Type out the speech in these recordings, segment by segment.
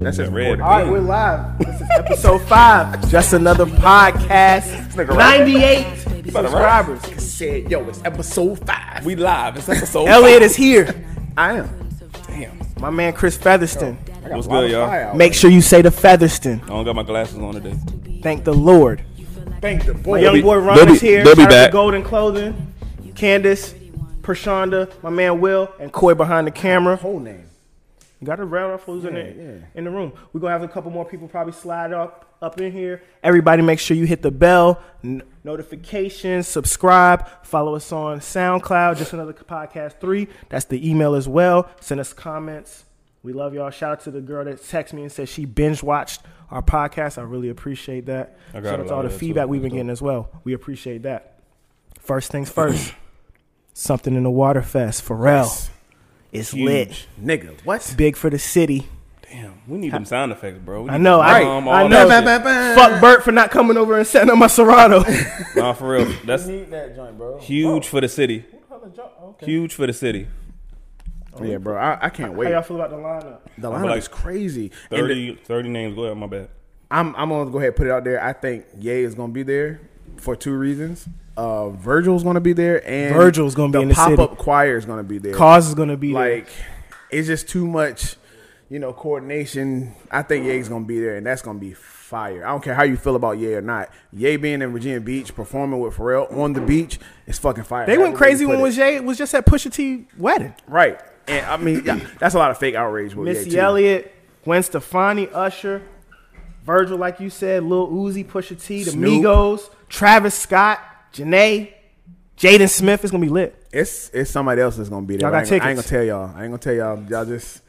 That's a red. All right, we're live. This is episode five. Just another podcast. nigga right. 98 about to subscribers. Said, yo, it's episode five. We live. It's episode. Elliot is here. I am. Damn. My man Chris Featherston. What's good, y'all? Make sure you say the Featherston. I don't got my glasses on today. Thank the Lord. Thank the My boy. young be- boy they'll Ron be- is here. they'll be Shout out to back. Golden Clothing. Candace, Prashonda, my man Will, and Coy behind the camera. Whole name. You got to round off who's in Yeah, it yeah. in the room. We're gonna have a couple more people probably slide up up in here. Everybody, make sure you hit the bell, n- notifications, subscribe, follow us on SoundCloud. Just another podcast three. That's the email as well. Send us comments. We love y'all. Shout out to the girl that texted me and said she binge watched our podcast. I really appreciate that. I got Shout a out to lot all the of that, too. feedback we've been getting as well. We appreciate that. First things first. Something in the water fest. Pharrell. It's lit. Nigga, what? Big for the city. Damn, we need them sound effects, bro. We I need know. I, them, um, I all know. that Ba, ba, ba, ba. Fuck Bert for not coming over and setting up my Serato. shit. Nah, for real. That's Need that joint, bro. huge for the city. Huge for the city. Oh, Yeah, bro. I, I can't How wait. y'all feel about the lineup? The lineup like is crazy. And 30, 30 names. Go ahead. My bad. I'm I'm gonna go ahead and put it out there. I think Ye is gonna be there for two reasons. Uh, Virgil's gonna be there, and Virgil's gonna be the in the city. pop up choir is gonna be there. Cause is gonna be like like it's just too much, you know, coordination. I think Ye's gonna be there, and that's gonna be fire. I don't care how you feel about Ye or not. Ye being in Virginia Beach performing with Pharrell on the beach is fucking fire. they went crazy when was was Jay was just at Pusha T wedding. right. And I mean, yeah, that's a lot of fake outrage with Ye, Missy Oh, too. Elliott, Gwen Stefani, Usher, Virgil, like you said, Lil Uzi, Pusha T, the Snoop. Migos, Travis Scott, Janae, Jaden Smith is gonna be lit. It's it's somebody else that's gonna be there. Y'all got I ain't, I ain't tickets. gonna tell y'all. I ain't gonna tell y'all. Y'all just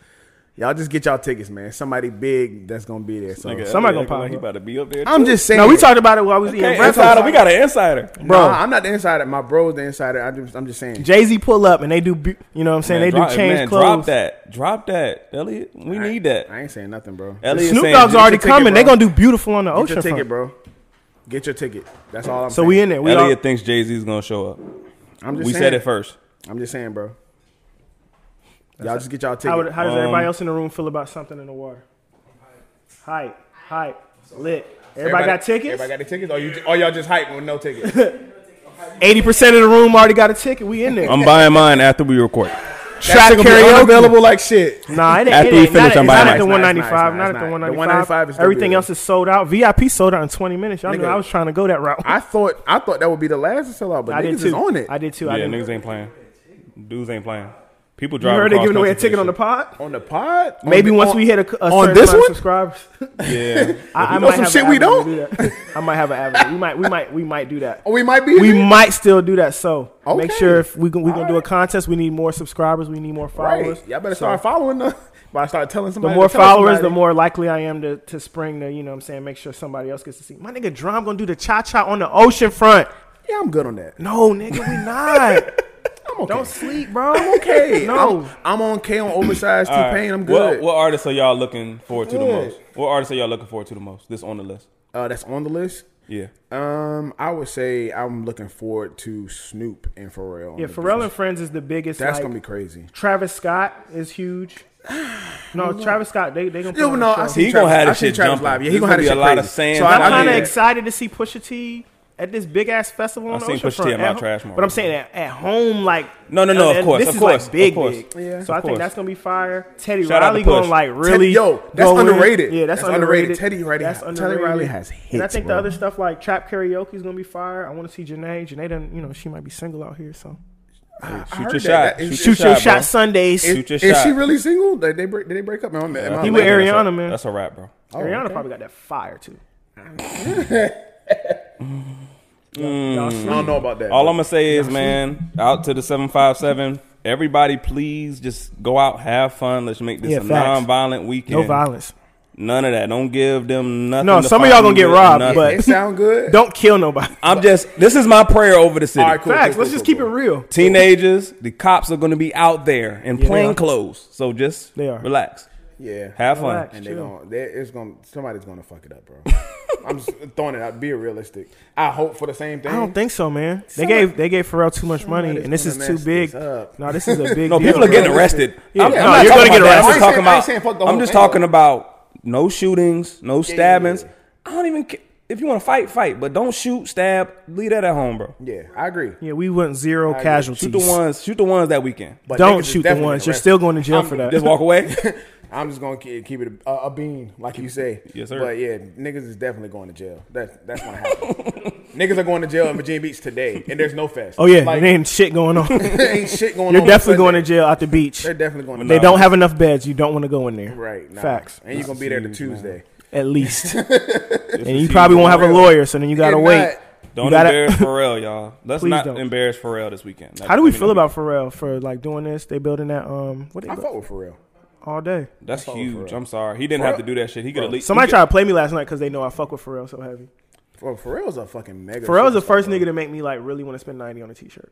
y'all just get y'all tickets, man. Somebody big that's gonna be there. So Nigga, Somebody Elliot gonna pop like He up. about to be up there. I'm just saying. No, we talked about it while we was Hey, eating breakfast. insider. We got an insider. bro. bro. I'm not the insider. My bro's the insider. I just, I'm just saying. Jay Z pull up and they do, bu- you know what I'm saying? they drop, do change man, clothes. Drop that. Drop that, Elliot. We need that. I ain't saying nothing, bro. Elliot Snoop saying, Dogg's get already your ticket, coming. They're bro. gonna do beautiful on the Get ocean. your ticket, front. bro. Get your ticket. That's all I'm So saying. we in there. We all, Elliot thinks Jay Z's gonna show up. I'm just We saying. said it first. I'm just saying, bro. Y'all just get y'all ticket. how, would- how does Um, everybody else in the room feel about something in the water? Hype, hype, lit. Everybody, got tickets. Everybody got the tickets? Or, you, or y'all just hype with no tickets? Eighty percent of the room already got a ticket. We in there. I'm buying mine after we record. Trap karaoke. available like shit. Nah, it ain't. After it we ain't. finish, not, I'm it's buying not at it. the It's not, one it's ninety five. not, Not it's at the one not. ninety The 195 is five. still Everything good. else is sold out. VIP sold out in twenty minutes. Y'all knew Nigga. I was trying to go that route. I thought I thought that would be the last to sell out, but I niggas did is too. on it. I did too. Yeah, I didn't. niggas ain't playing. Dudes ain't playing. People You driving. heard they across giving away a country ticket on for the pod. on the pod. Maybe On the- once on- we hit a, a on certain this amount of one? subscribers. this shit. Yeah. I, I know might some have shit an we avenue don't? to do that. I might have an avenue. We might, we might, we might do that. Oh, we might be. We there? might still do that. So make Okay. sure if we gon- we gonna do a Alright. contest, we need more subscribers. We need more Right. followers. Y'all better So start following us. But I start telling The somebody. more to tell followers, the somebody. more likely I am to, to spring the, you know what I'm saying, make sure somebody else gets to see. My nigga Drum gonna do the cha cha on the ocean front. Yeah, I'm good on that. No, nigga, we not. I'm okay. Don't sleep, bro. okay. No. I'm, I'm on K on oversized T All right. Pain. I'm What, good. what artists are y'all looking forward to the Good. most? What artists are y'all looking forward to the most? This on the list. Uh, that's on the list. Yeah. Um, I would say I'm looking forward to Snoop and Pharrell. on yeah, the Pharrell beach. and Friends is the biggest. That's like- gonna be crazy. Travis Scott is huge. No, Travis Scott, they they gonna put No, on no, a I show. see He Travis, gonna have I this see shit Travis jumping. live. Yeah, There's he gonna have gonna this be a shit lot of crazy. sand. So I'm I'm I, kind I of Yeah. did, excited to see Pusha T at this big ass festival. On I the seen ocean Pusha T front. at Mount ho- Trash Mall. but I'm saying at, at home, like No, no, no, uh, of course, this of is course, like big, of course. big. Yeah. So I Of think course. that's gonna be fire. Teddy Shout out Riley to Push. gonna like really, Teddy- yo, that's go in. underrated. Yeah, that's, That's underrated. underrated. Teddy Riley that's has- Teddy underrated. Riley has And I hits, think bro. the other stuff like trap karaoke is gonna be fire. I want to see Janae. Janae, done, you know, she might be single out here, so Shoot your shot. heard that. That is- shoot your shot, bro. Sundays. It- Shoot your is shot. she really single? Did they break? Did they break up? Man, am I, He am with I, I think that's Ariana, a- man. That's a wrap, bro. Oh, Ariana probably got that fire too. Mm. I don't know about that. All I'm gonna say is, man, out to the seven five seven. Everybody, please just go out, have fun. Let's make this Yeah, a facts. non-violent weekend. No violence. None of that. Don't give them nothing. No, to some of fight y'all gonna you get with, robbed, nothing. but- It sound good. Don't kill nobody. I'm just. This is my prayer over the city. All right, cool. Facts. cool, Let's cool, just cool, keep it real. Teenagers, the cops are gonna be out there in they are. plain clothes. So just They are. relax, Yeah. have fun. Relax. And they Chill. gonna, they, it's gonna, somebody's gonna fuck it up, bro. I'm just throwing it out. Be realistic. I hope for the same thing. I don't think so, man. They Somebody- gave they gave Pharrell too much money, somebody's and this is gonna too mess big. this up. No, this is a big. No, deal, people are bro. getting arrested. Yeah. I'm, No, I'm not you're talking gonna get about that. arrested. I'm I ain't just saying talking fuck the about. whole I'm just thing, talking about no shootings, no stabbings. I don't even. Ca- if you want to fight, fight, but don't shoot, stab. Leave that at home, bro. Yeah, I agree. Yeah, we want zero agree. casualties. Shoot the ones. Shoot the ones that weekend. But niggas Don't is shoot the definitely ones. You're arrested. still going to jail I'm- for that. Just walk away. I'm just gonna keep, keep it a, a bean, like you say. Yes, sir. But yeah, niggas is definitely going to jail. That's that's gonna happen. niggas are going to jail in Virginia Beach today, and there's no fest. Oh yeah, like, there ain't shit going on. ain't shit going You're on. definitely going to Sunday. jail at the beach. They're definitely going to They No. don't have enough beds. You don't want to go in there. Right. Nah. Facts. And you're gonna be there to Tuesday. At least. and you probably won't have a lawyer, so then you gotta If wait. Don't You gotta- embarrass Pharrell, y'all. Let's Please not don't. embarrass Pharrell this weekend. That- How do we I mean, feel about Pharrell for like doing this? They building that um what they Not, I bu- fought with Pharrell. all day. That's Fuck with huge. Pharrell. I'm sorry. He didn't have to do that shit. He could at least. Somebody he could- tried to play me last night because they know I fuck with Pharrell so heavy. Well, Pharrell's a fucking mega. Pharrell's the superstar, first bro. nigga to make me like really want to spend ninety on a t-shirt.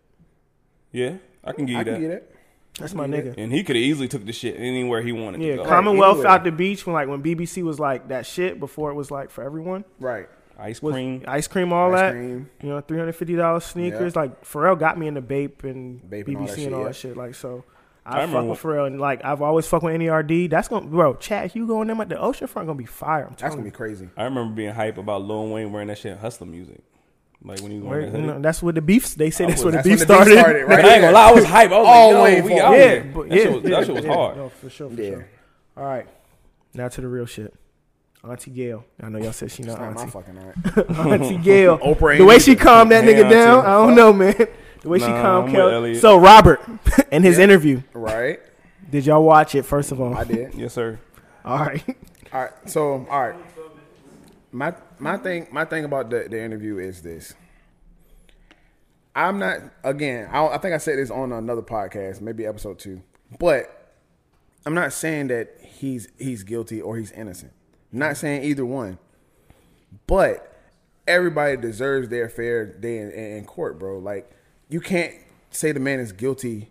Yeah, I can give you I that. can get it. That's my nigga. And he could have easily took the shit anywhere he wanted Yeah, to go. Commonwealth anywhere. out the beach when like when BBC was like that shit before it was like for everyone. Right. Ice Was cream. ice cream all Ice that. cream. You know, three hundred fifty dollars sneakers. Yeah. Like Pharrell got me into Bape and Bape and all BBC that and shit, all yeah. that shit. Like so. I I, fuck remember with Pharrell and like I've always fucked with NERD. That's gonna bro, Chad Hugo and them at the ocean front gonna be fire. I'm That's telling gonna you. be crazy. I remember being hype about Lil Wayne wearing that shit in Hustler music. Like when he was Where- wearing that you hoodie. know, that's where the beefs. They say that's, was- where That's the beef when the beef started. started, right? Like, I ain't gonna lie, I was hype. I was All like, yo, Wayne we fault. out Yeah, here. but that, yeah, shit was, yeah, that shit was yeah. hard. No, for sure, for Yeah. sure. All right, now to the real shit. Auntie Gail, I know y'all said she not Not my auntie. fucking eye. Auntie Gail, Oprah ain't the way either. she calmed that Hey, nigga down, Auntie. I don't know, man. The way she Nah, I'm calmed with Kel. Elliot. So Robert and his interview, Right. did y'all watch it? First of all, I did. Yes, sir. all right. All right. So, all right. My my thing my thing about the, the interview is this. I'm not again. I, I think I said this on another podcast, maybe episode two, but I'm not saying that he's he's guilty or he's innocent. I'm not saying either one, but everybody deserves their fair day in, in court, bro. Like you can't say the man is guilty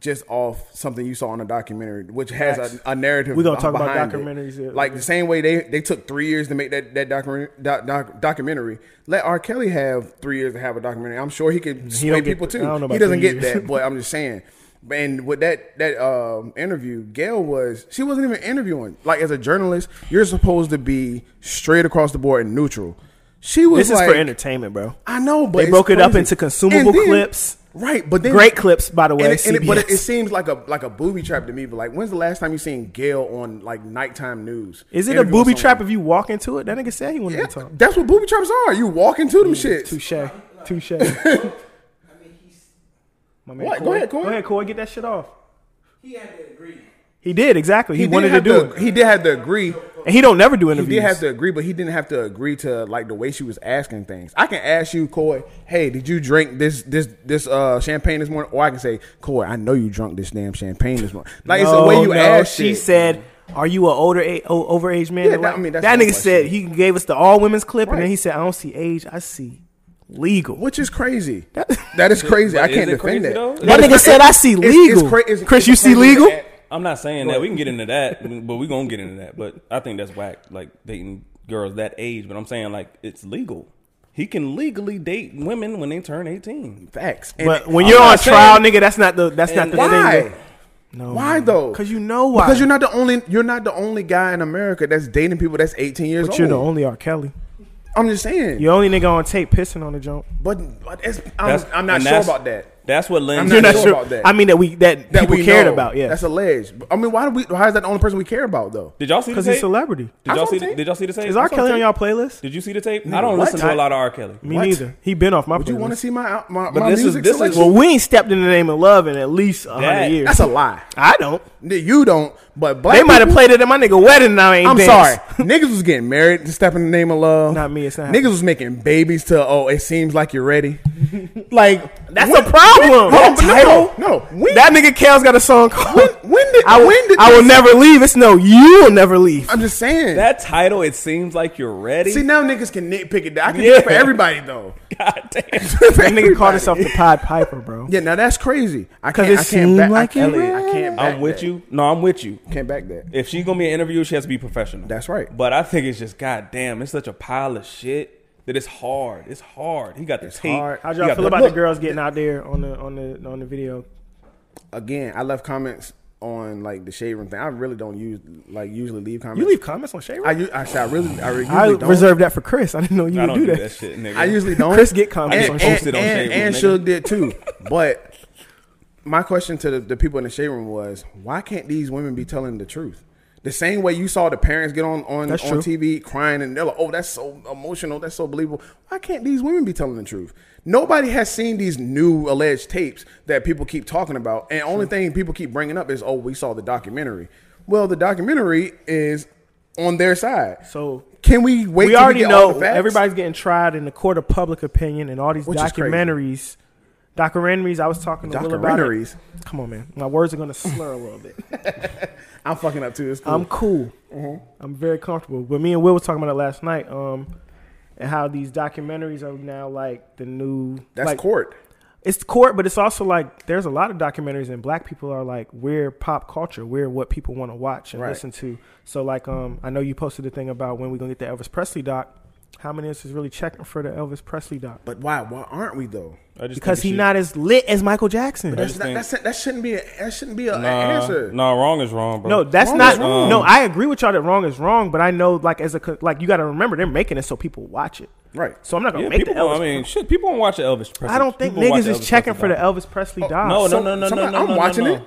just off something you saw in a documentary, which has Facts. a, a narrative. We gonna talk about behind it. documentaries, yeah. Like the same way they, they took three years to make that that documentary, doc, doc, documentary. Let R. Kelly have three years to have a documentary. I'm sure he could sway don't get- people I don't know too. about He doesn't three get years. that, but I'm just saying. And with that that um, interview, Gail was she wasn't even interviewing. Like as a journalist, you're supposed to be straight across the board and neutral. She was This is like, for entertainment, bro. I know, but They it's broke it up crazy. into consumable And then- clips. Right, but then Great clips, by the way. and it, and it- but it, it CBS. seems like a like a booby trap to me. But like, when's the last time you seen Gail on like nighttime news? Is it a Interviewing booby someone? trap if you walk into it? That nigga said he wanted to Yeah, talk. that's what booby traps are. You walk into them shits. Touche, touche. I mean, he's, My man What? Go Corey- ahead, Corey. Go ahead, Corey. Get that shit off. he had to agree. He did exactly. He, did wanted to have do it, He did have to agree. and he don't never do He interviews. did have to agree, but he didn't have to agree to like the way she was asking things. I can ask you, Coy, hey, did you drink this this this uh champagne this morning? Or I can say, Coy, I know you drunk this damn champagne this morning. Like it's the No, way you no, ask. She shit. said, "Are you an older, a- o- overage man?" Yeah, that- I mean, that's that my nigga said he gave us the all women's clip, and Right. then he said, "I don't see age, I see legal." which is crazy. that is crazy. I is can't it defend crazy, that. though? But that it's nigga not- said, "I see it's- it's legal." cra- it's- Chris, it's you see crazy legal? that- I'm not saying that. We can get into that, but we gonna get into that. But I think that's whack. Like dating girls that age, but I'm saying like it's legal. He can legally date women when they turn 18. Facts. And But when I'm you're not on saying- trial, nigga, that's not the that's not the why? thing. No, Why though? Because you know why. Because you're not the only you're not the only guy in America that's dating people that's 18 years But old. you're the only R. Kelly. I'm just saying. You're the only nigga on tape pissing on the jump. But, but it's, I'm, That's- I'm not and sure that's- about that. That's what lends. I'm to You're it. not sure sure. about that. I mean that we that, That people we cared know. about. Yeah, that's alleged. But, I mean, why do we? Why is that the only person we care about though? Did y'all see the because he's tape? a celebrity. Did y'all That's see? on The, tape. did y'all see the tape? Is R. That's Kelly on tape. y'all playlist? Did you see the tape? I don't what? listen to a lot of R. Kelly. Me What? neither. He been off my. Would you playlist. want to see my out- my, But my this is- music this is- selection? Well, we ain't stepped into the name of love in at least a That- hundred years. that's a lie. I don't. You don't. But black They might have people- played it at my nigga wedding. And I ain't. I'm danced. sorry. Niggas was getting married to step in the name of love. Not me, it's not Niggas was making babies to oh, it seems like you're ready. like That's a problem. Hold on, but no, Title? no. When, that nigga Cal's got a song called when, when did I, will- when did I will this- never leave. It's no, you will never leave. I'm just saying. That title, it seems like you're ready. See now niggas can nitpick it. I can do it for Yeah. everybody though. God damn. That nigga called himself the Pod Piper, bro. Yeah, now that's crazy. I 'Cause can't. it I can't seemed back. like I can't. it I can't back I'm with that. you. No, I'm with you. Can't back that. If she's gonna be an interviewer, she has to be professional. That's right. But I think it's just goddamn, it's such a pile of shit that it's hard. It's hard. He got the tape. hard. How'd He y'all got feel the- about Look, the girls getting out there on the on the on the video? Again, I left comments on like the shade room thing. I really don't use like usually leave comments. You leave comments on Shay I, Room? u- actually, I really, I usually I, don't. reserved that for Chris. I didn't know you I would don't do that. shit, nigga. I usually don't. Chris get comments and, on and, Shade Room, and, nigga. and Suge did too. But my question to the, the people in the shade room was, why can't these women be telling the truth? The same way you saw the parents get on on, on That's true. TV crying and they're like, "Oh, that's so emotional, that's so believable." Why can't these women be telling the truth? Nobody has seen these new alleged tapes that people keep talking about, and only thing people keep bringing up is, "Oh, we saw the documentary." Well, the documentary is on their side. So Can we wait? we till already get all know the facts? everybody's getting tried in the court of public opinion and all these Which is crazy. documentaries. Documentaries. I was talking to Will about. it. Documentaries? Come on, man. My words are gonna slur a little bit. I'm fucking up too. It's cool. I'm cool. Uh-huh. I'm very comfortable. But me and Will were talking about it last night. Um, and how these documentaries are now like the new. That's like, court. It's court, but it's also like there's a lot of documentaries and black people are like we're pop culture. We're what people want to watch and Right. listen to. So like um I know you posted the thing about when we're gonna get the Elvis Presley doc. How many of us is really checking for the Elvis Presley doc? But why? Why aren't we though? I just Because think he's she- not as lit as Michael Jackson. That's not, think- that's, that shouldn't be a, that shouldn't be a, an Nah, answer. nah, uh, wrong is wrong, bro. No, that's Wrong not. is wrong. No, I agree with y'all that wrong is wrong, but I know like as a co- like you got to remember they're making it so people watch it. Right. So I'm not gonna yeah, make people. the Elvis. I mean, shit. People don't watch the Elvis. Presley. I don't think People watch niggas the is Elvis checking for Presley the doc. Elvis Presley Oh, doc. No, So- no, no, no, no, somebody- no. I'm no, watching no. it.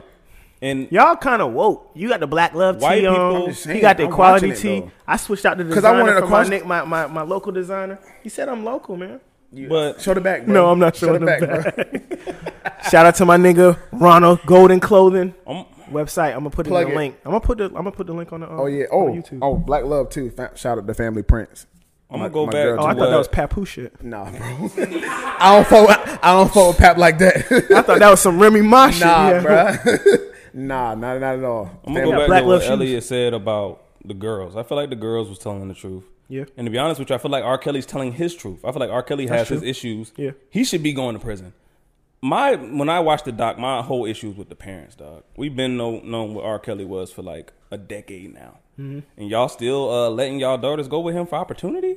And Y'all kind of woke. You got the black love White tee people- on. I'm just you saying, got the I'm quality watching it, tee. though. I switched out the 'Cause I designer wanted a from my, cross- nick- my, my my local designer. He said I'm local, man. but Show the back. Bro. No, I'm not Show the showing the back, bro. Shout out to my nigga Ronald Golden Clothing I'm- website. I'm gonna put Plug in the it. link. I'm gonna put the I'm gonna put the link on the um, Oh yeah. on Oh YouTube. oh, Black Love too. Fa- shout out to Family Prince. I'm My- gonna go my back. girl to Oh, I what- thought that was Papu shit. Nah, bro. I don't follow. I don't follow Pap like that. I thought that was some Remy Ma shit. nah, yeah. bro. nah, not not at all. I'm Family gonna go back Black to Love what Shoes. Elliot said about the girls. I feel like the girls was telling the truth. Yeah. And to be honest with you, I feel like R. Kelly's telling his truth. I feel like R. Kelly has his true. issues. Yeah. He should be going to prison. My when I watched the doc, my whole issue was with the parents, dog. We've been know, known what R. Kelly was for like a decade now, Mm-hmm. and y'all still uh, letting y'all daughters go with him for opportunity.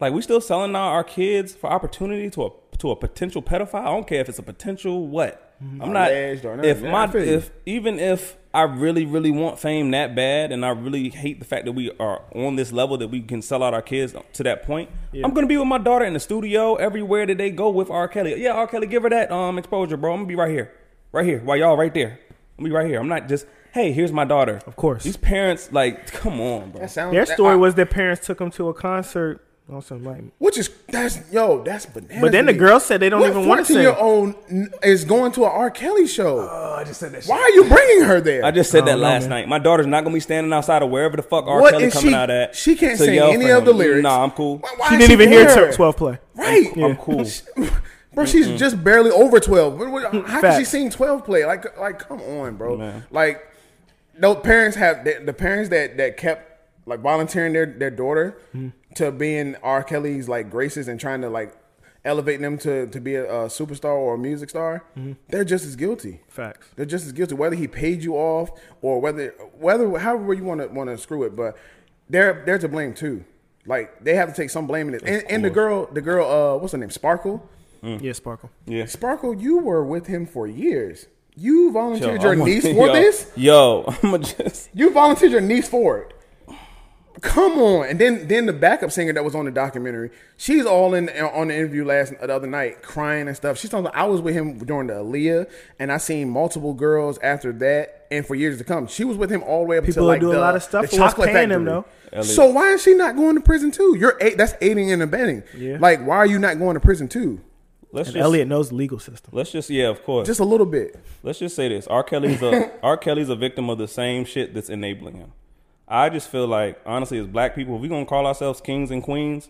Like we still selling out our kids for opportunity to a to a potential pedophile. I don't care if it's a potential what. Mm-hmm. I'm not. Alleged or not. If Yeah, I my feel you. if even if I really, really want fame that bad, and I really hate the fact that we are on this level that we can sell out our kids to that point, I'm gonna be with my daughter in the studio everywhere that they go with R. Kelly. Yeah, R. Kelly, give her that um exposure, bro. I'm gonna be right here, right here, while y'all right there. I'm gonna be right here. I'm not just hey, here's my daughter. Of course. these parents like, come on, bro. That sounds, Their that- story I- was their parents took them to a concert on some like. which is that's yo, that's bananas. But then to the me. girls said they don't What even wanna sing. year old is going to a R. Kelly show. Uh, Oh, I just said that. Why are you bringing her there? I just said I that don't know, last man. night. My daughter's not gonna be standing outside of wherever the fuck R. What Kelly is coming she- out at. she can't to sing yell any for of the him. lyrics. Nah, I'm cool. Why- why She is didn't even there? hear twelve play. Right. I'm cool. Bro, she's just barely over twelve. What- what- How can she Facts. sing twelve play? Like, like, come on, bro. Man. Like, no parents have the, the parents that that kept like volunteering their their daughter to being R. Kelly's like graces and trying to like elevate them to to be a, a superstar or a music star. They're just as guilty. Facts. They're just as guilty, whether he paid you off or whether whether however you want to want to screw it, but they're they're to blame too. Like they have to take some blame in it. And, and the girl, the girl, uh, what's her name? Sparkle. Yeah, Sparkle. Yeah. Sparkle, you were with him for years. You volunteered your I'ma- niece for yo, this. Yo, I'ma just You volunteered your niece for it. Come on, and then then the backup singer that was on the documentary, she's all in on the interview last the other night, crying and stuff. She's talking. About, I was with him during the Aaliyah, and I seen multiple girls after that, and for years to come, she was with him all the way up People to like do a the, lot of stuff The for what's chocolate paying them, Factory. though. So why is she not going to prison too? You're eight. That's aiding and abetting. Yeah. Like why are you not going to prison too? let's And just Elliot knows the legal system. let's just yeah, of course. Just a little bit. let's just say this: R. Kelly's a R. Kelly's a victim of the same shit that's enabling him. I just feel like, honestly, as black people, if we gonna call ourselves kings and queens,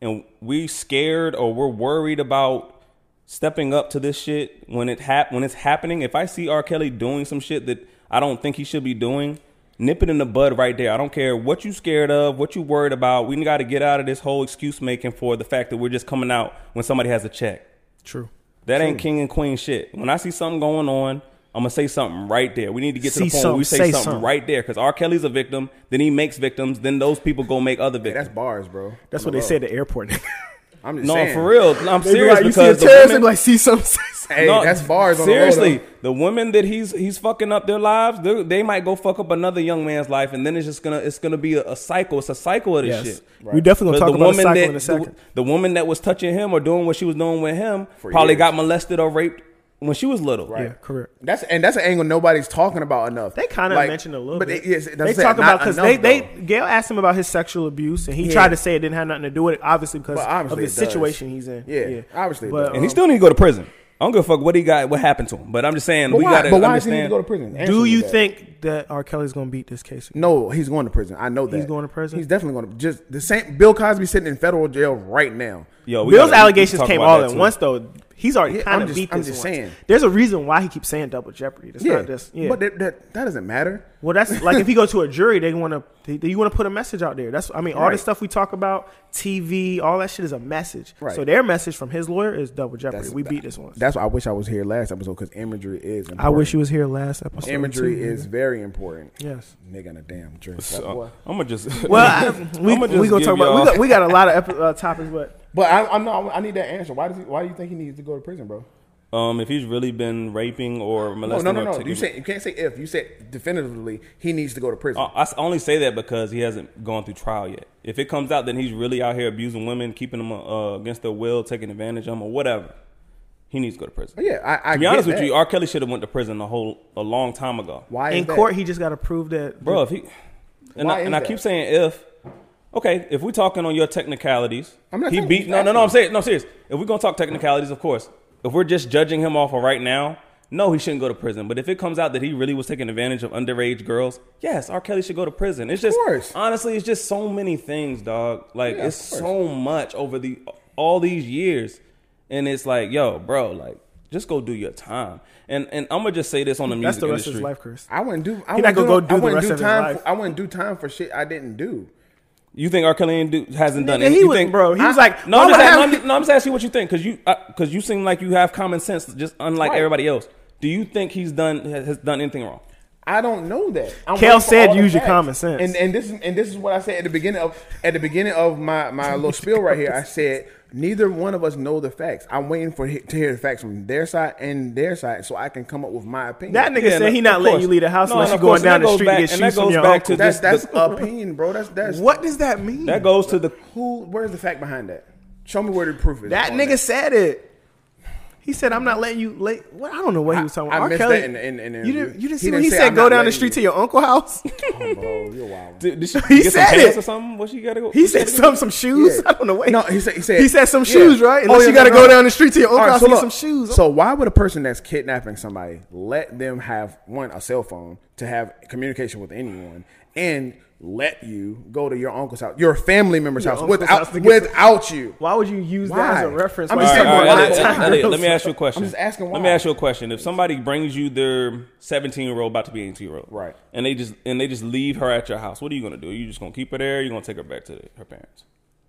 and we scared or we're worried about stepping up to this shit when it hap- when it's happening. If I see R. Kelly doing some shit that I don't think he should be doing, nip it in the bud right there. I don't care what you scared of, what you worried about. We got to get out of this whole excuse making for the fact that we're just coming out when somebody has a check. True. That ain't king and queen shit. When I see something going on, I'm gonna say something right there. We need to get See to the point where we something, say, say something, something. right there because R. Kelly's a victim. Then he makes victims. Then those people go make other victims. That's bars, bro. That's On what they the say low. at the airport. I'm just no, saying. for real. I'm They be serious like, you see a because the terrorist, they women- be like, see something, say something. Hey, No, that's bars. On Seriously, the low, the women that he's he's fucking up their lives, they they might go fuck up another young man's life, and then it's just gonna it's gonna be a, a cycle. It's a cycle of this Yes. shit. We definitely But gonna talk about the cycle that, in a second. The, the woman that was touching him or doing what she was doing with him For probably years. got molested or raped when she was little. Right. yeah, correct. though. that's and that's an angle nobody's talking about enough. They kind of Like, mentioned a little but bit. They, yes, they talk about because they, they Gail asked him about his sexual abuse and he Yeah. tried to say it didn't have nothing to do with it, obviously because But obviously of it the does. situation he's in. um, Yeah, obviously it does. And he still need to go to prison. I don't give a fuck what he got, what happened to him. But I'm just saying, But we why, gotta but why does he understand. need to go to prison? Answer Do me you that. think that R. Kelly's gonna beat this case? No, he's going to prison. I know that He's going to prison? He's definitely going to just the same. Bill Cosby sitting in federal jail right now. Yo, we Bill's gotta- we allegations talk came about all that at too. once though. He's already Yeah, I'm kind of just- beat I'm this just once. saying. There's a reason why he keeps saying double jeopardy. That's Yeah, not just yeah. but that, that that doesn't matter. Well, that's like if you go to a jury, they want to they, you want to put a message out there. That's I mean, all Right. the stuff we talk about, TV, all that shit is a message. Right. So their message from his lawyer is double jeopardy. That's- we beat this one. That's why I wish I was here last episode because imagery is. Important. I wish you was here last episode. Imagery too. is very important. yes. Nigga, in a damn drink. So, I'm gonna just Well, I, we I'ma we just gonna talk give about we y'all- got, we got a lot of epi- uh, topics, but But I, I'm not, I need that answer. Why does he? Why do you think he needs to go to prison, bro? um, if he's really been raping or No, molesting, Oh, no, no, or no. taking- You said you can't say if. You said definitively he needs to go to prison. Uh, I I s- only say that because he hasn't gone through trial yet. If it comes out that he's really out here abusing women, keeping them uh, against their will, taking advantage of them, or whatever, he needs to go to prison. But Oh, yeah, I, I to be get honest that. with you, R. Kelly should have went to prison a whole a long time ago, why is in that? court he just got to prove that bro. If he and, Why I, is and I that? keep saying if okay, if we're talking on your technicalities, I'm not he saying- beat no, no, no. I'm saying no, serious. If we're gonna talk technicalities, of course. If we're just judging him off of right now, no, he shouldn't go to prison. But if it comes out that he really was taking advantage of underage girls, yes, R. Kelly should go to prison. It's just course. honestly, it's just so many things, dog. Like Yeah, of it's course. so much over the all these years, and it's like, yo, bro, like just go do your time. And and I'm gonna just say this on the that's music the rest industry. of his life curse. I wouldn't do. I wouldn't He not do, gonna go do I the wouldn't rest do of his time. life. For, I wouldn't do time for shit I didn't do. You think R. Kelly ain't do, hasn't done Yeah, he anything? was- bro, he was like, no, why I'm just, would I asking, have- no, I'm just- no, I'm just asking you what you think because you because you seem like you have common sense, just unlike Right. everybody else. Do you think he's done has has done anything wrong? I don't know that. I'm Kel waiting for said all the use your facts. common sense. And and this is- and this is what I said at the beginning of at the beginning of my my little spiel right here. I said neither one of us know the facts. I'm waiting for he- to hear the facts from their side and their side so I can come up with my opinion. That nigga Yeah, said no, he not of letting course. you leave the house No, unless and you of going course, down and that the goes street back- and get and that shoes from goes your back uncle. to that's that's just opinion, bro. That's that's what does that mean? That goes to the who where's the fact behind that? Show me where the proof is. That on nigga said it. He said, "I'm not letting you late." What I don't know what he was talking I- I about. R. missed Kelly, that in the- in the you interview. didn't, you didn't He see what didn't he say, said. "I'm Go not down the letting street you." to your uncle house. bro. You're wild. did, did she He get said some pants it. or something? What she got to go? He she said gotta some some shoes. Yeah. I don't know. Wait, No, he said- he said- some yeah. shoes, right? Oh, Unless yeah, you got to no, go no. down the street to your All uncle right, house so to get look, some shoes. So why would a person that's kidnapping somebody let them have one a cell phone to have communication with anyone and let you go to your uncle's house, your family member's house uncle's without house to get some- without you? why would you use that as a Why? reference? I'm when just you All saying, talk right, all right, why- about all why- Elliot, time? Elliot, let me ask you a question. I'm just asking Let me why. ask you a question. If somebody brings you their 17 year old, about to be 18 year old, Right. and they just and they just leave her at your house, what are you gonna do? you just gonna keep her there? Or you gonna take her back to the, her parents?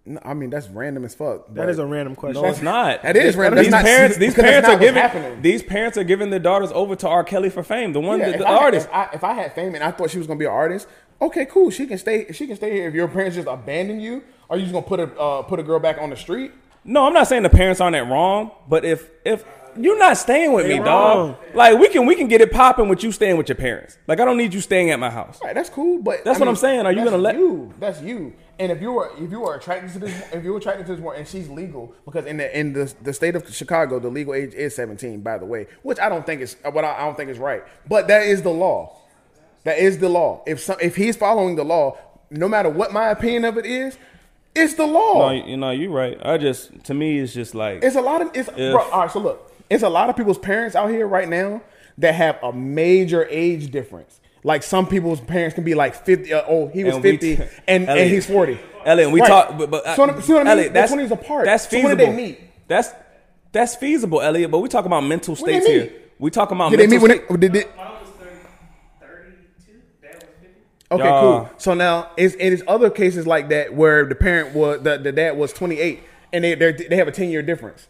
No, I mean, that's random as fuck. That is a random question. No, it's not. That is random. These That's not- parents, these because that's parents not are what's giving happening. these parents are giving their daughters over to R. Kelly for fame. The one, Yeah, that, if, the I, artist. If I, if I had fame and I thought she was gonna be an artist, okay, cool. She can stay. She can stay here. If your parents just abandon you, are you just gonna put a uh, put a girl back on the street? no, I'm not saying the parents aren't at wrong, but if if you're not staying with me, dog, wrong. like we can we can get it popping with you staying with your parents. Like I don't need you staying at my house. Right, that's cool, but That's what I'm saying. Are you that's gonna let- you? That's you. And if you were if you were attracted to this if you were attracted to this woman and she's legal because in the in the, the state of Chicago the legal age is 17 by the way, which I don't think is what I, I don't think is right, but that is the law. That is the law. If some, if he's following the law, no matter what my opinion of it is, it's the law. No, Oh, you know you're right. I just to me it's just like It's a lot of it's bro, all right. So look, it's a lot of people's parents out here right now that have a major age difference. Like some people's parents can be like fifty. Uh, oh, he was And we- fifty, and, and Elliot. he's forty. Elliot, we Right. talk, but, but so, what I- see what I mean? Elliot, They're 20 years apart. That's So feasible. when did they meet? That's That's feasible, Elliot. But we talk about mental they states here. meet? We talking about Did they mental meet when sta- it? Did it My uncle's 30, 32. Dad was 50. okay, Y'all- cool. So now it's it is other cases like that where the parent was the, the dad was twenty eight and they they're- they have a ten year difference.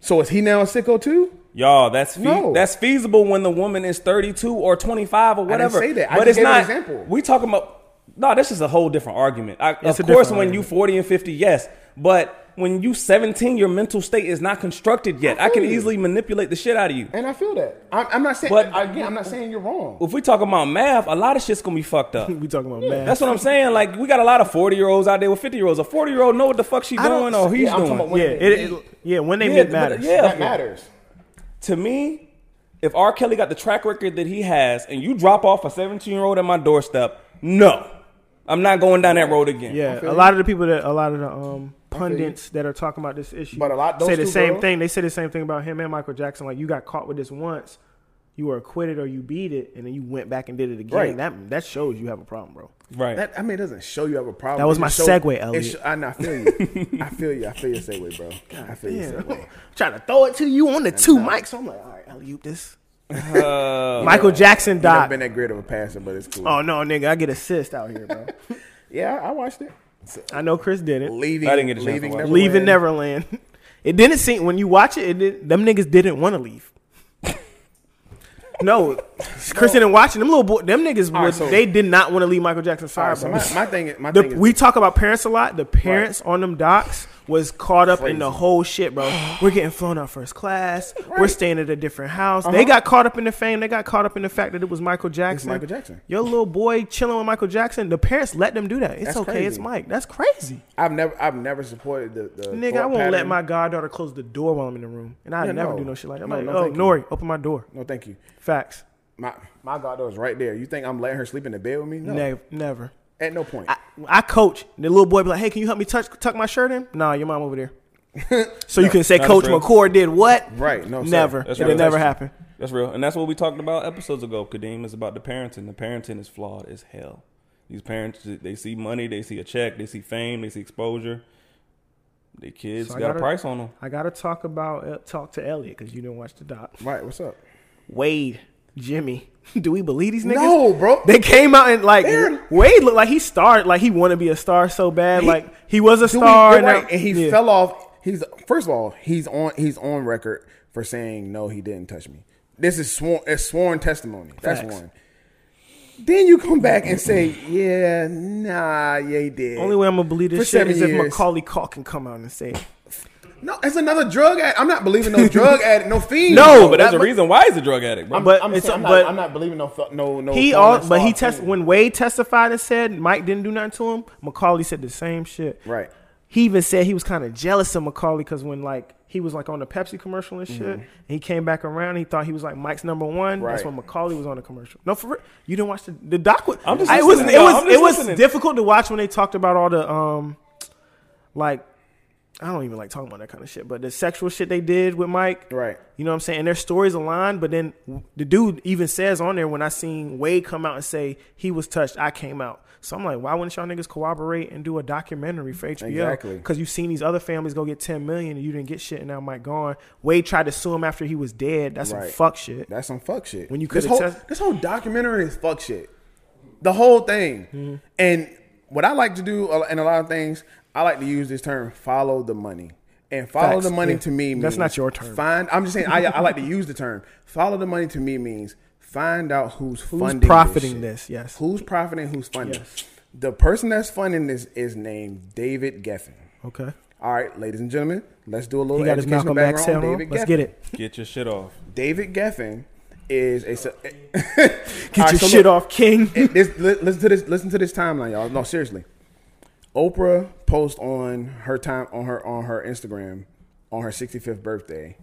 So is he now a sicko too? Y'all, that's fe- No. that's feasible when the woman is 32 or 25 or whatever. say that. I But just it's gave an not. example. We talking about no. This is a whole different argument. I, of It's a course, different when you 40 and 50, yes, but when you 17, your mental state is not constructed yet. I, feel can you. easily manipulate the shit out of you. And I feel that. I'm, I'm not saying But- again. I'm not saying you're wrong. If we talking about math, a lot of shit's gonna be fucked up. We talking about math. That's what I'm saying. Like we got a lot of 40 year olds out there with 50 year olds. A 40 year old know what the fuck she I don't- doing or he's Yeah, I'm talking doing. about yeah, when it, they it- meet. yeah, when they Yeah, meet but- matters. yeah. that matters. to me, if R. Kelly got the track record that he has and you drop off a 17 year old at my doorstep, no. I'm not going down that road again. Yeah, feel a you. lot of the people that a lot of the um, feel you. pundits that are talking about this issue But a lot- those say the two same girls- thing. They say the same thing about him and Michael Jackson. Like you got caught with this once, you were acquitted or you beat it, and then you went back and did it again. Right. That that shows you have a problem, bro. Right. That I mean, it doesn't show you have a problem. That was It just my shows- segue, it Elliot. sho- I, know, I feel you. I feel you. I feel your segue, bro. I feel your Yeah. segue. Trying to throw it to you on the two mics. I'm like, all right, I'll you this. Uh, Michael Jackson I've died. been that great of a passer, but it's cool. oh no, nigga, I get assist out here, bro. yeah, I watched it. So, I know Chris did it. leaving, I didn't get a chance to leaving, watch it. Neverland. Leaving Neverland. It didn't seem when you watch it. It did, them niggas didn't want to leave. no, Chris didn't watch it. Them little boy, them niggas, right, was- so- they did not want to leave Michael Jackson's All fire. right, so bro. my, my thing, is- my The- thing is, we talk about parents a lot. The parents on them docks was caught up in the Crazy. whole shit, bro. We're getting flown out first class. We're staying at a different house. They got caught up in the fame. They got caught up in the fact that it was Michael Jackson. Uh-huh. Michael Jackson. Your little boy chilling with Michael Jackson. The parents let them do that. It's That's okay. It's crazy. Mike. That's crazy. I've never, I've never supported the, the Nigga, thought I won't let pattern. my goddaughter close the door while I'm in the room. And I Yeah, never no. do no shit like that. I'm No, like, no, oh, thank you. Nori, open my door. No, thank you. Facts. My my goddaughter's right there. You think I'm letting her sleep in the bed with me? No, Never. Never. at no point. I, I coach. The little boy be like, hey, can you help me touch, tuck my shirt in? Nah, your mom over there. so you can say, that's Coach real. McCord did what? Right, no, sir. Never. That's It'll real. never That's- happen. That's real. And that's what we talked about episodes ago, Kadeem. is about the parenting. The parenting is flawed as hell. These parents, they see money, they see a check, they see fame, they see exposure. The kids So I got gotta- a price on them. I got to talk about, uh, talk to Elliot because you didn't watch the doc. right, what's up? Wade, Jimmy. Do we believe these niggas? No, bro. They came out and like They're- Wade looked like he started like he wanted to be a star so bad. He- like he was a Do we- star, you're and, right, now- and he yeah. fell off. He's first of all, he's on he's on record for saying no, he didn't touch me. This is sworn it's sworn testimony. That's Facts. one. Then you come back and say, yeah, nah, yeah, he did. Only way I'm gonna believe For this shit seven is if years. Macaulay Culkin come out and say, it. no, it's another drug addict. I'm not believing no drug addict, no fiend. No, But there's Oh, a that- reason why he's a drug addict, bro. I'm, but I'm it's- saying, I'm, but- not, I'm not believing no fu- no Oh, no. He foreign all, but he soft test fiend. when Wade testified and said Mike didn't do nothing to him. Macaulay said the same shit. Right. He even said he was kind of jealous of Macaulay because when like he was like on the Pepsi commercial and shit, Mm-hmm. and he came back around. He thought he was like Mike's number one. That's Right. when Macaulay was on the commercial. No, for real. you didn't watch the the doc. Was, I'm just I- it was listening, it y'all. was I'm just it was listening. difficult to watch when they talked about all the um like I don't even like talking about that kind of shit, but the sexual shit they did with Mike. Right. You know what I'm saying? And their stories align, but then the dude even says on there when I seen Wade come out and say he was touched, I came out. So I'm like, why wouldn't y'all niggas cooperate and do a documentary for HBO? Exactly. Because you've seen these other families go get 10 million and you didn't get shit and now Mike gone. Wade tried to sue him after he was dead. That's some Right. fuck shit. That's some fuck shit. When you this coulda whole test- this whole documentary is fuck shit. The whole thing. Mm-hmm. And what I like to do uh, in a lot of things, I like to use this term: follow the money. And follow Facts, the money yeah. to me. Means That's not your term. Find. I'm just saying. I, I like to use the term. Follow the money to me means find out who's Who's funding profiting this. shit. this? Yes. Who's profiting? Who's funding? The person that's funding this is named David Geffen. Okay. All right, ladies and gentlemen, let's do a He little got his educational Malcolm X background hat on on. David Let's Geffen. get it. Get your shit off. David Geffen is a se- Get your shit off, King. it- this, li- listen to this. Listen to this timeline, y'all. No, seriously. Oprah posts on her time on her on her Instagram on her 65th birthday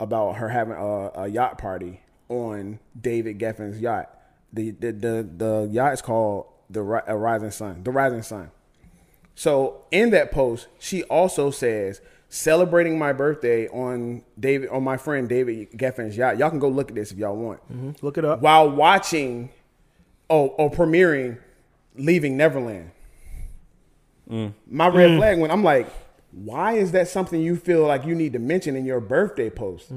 about her having a, a yacht party on David Geffen's yacht. The the the, the yacht is called the Ri- a Rising Sun. The Rising Sun. So in that post, she also says celebrating my birthday on David on my friend David Geffen's yacht. Y'all can go look at this if y'all want Look it up. while watching oh, or, or premiering Leaving Neverland. My red flag went. I'm like, Why is that something you feel like you need to mention in your birthday post?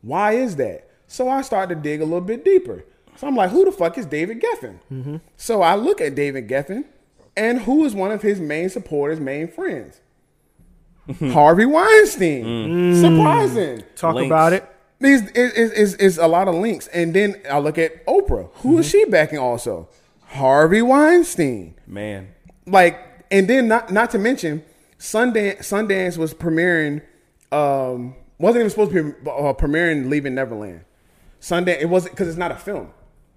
Why is that? So I start to dig a little bit deeper. So I'm like, who the fuck is David Geffen? So I look at David Geffen, and who is one of his main supporters, main friends? Harvey Weinstein. Surprising. Talk Links. about it. These is is is is a lot of links, and then I look at Oprah. Who is she backing? Also, Harvey Weinstein. Man, Like, and then not not to mention Sundance. Sundance was premiering. Um, wasn't even supposed to be uh, premiering Leaving Neverland. Sundance. It wasn't because it's not a film.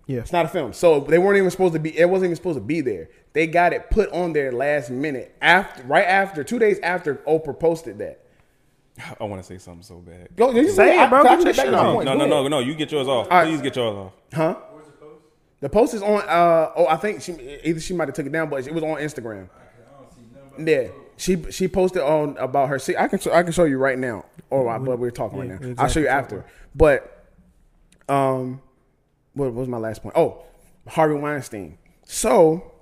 Yeah. It's not a film, so they weren't even supposed to be. It wasn't even supposed to be there. They got it put on there last minute after, right after, two days after Oprah posted that. I want to say something so bad. Go, you Say I- it, bro. I- I Get should your back shit to the off. point. No, Go no, ahead. no, no. You get yours off. right. Please get yours off. Mm, Huh? the post? is on. Uh, oh, I think she either she might have took it down, but it was on Instagram. Yeah, she she posted on about her. See, I can I can show you right now. Or I, but we're talking right now. yeah, I'll show exactly, you after. But um, what was my last point? Oh, Harvey Weinstein. So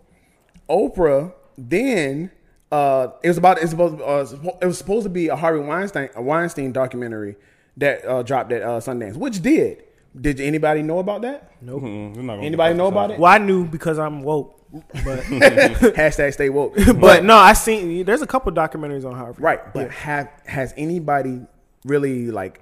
Oprah then uh, it was about it's supposed uh, it was supposed to be a Harvey Weinstein a Weinstein documentary that uh, dropped at uh, Sundance, which did. Did anybody know about that? Mm-mm, we're not gonna Anybody put know this about out. it? Well, I knew because I'm woke. Hashtag stay woke. But no, I seen there's a couple documentaries on Harvey. Right, but have has anybody really like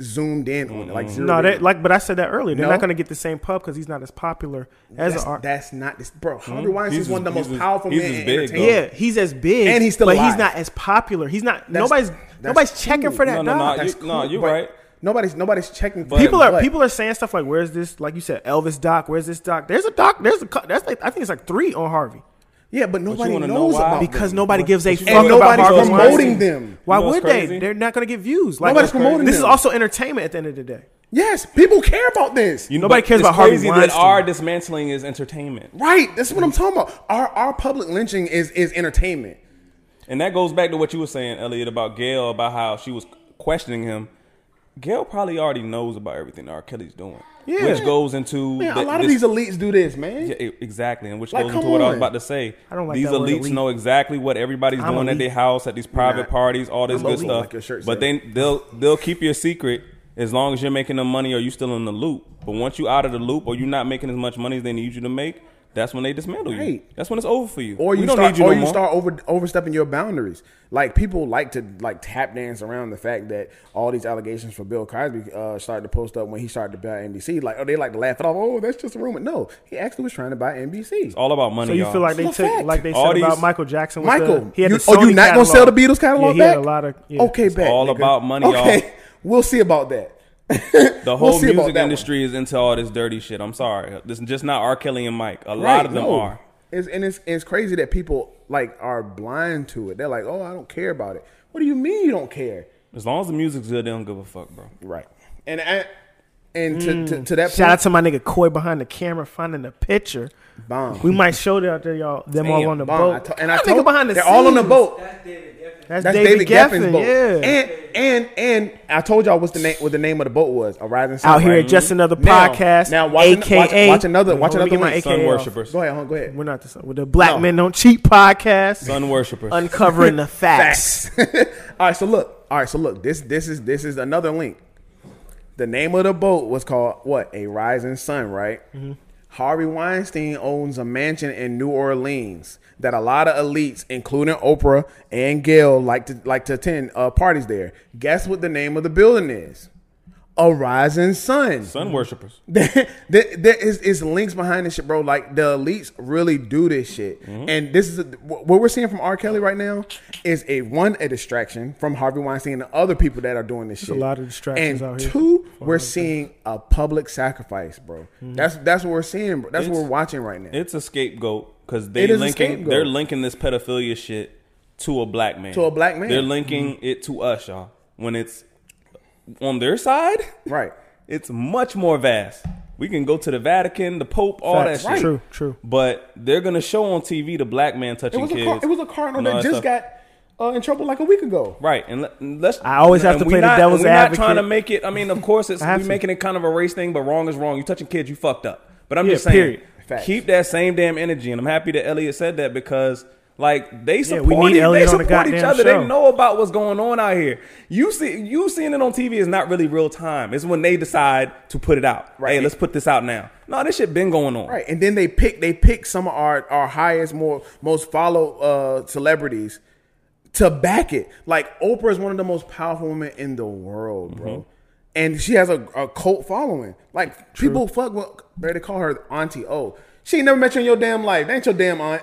zoomed in on it? Like zero No, they, like, but I said that earlier. They're No. not going to get the same pub because he's not as popular as that's, an art. that's not this, bro. Harvey Weinstein Mm-hmm. He's is one of the as- most he's as- powerful he's men as in big, entertainment. Yeah, he's as big, And he's still but he's alive. not as popular. He's not. nobody's that's nobody's cool. checking for that. No, no, dog. no. You, That's No, cool, you're but right. Nobody's nobody's checking. for people it, are but people are saying stuff like, "Where's this?" Like you said, Elvis doc. Where's this doc? There's a doc. There's a. co- That's like I think it's like three on Harvey Yeah, but nobody wanna know knows why? about them. because nobody gives a fuck And about nobody's Harvey promoting Weinstein. them. Why You know would what's they? crazy? They're not going to get views. Like, Nobody's that's promoting crazy. This is them. also entertainment at the end of the day. Yes, people care about this. You know, Nobody but cares it's about Harvey crazy that Weinstein. our dismantling is entertainment, right, that's what I'm talking about. Our our public lynching is is entertainment. and that goes back to what you were saying, Elliot, about Gail, about how she was questioning him. Gail probably already knows about everything R. Kelly's doing, Yeah. which goes into Man, the- a lot of this- these elites do this, man. Yeah, e- exactly, and which Like, goes into come what I was on. about to say. I don't like these that word, elites elite. know exactly what everybody's I'm doing at elite. their house, at these private not. parties, all this I'm good elite. stuff. Like your shirt but said. they they'll they'll keep your secret as long as you're making them money or you still in the loop. But once you out of the loop or you're not making as much money as they need you to make, that's when they dismantle you. Right. That's when it's over for you. or We you don't start, need you or no you more. start over overstepping your boundaries. Like people like to like tap dance around the fact that all these allegations for Bill Cosby uh, started to post up when he started to buy NBC. Like, oh, they like to laugh it off. Oh, that's just a rumor. No, he actually was trying to buy NBC. It's all about money. So you y'all. feel like they It's a took fact. like they said All about these- Michael Jackson. With Michael, the, he had you, the oh, you Sony not gonna catalog. sell the Beatles catalog Yeah, he back? had a lot of yeah. Okay, back. all nigga. about money, Okay, y'all. we'll see about that. The We'll whole see about music that one. industry is into all this dirty shit. I'm sorry. This is just not R. Kelly and Mike. A Right, lot of them no. are. It's, and it's it's crazy that people like are blind to it. They're like, oh, I don't care about it. What do you mean you don't care? As long as the music's good, they don't give a fuck, bro. Right. And I, and to, to, to that Mm. Shout out point, to my nigga Coy behind the camera finding the picture. bomb. We might show that out there, y'all. Them all Damn, on the bomb. I boat. to- and I That told nigga behind the they're all on the scenes. boat. That's David Geffen. That's, That's David, David, Geffen, Geffen's boat. yeah. And and and I told y'all what's the name what the name of the boat was. A rising sun. out here right? Mm-hmm. at just another Now- podcast. now watch an- AKA, watch- watch another- Hold watch on, let me another get my Sun AKA off. worshippers. Go ahead, hon, go ahead. We're not the sun. We're the Black No. Men Don't Cheat podcast. Sun worshippers. Uncovering the facts. Facts. all right, so look. All right, so look. This this is this is another link. The name of the boat was called what? A Rising Sun, right? Harvey Weinstein owns a mansion in New Orleans that a lot of elites, including Oprah and Gail, like to like to attend uh, parties there. Guess what the name of the building is? A Rising Sun. Sun worshippers. there, there is, is links behind this shit, bro. Like the elites really do this shit, and this is a, what we're seeing from R. Kelly right now is a one a distraction from Harvey Weinstein and the other people that are doing this shit. a lot of distractions and out here. Two, we're seeing a public sacrifice, bro. Mm-hmm. That's that's what we're seeing, bro. That's what we're watching right now. It's a scapegoat because they It is a linking scapegoat. they're linking this pedophilia shit to a black man. To a black man. Mm-hmm. They're linking it to us, y'all. When it's on their side, Right. it's much more vast. We can go to the Vatican, the Pope, all Facts. that shit. True, true. But they're gonna show on TV the black man It touching was a kids. car, it was a cardinal and all that just stuff. got uh, in trouble like a week ago. Right, and let- and let's. I always have and to we play the not, devil's we're advocate. not trying to make it. I mean, of course, it's I have we to. making it kind of a race thing, but wrong is wrong. You touching kids, you fucked up. But I'm Yeah, just saying, period. Facts. keep that same damn energy. And I'm happy that Elliot said that because Like they Yeah, support, we need it- Elliot they on the support each goddamn other. show. They know about what's going on out here. You see, you seeing it on TV is not really real time. It's when they decide to put it out. Right. Hey, Right. let's put this out now. No, this shit been going on. Right, and then they pick they pick some of our our highest, more most followed uh, celebrities to back it. Like Oprah is one of the most powerful women in the world, bro, and she has a, a cult following. Like people fuck with ready to call her Auntie O. She ain't never met you in your damn life. That ain't your damn aunt.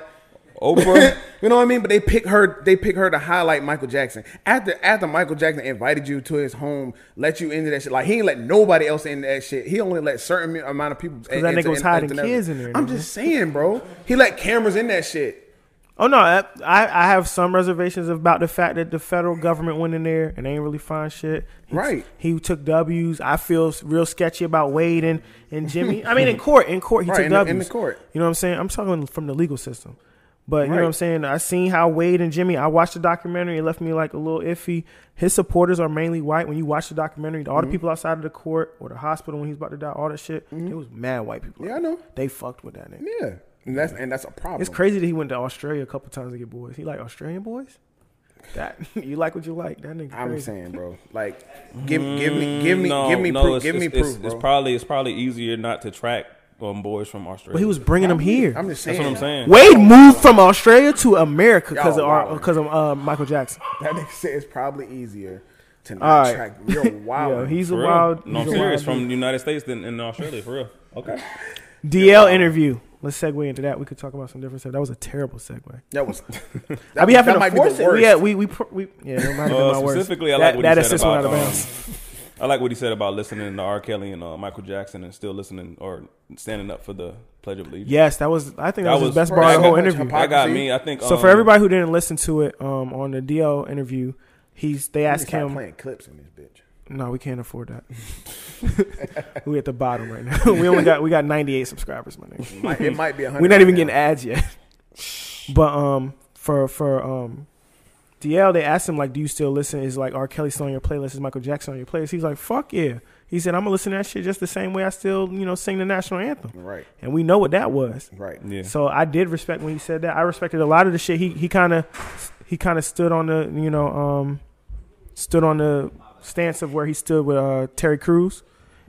Oprah. you know what I mean? But they pick her. They pick her to highlight Michael Jackson. After after Michael Jackson invited you to his home, let you into that shit. Like he ain't let nobody else into that shit. He only let certain amount of people. Because that nigga was hiding kids in there, I'm nigga. just saying, bro. He let cameras in that shit. Oh no, I I I have some reservations about the fact that the federal government went in there and they ain't really find shit. He- Right. He took W's. I feel s- real sketchy about Wade and, and Jimmy. I mean in court, in court he Right, took in the- W's. in the court. You know what I'm saying? I'm talking from the legal system. But you know what Right. I'm saying? I seen how Wade and Jimmy, I watched the documentary, it left me like a little iffy. His supporters are mainly white. When you watch the documentary, Mm-hmm. all the people outside of the court or the hospital when he's about to die, all that shit, it was mad white people. Yeah, I know. They fucked with that nigga. Yeah, and that's and that's a problem. It's crazy that he went to Australia a couple times to get boys. He like Australian boys. That you like what you like. That nigga. I'm crazy. saying, bro. Like, give give me give me no, give me Mm, no, proof. it's- give me it's- proof, It's, bro. it's probably it's probably easier not to track um, boys from Australia. But he was bringing them here. I'm just saying. That's what I'm saying. Wade moved from Australia to America because Y'all of our, wildin'. because of uh, Michael Jackson. That nigga said it's probably easier to not All right. track. You're wild. Yeah, he's a For real. No, wild. he's I'm a serious. wild From the United States than in Australia, for real. Okay. dude. DL interview. Let's segue into that. We could talk about some different stuff. That was a terrible segue. that was. That, I be that having to might be force the it. worst. We, had, we, we, pr- we, yeah, that might have been Uh, my worst. specifically, I That- like what that he said assist went about. out of um, bounds. I like what he said about listening to R. Kelly and uh, Michael Jackson and still listening or standing up for the Pledge of Allegiance. Yes, that was. I think that, That was, was- his best that bar of the got whole much interview. hypocrisy. I got me. I think So um, for everybody who didn't listen to it um, on the DL interview, he's they They asked start him. playing clips in this bitch. No, we can't afford that. we at the bottom right now. we only got we got 98 subscribers, my nigga. Might- it might be a hundred. We're Hmm. not even right now. getting ads yet. but um, for for um, DL, they asked him like, "Do you still listen? Is like R. Kelly still on your playlist? Is Michael Jackson on your playlist?" He's like, "Fuck yeah." He said, "I'm gonna listen to that shit just the same way I still you know sing the national anthem." Right, And we know what that was. right. Yeah. So I did respect when he said that. I respected a lot of the shit. He he kind of he kind of stood on the you know um stood on the stance of where he stood with uh, Terry Crews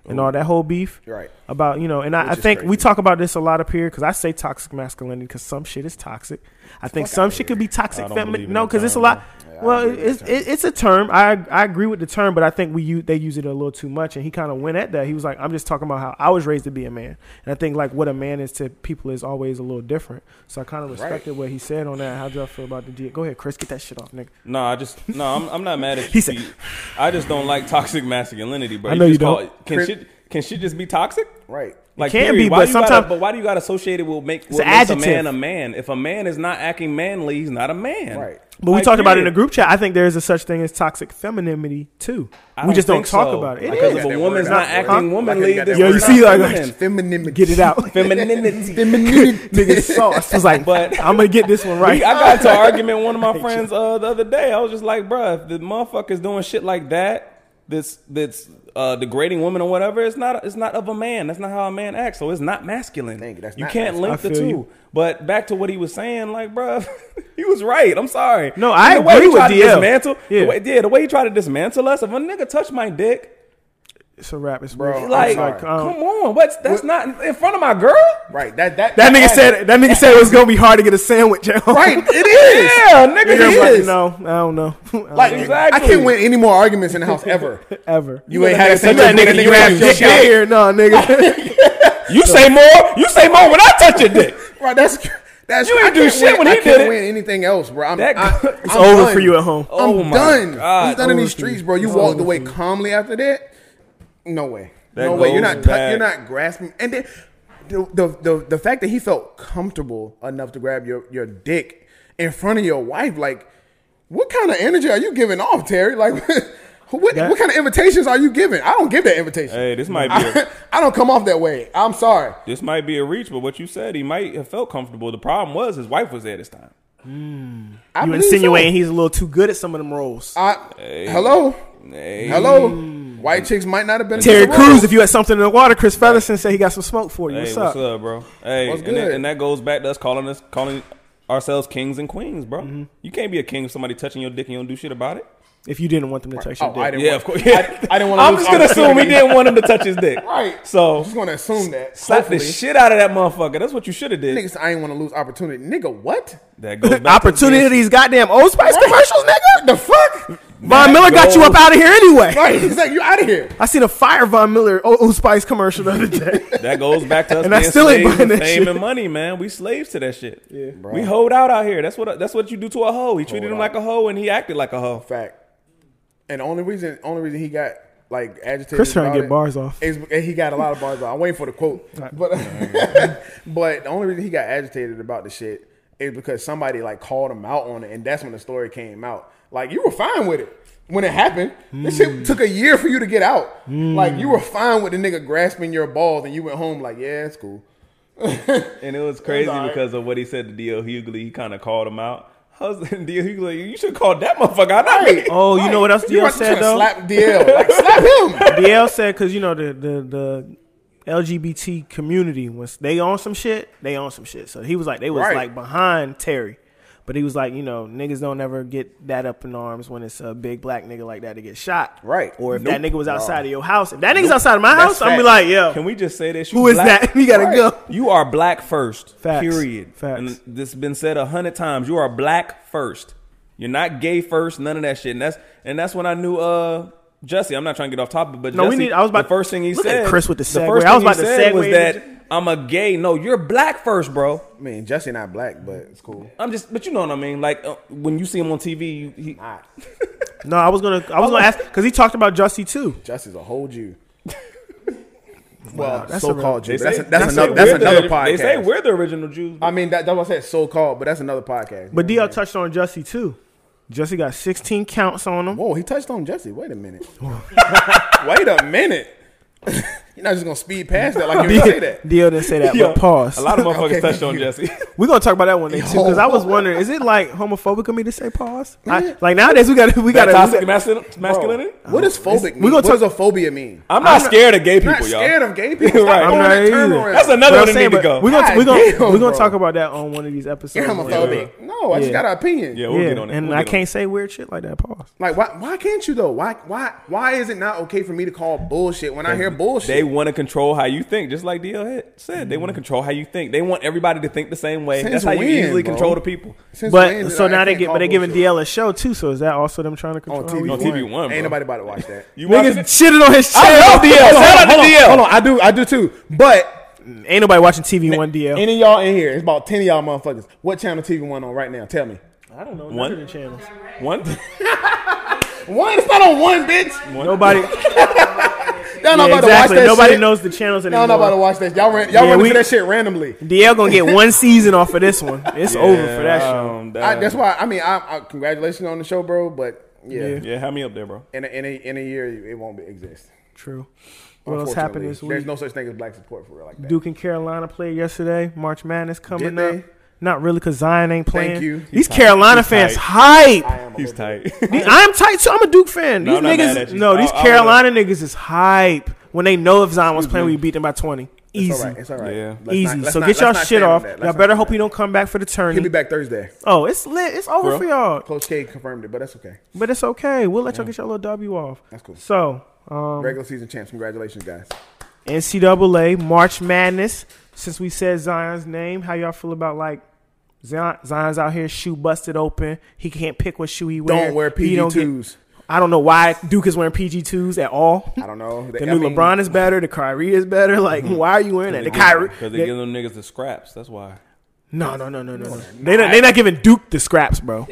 and all that whole beef Right. about you know. And I, Which I is think we crazy. talk about this a lot up here because I say toxic masculinity because some shit is toxic. I think some shit could be toxic I don't feminine. believe in No, that because it's a term, lot. Yeah, I well, don't believe in it's that term. it, it's a term. I I agree with the term, but I think we use, they use it a little too much. And he kind of went at that. He was like, "I'm just talking about how I was raised to be a man." And I think like what a man is to people is always a little different. So I kind of respected what he said on that. How do y'all feel about the deal? Go ahead, Chris. Get that shit off, nigga. No, I just no. I'm, I'm not mad at you. He said- Pete. I just don't like toxic masculinity, bro. I know just you call don't. it- Can shit can shit just be toxic? Right. Like can period. be, why but do you gotta- sometime- but why do you got associated with make what makes an a adjective. man a man? If a man is not acting manly, he's not a man. Right. But we Like, talked about it in period. the group chat. I think there is a such thing as toxic femininity too. I We just don't think talk so. about it. It Because is. if Got a that woman's word not out. acting Like, womanly, got that this Yo, you is see, not like, feminine. Femininity. Get it out. femininity. Femininity. Nigga sauce was like, But- I'm gonna get this one We- right. I got into an argument with one of my friends uh, the other day. I was just like, bruh, if the motherfucker's doing shit like that, that's that's uh, degrading women or whatever. It's not it's not of a man. That's not how a man acts. So it's not masculine. Thank you. That's you not can't masculine. link the I feel two. you. But back to what he was saying, like, bruh, he was right. I'm sorry. No, And I the way agree he with tried to DL. Dismantle, Yeah. The way, yeah, the way he tried to dismantle us. If a nigga touch my dick, It's a wrap, it's um, Bro, bro. I'm like, sorry. come on, what's that's not in front of my girl. Right. That that That nigga said. That nigga said it was gonna be hard to get a sandwich. At home. Right. It is. Yeah, nigga, Nigga, he but- is. No, I don't know. I don't Like know. Exactly. I can't win any more arguments in the house ever. ever. You ain't had a You single that nigga, you have dick out here, no nigga. You say more. You say more when I touch your dick. Right. That's that's. You I ain't do can't shit win- when I he can't did it. win anything else, bro. I'm, That- I, It's I'm over done. for you at home. I'm Oh my done. God. I'm done in these Over for you. streets, bro. You It's walked over away for you. calmly after that. No way. That no way. You're goes not. tou- back. You're not grasping. And then the, the the the fact that he felt comfortable enough to grab your your dick in front of your wife, like, what kind of energy are you giving off, Terry? Like. What, That- what kind of invitations are you giving? I don't give that invitation. Hey, this might be I, a- I don't come off that way. I'm sorry. This might be a reach, but what you said, he might have felt comfortable. The problem was his wife was there this time. I You believe so. insinuating he's a little too good at some of them roles. I, Hello, Hey. hello. White chicks might not have been Terry in the room. Crews, if you had something in the water, Chris Featherston said he got some smoke for you. Hey, What's what's, up? up? bro? Hey, What's and, that, good? and that goes back to us calling us calling ourselves kings and queens, bro. Mm-hmm. You can't be a king if somebody touching your dick and you don't do shit about it. If you didn't want them to touch your Oh, I dick. didn't Yeah, want, of course. I, I didn't want to I'm just gonna assume he didn't want him to touch his dick. Right. So I'm just gonna assume that. slap the Hopefully. shit out of that motherfucker. That's what you should have did. Niggas, I ain't want to lose opportunity. Nigga, what? That goes back to Opportunity of these goddamn Old Spice commercials, nigga. The fuck? Von Miller got you goes- up out of here anyway. Right. He's like, you out of here. I seen a fire Von Miller O- Old Spice commercial the other day. being- That goes back to us And I being still ain't slaves buying to that fame shit. and money, man. We slaves to that shit. Yeah, we hold out out here. That's what that's what you do to a hoe. He treated him like a hoe and he acted like a hoe. Fact. And the only reason, only reason he got like agitated. Chris trying to about get it bars off. is- and he got a lot of bars off. I'm waiting for the quote, but but the only reason he got agitated about the shit is because somebody like called him out on it, and that's when the story came out. Like you were fine with it when it happened. This Hmm. shit took a year for you to get out. Like you were fine with the nigga grasping your balls, and you went home like, yeah, it's cool. And it was crazy all right. because of what he said to D.O. Hughley. He kind of called him out. Husband D.O. Hughley, you should call that motherfucker out. Not me. Oh, you know what else You DL about to said try to though? Slap DL, like slap him. DL said because you know the the the LGBT community was they on some shit. They on some shit. So he was like they was Right. like behind Terry, but he was like you know niggas don't ever get that up in arms when it's a big black nigga like that to get shot. Right. Or if that Nope. nigga was outside of your house, if that nigga's outside of my That's house, I'm be fact. like yo, Can we just say this? You who is black? that? We gotta go. You are black first. Facts. Period. Facts. And this has been said a hundred times. You are black first. You're not gay first. None of that shit. And that's and that's when I knew. uh Jesse, I'm not trying to get off topic, but No, we Jesse, need- I was about- the first thing he look at said. Chris with the segue. first I was thing about he to said was segue that into- I'm a gay. No, you're black first, bro. I mean, Jesse not black, but it's cool. I'm just, but you know what I mean. Like uh, when you see him on TV, you, he, All right. No, I was gonna I was gonna ask because he talked about Jussie too. Justice a whole Jew. well, that's a real- so-called Jew. they That's, say- a, that's, they say another. That's we're the- another podcast. They say we're the original Jews. I mean, that, that's what I said. So-called, but that's another podcast. But DL touched on Jussie too. Jussie got 16 counts on him. whoa, he touched on Jesse. Wait a minute. Wait a minute. You're not just gonna speed past that like you didn't say that. DL didn't say that, Yo, but pause. A lot of motherfuckers Okay, touched thank on you. Jesse. We're gonna talk about that one day too, because I was Yo. wondering, is it like homophobic of me to say pause? I, like nowadays we gotta we That gotta toxic we gotta- masculin- masculinity. What does phobic mean? gonna what talk- does a phobia mean? I'm not scared of gay people, I'm not y'all. scared of gay people. Stop Right. going I'm not that term either. around. That's another but I'm one that need saying, to but go. We're gonna God we gonna damn, we're gonna bro. talk about that on one of these episodes. You're homophobic. No, I Yeah. just got an opinion. yeah, Yeah, we'll get on it. and We'll I get on can't it. say weird shit like that. Pause. Like why? Why can't you though? Why? Why? Why is it not okay for me to call bullshit when I hear They bullshit? want to control how you think, just like DL had said. They want to control how you think. They want everybody to think the same way. Mm. Since That's how you when, easily bro? control the people. Since when But did so I- I now they can't get, call but they giving bullshit? DL a show too. So is that also them trying to control? on how we- TV. On TV1, bro. Ain't nobody about to watch that. You Niggas watching it? shitted on his shit. love DL. Shout Hold on, out to hold on, DL. Hold on, I do, I do too. But Ain't nobody watching TV one DL. any of y'all in here, it's about ten of y'all motherfuckers. What channel TV one on right now? Tell me. I don't know. One. One of the channels. One, One, it's not on one, bitch. one. Nobody. Y'all not Yeah, about to watch exactly. that Nobody shit. knows the channels Y'all anymore. not about to watch that. Y'all ran, y'all Yeah, ran we- into that shit randomly. DL gonna get one season off of this one. It's over for that show. Um, I, that's why. I mean, I, I congratulations on the show, bro. But yeah, Yeah. Yeah, have me up there, bro. in a, in a, in a year, it won't be, exist. True. What else unfortunately. happened this There's week? no such thing as black support for real like that. Duke and Carolina played yesterday. March Madness coming Did they? up. Not really, cause Zion ain't playing. you. These Carolina He's fans tight. hype. I am. A He's little- tight. The- I'm tight too. I'm a Duke fan. No, These I'm not mad at niggas, you. Oh, no, these I- I Carolina niggas is hype. When they know if Zion was playing, we beat them by 20. Mm-hmm. It's Easy, all right. It's all right. Yeah. Let's easy. not- let's so not- get let's y'all not shit stand on off. that. Let's Y'all not better stand hope on you don't come back for the that. He'll be tourney. back Thursday. Oh, it's lit. It's over Bro. for y'all. Coach K confirmed it, but that's okay. But it's okay. We'll let y'all get your little W off. That's cool. So, um, Regular season champs. Congratulations, guys. NCAA March Madness. Since we said Zion's name, how y'all feel about like Zion, Zion's out here shoe busted open? He can't pick what shoe he wears. Don't wear PG twos. I don't know why Duke is wearing PG twos at all. I don't know. The new LeBron is better. The Kyrie is better. Like, why are you wearing that? The Kyrie. Because they they- give them niggas the scraps. That's why. no, no, no, no, no, no. They not, they not giving Duke the scraps, bro.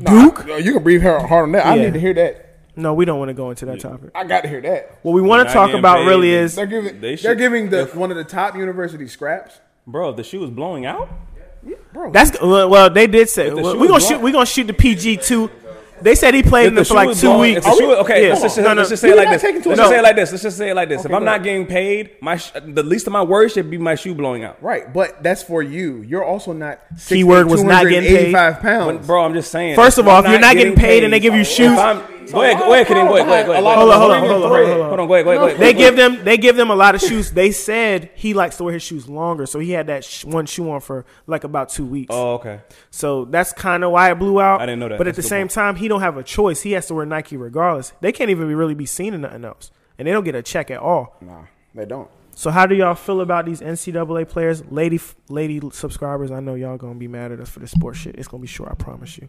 Duke? Yo, you can breathe hard hard on that. I Yeah. need to hear that. No, we don't want to go into that topic. I got to hear that. What we want not to talk getting about paid. really is They're giving. They They should- are giving the one of the top university scraps. Bro, if the shoe is blowing out. That's well, well, they did say the well, shoe we gonna was shoot. long- We gonna shoot the PG two. They said he played If in it the for shoe like is two blowing- weeks. If the shoe, okay, Yeah. let's, just, No, no. let's just say We it like not this. taking Let's to just another- say it like this. Let's just say it like this. if Okay, I'm go not ahead. getting paid, my sh- the least of my worry should be my shoe blowing out. Right, but that's for you. You're also not. Keyword was not getting paid. Eighty-five But pounds, bro, I'm just saying. First of all, if I'm you're not getting paid and they give you if shoes- I'm- Go ahead, go ahead, Kadeem. Go ahead, go ahead, go ahead. A lot Hold of on, hold on, ring hold on, thread. hold on, Hold on, go ahead, go ahead, go ahead. They give them they give them a lot of shoes. They said he likes to wear his shoes longer, so he had that sh- one shoe on for like about two weeks. Oh, okay. So that's kind of why it blew out. I didn't know that. But at That's the a good same point. time, he don't have a choice. He has to wear Nike regardless. They can't even be- really be seen in nothing else, and they don't get a check at all. Nah, they don't. So how do y'all feel about these NCAA players, lady lady subscribers? I know y'all gonna be mad at us for the sports shit. It's gonna be short. I promise you.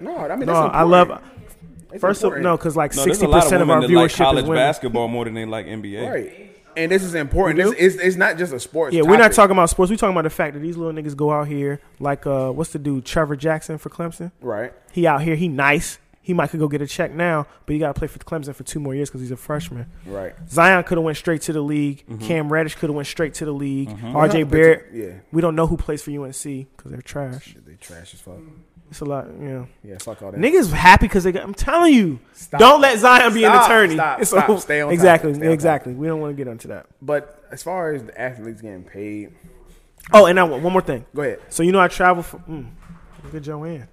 No, I mean, No, that's I important. love. It's First of important. no, because like No, there's sixty a lot of percent of women our that like viewership is college women. basketball more than they like NBA. right. And this is important. This is it's not just a sports. Yeah, we're not topic. talking about sports. We're talking about the fact that these little niggas go out here like uh what's the dude, Trevor Jackson for Clemson? Right. He out here, he nice. He might could go get a check now, but he got to play for Clemson for two more years because he's a freshman. Right. Zion could have went straight to the league. Mm-hmm. Cam Reddish could have went straight to the league. R.J. Well, Barrett. yeah. We don't know who plays for UNC because they're trash. They trash as fuck. It's a lot, you know. Yeah, fuck all that. Niggas happy because they got. I'm telling you, don't let Zion be an Stop, attorney. stop, It's stop. over. Stay on topic, exactly, stay on exactly. We don't want to get onto that. But as far as the athletes getting paid, Oh, and now one more thing. go ahead. So you know I travel for. Mm, look at Joanne.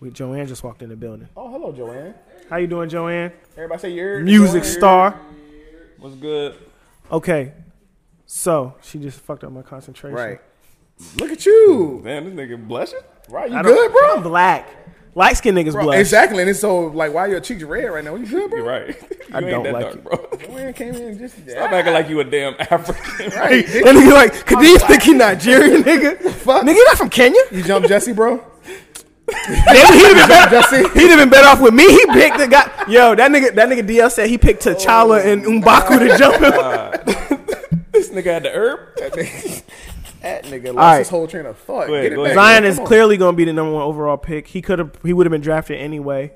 We Joanne just walked in the building. Oh, hello, Joanne. How you doing, Joanne? Everybody say you're Music star. What's good? Okay. So she just fucked up my concentration. Right. Look at you. Damn, this nigga blushing. Right. I You don't- good, bro? I'm black. Light skin niggas Bro, blush. Exactly. And it's so like, why your cheeks red right now? You good, bro? You're right. I You ain't don't that like dark, it. bro. Joanne came in just Stop acting like you a damn African. Right. And nigga like, Kadeem think he Nigerian, nigga. Fuck. Nigga, you not from Kenya? You jump Jesse, bro. Damn, he'd have been better. Jesse. He'd have been better off with me. He picked the guy. Yo, that nigga, that nigga DL said he picked T'Challa and Umbaku to jump him. this nigga had the herb. That nigga, that nigga lost right. his whole train of thought. ahead, Get it go back. ahead. Zion Come is on. clearly going to be the number one overall pick. He could have, he would have been drafted anyway.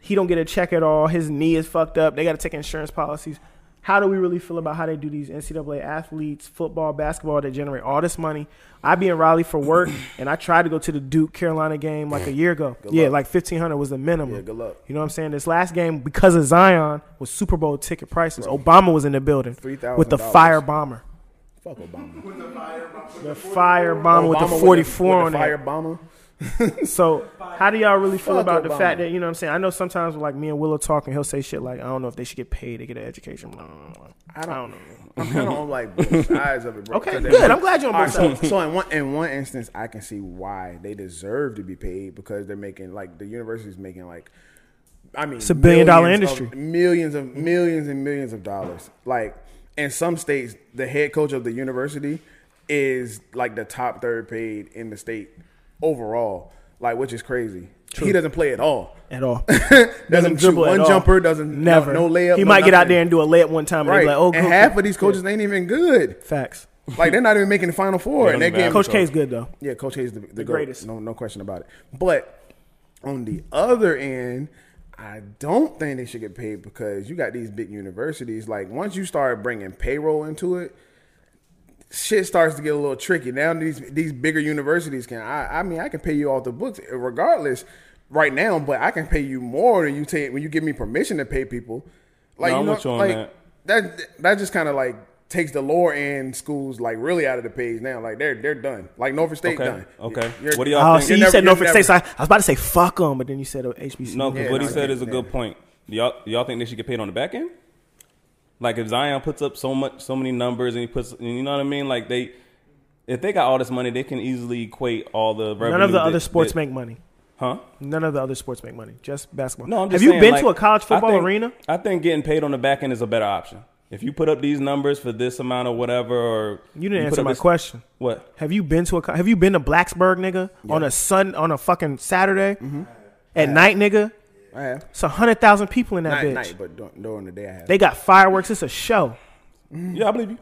He don't get a check at all. His knee is fucked up. They got to take insurance policies. How do we really feel about how they do these NCAA athletes, football, basketball, that generate all this money? I be in Raleigh for work, and I tried to go to the Duke Carolina game like a year ago. yeah, luck. like fifteen hundred was the minimum. Yeah, good luck. You know what I'm saying? This last game because of Zion was Super Bowl ticket prices. Obama was in the building $3,000. with the fire bomber, Fuck Obama. the fire bomber with Obama the 44 with on the it. fire bomber. So how do y'all really feel Fuck about the Obama. fact that you know what I'm saying? I know sometimes like me and Willow talking, he'll say shit like, I don't know if they should get paid to get an education. Blah, blah, blah. I don't, know. I'm kind of on like both sides of it, bro. Okay, 'Cause they- good. I'm glad you're on All right, both so, sides. so in one in one instance, I can see why they deserve to be paid because they're making like the university's making like, I mean, It's a billion dollar millions industry. of- millions of millions and millions of dollars. Like in some states, the head coach of the university is like the top third paid in the state overall. Like, which is crazy. He doesn't play at all. At all. doesn't, shoot dribble at one all. jumper. Doesn't Never. no, no layup. He no might get out nothing. there and do a layup one time and Right, they be like, oh, and cool, half cool. of these coaches ain't even good. facts. Like they're not even making the final four, and don't they're even have getting Coach so- K's good though. yeah, Coach Hayes the, the, GOAT. greatest. No, no question about it. But on the other end, I don't think they should get paid because you got these big universities. Like once you start bringing payroll into it, shit starts to get a little tricky. Now these these bigger universities can. I, I mean, I can pay you off the books regardless right now, but I can pay you more than you take when you give me permission to pay people. Like No, you I'm know, with you on like that. that that just kind of like takes the lower end schools like really out of the page now. Like they're they're done. Like Norfolk State Okay. done. Okay. You're- What do Oh, y'all see, think? you never- you're said Norfolk never- State. So I, I was about to say fuck them, but then you said oh, HBCU. No, because Yeah, what no, he I said get is a it, good yeah. point. Y'all, y'all think they should get paid on the back end? Like if Zion puts up so much, so many numbers, and he puts, you know what I mean? Like they, if they got all this money, they can easily equate all the revenue. None of the that- other sports that- make money. huh? None of the other sports make money. Just basketball. No, I'm just Have you saying, been like, to a college I football think- arena? I think getting paid on the back end is a better option. If you put up these numbers for this amount or whatever, or You didn't put answer up my this- question. What? Have you been to a co- Have you been to Blacksburg, nigga, on a sun on a fucking Saturday at night, nigga? I have. It's a hundred thousand people in that Not bitch. at night, but dur- during the day I have. They got fireworks. It's a show. Yeah, I believe you.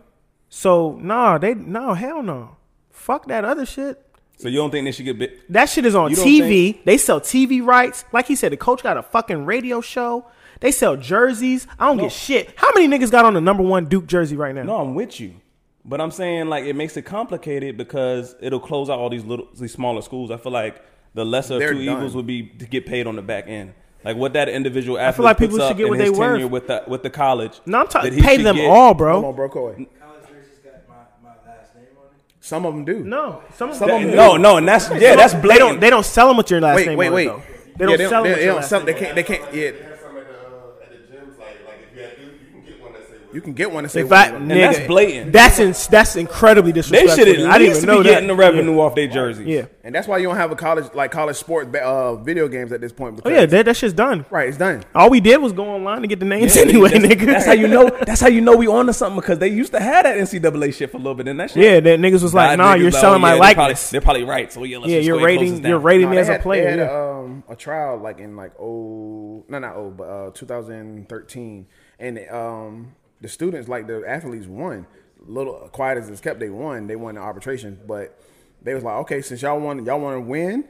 So nah, they no hell no. Fuck that other shit. So you don't think they should get bit? That shit is on You don't TV. They sell TV rights. Like he said, the coach got a fucking radio show. They sell jerseys. I don't get shit. How many niggas got on the number one Duke jersey right now? No, I'm with you. But I'm saying like it makes it complicated because it'll close out all these little these smaller schools. I feel like the lesser of They're two done. evils would be to get paid on the back end. Like what that individual athlete like puts people should up get in what his they worth. tenure with the with the college. No, I'm that talking he pay should them get- all, Come bro. on, bro, Coy. College jerseys got my, my last name on it. Some of them do. No, some of Some them. of 'em No, no, and that's yeah, that's They don't. blatant. They don't sell them with your last Wait, name. wait, on it, wait. though. They don't Yeah, sell them. They, with they your don't last sell. name They on it. can't. They can't. Yeah. uh, You can get one and say, If I, "Well, nigga, that's blatant. That's in, that's incredibly They disrespectful. should at I didn't least even be know that. getting the revenue off their jerseys. Yeah. And that's why you don't have a college like college sports ba- uh, video games at this point. Oh Because, yeah, that, that shit's done. right. It's done. All we did was go online to get the names Yeah, anyway, that's, nigga. That's how you know. That's how you know we on to something because they used to have that NCAA shit for a little bit. And that shit. Yeah, that niggas was like, nah, niggas you're like, selling oh, yeah, my they're probably, likeness. they're probably right. So yeah, let's Yeah, just you're go ahead and close rating, this you're down. rating No, me they as had- a they player. had, yeah. um, a trial like in like oh no not oh but uh, 2013, and um, the students like the athletes won. Little quiet as it's kept, they won. They won the arbitration, but they was like, okay, since y'all want y'all want to win.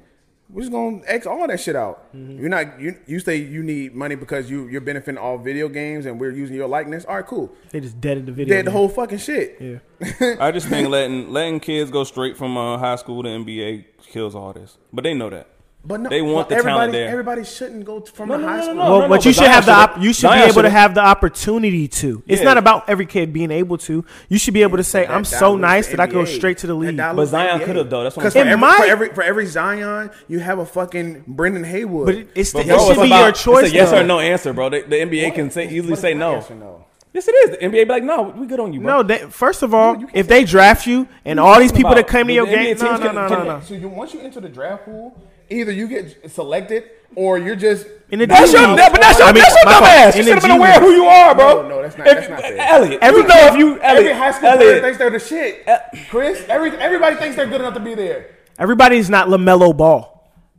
We're just gonna x all that shit out. Mm-hmm. You're not you. You say you need money because you you're benefiting all video games and we're using your likeness. All right, cool. they just deaded the video. They had the game. whole fucking shit. Yeah. I just think letting letting kids go straight from uh, high school to NBA kills all this, but they know that. But no, they want the everybody, talent there. Everybody shouldn't go from No, the no, high no, no, school. no. Well, but you but should Zion have the op- should've- you should be Zion able to should've- have the opportunity to. It's Yeah. not about every kid being able to. You should be able to say, That "I'm so dilutes nice the that I can go NBA. straight to the That league." dilutes But Zion the could've, NBA. though. That's what I'm Because for, saying. It every- might- for every for every Zion, you have a fucking Brendan Haywood. But it- it's the, But it bro, should it's be about- your choice. It's a yes though. or no answer, bro. The, the NBA can say, easily What is say my no. answer? no. Yes, it is. The NBA be like, no, we good on you, bro. No, they, first of all, you can't if say- they draft you and all these talking people that about? came to The your NBA game, no, teams no, can- no, no, can- no. So you once you enter the draft pool, either you get selected or you're just In the That's G your, League. that- but that's your, I mean, that's your my dumb fault. ass. You In the should have been G aware of who League. you are, bro. No, no, that's not- If- that's not fair. Elliot, Every- you know if you Elliot, every high school player Elliot, thinks they're the shit. Chris, every everybody thinks they're good enough to be there. Everybody's not Lamelo Ball,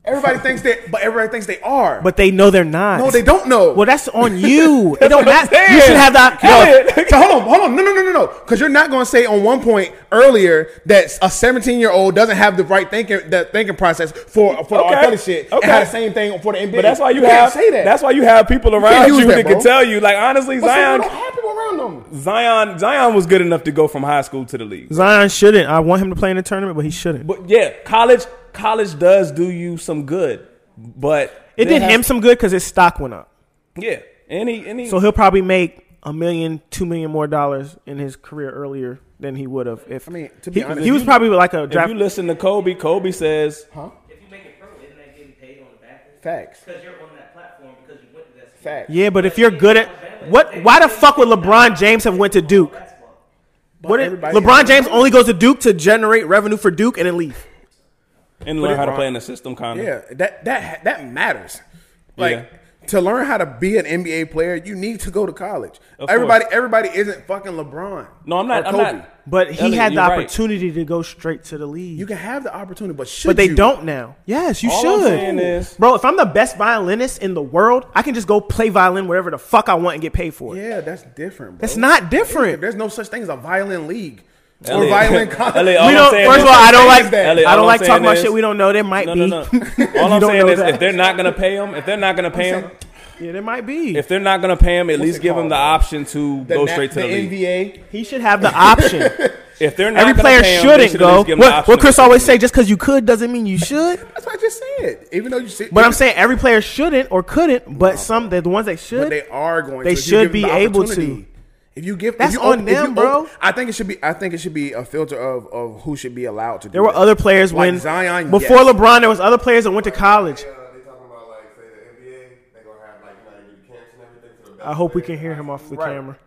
Everybody thinks that, but everybody thinks they are. but they know they're not. no, they don't know. Well, that's on you. it don't what I'm matter. You saying. should have that. Elliot. so hold on, hold on. No, no, no, no, no. Because you're not going to say on one point earlier that a 17 year old doesn't have the right thinking that thinking process for for Okay. the Kelly shit. Okay. And have the same thing for the NBA. but that's why you, can't have say that. that's why you have people around can't you, use that, that can bro. tell you. Like honestly, But Zion, some people don't have people around them. Zion, Zion was good enough to go from high school to the league. Zion shouldn't. I want him to play in the tournament, but he shouldn't. But yeah, college college does do you some good, but It there did has- him some good because his stock went up. Yeah, any any. So he'll probably make a million, two million more dollars in his career earlier than he would have if. I mean, to be he, honest, he was you- probably like a if draft. you listen to Kobe, Kobe says If you make it pro, isn't that getting paid on the back end? Facts. Because you're on that platform because you went to that school. Facts. yeah, but if you're good at what? Why the fuck would LeBron James have went to Duke? Basketball. What if- everybody- LeBron James only goes to Duke to generate revenue for Duke and then leave. and learn it- how to play in the system, kind of. Yeah, that that that matters. Like Yeah. to learn how to be an NBA player, you need to go to college. Of Everybody, everybody isn't fucking LeBron. No, I'm not. or I'm not. But he Elliot, had the you're right. opportunity to go straight to the league. You can have the opportunity, but should but they you? don't now. Yes, you All I'm should. saying is- Bro, if I'm the best violinist in the world, I can just go play violin wherever the fuck I want and get paid for it. Yeah, that's different. Bro. That's not different. There's no such thing as a violin league or Elliot. violin college. Elliot, all we I'm don't. saying First of is- all, I don't like. Elliot, I all don't I'm like talking saying about is- shit we don't know. There might No, be. no, no. All You I'm don't saying know is, that. if they're not gonna pay him, if they're not gonna pay him, yeah, there might be. if they're not gonna pay him, at least it give him called, the bro? option to The go na- straight to the league. NBA. he should have the option. If they're not Every gonna player pay him, they shouldn't should at go. least give him the What, option what Chris to- always say: just because you could doesn't mean you should. That's what I just said. Even though you see, But I'm saying every player shouldn't or couldn't. But some, the the ones Uh, that but should, they are going. They to, if you should give them be the able to. opportunity. If you give, That's if you on open- if you them, open- bro. I think it should be. I think it should be a filter of of who should be allowed to. do there were that. other players Like when Zion before yes. LeBron, there was other players that went to college. They, uh, they talking about like say the NBA, they gonna have like you know they do camps and everything for the best. I hope we can players. hear him off the Right. camera.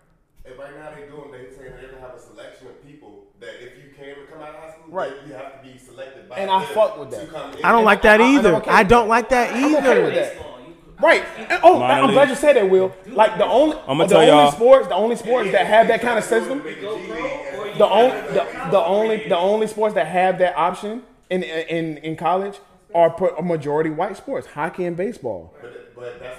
And right now they doing they saying they're gonna have a selection of people that if you came to come out of high school, Right. right. you have to be selected by. And I them fuck with to that. come in. I don't like that I- I'm either. okay I with don't like that I'm okay with either. that. Right. And- oh, Minor I'm glad league. you said that, Will. Like the only, I'ma the tell only y'all- sports, the only sports that have that kind of system, the only, the, the only, the only sports that have that option in in in college are pro- a majority white sports, hockey and baseball.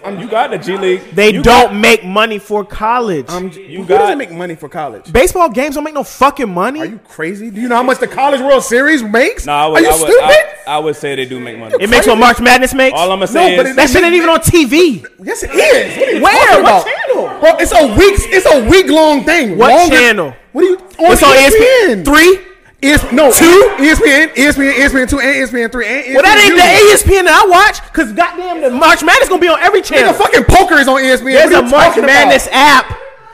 You got the G League. They You don't make money for college. I'm, You who got- doesn't make money for college? Baseball games don't make no fucking money. Are you crazy? Do you know how much the College World Series makes? No, I would, Are you I would, stupid? I, I would say they do make money. it makes what March Madness makes. All I'm gonna say but is, that shit ain't even on TV. yes, it is. What are you talking Where? What about? channel? Bro, it's a week. It's a week long thing. What Longer- channel? What are you? On E It's on E E ESPN ESPN. three. ES, no, E Two? ESPN, ESPN, ESPN two, and E ESPN three, and ESPN Well, that ain't the ESPN that I watch because goddamn, the March Madness gonna be on every channel. Nigga, fucking poker is on E ESPN. There's What are a you March talking about? Madness app.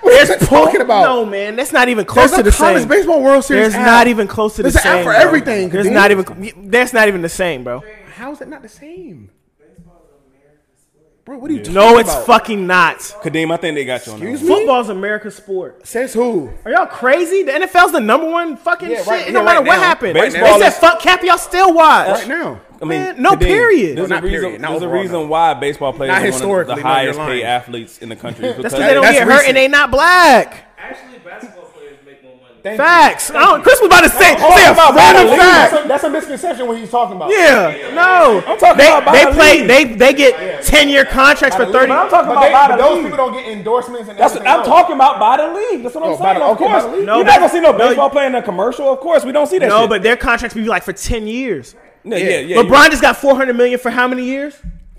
What are you talking about? No, man, that's not even close There's to a the college same. baseball World Series. There's app. not even close to the There's same. an app for bro. everything. There's Kadeem. not even. That's not even the same, bro. How is it not the same? Baseball is an American sport. Bro, what are you talking No, it's about? fucking not. Kadeem, I think they got you on that Excuse one. me? Football's America's sport. Says who? Are y'all crazy? The NFL's the number one fucking Yeah, shit. right- it no yeah, matter right what now. happened. Baseball they said is- fuck cap, y'all still watch. Right now. I mean, Man, no, period. There's Well, a not reason. period, not There's a overall, reason no. why baseball players Not are one of historically, the no, highest you're paid lying. athletes in the country. That's because they don't That's get hurt recent. and they not black. Actually, basketball players make more money. Thank Facts. I don't, Chris was about to say, Hold say a on, about random Biden. fact. That's a- That's a misconception what he's talking about. Yeah, no. I'm talking they, about they Biden play. Lee. They they get ten year contracts for thirty. I'm talking But about they- by but the those league. people don't get endorsements and That's what everything I'm else. talking about by the league. That's what I'm Oh, by saying. the- of okay, by course, the league. No, you but- never see no no, baseball you- player in a commercial. Of course, we don't see that. No, shit. but their contracts be like for ten years. yeah, yeah, yeah. you- LeBron just got four hundred million for how many years?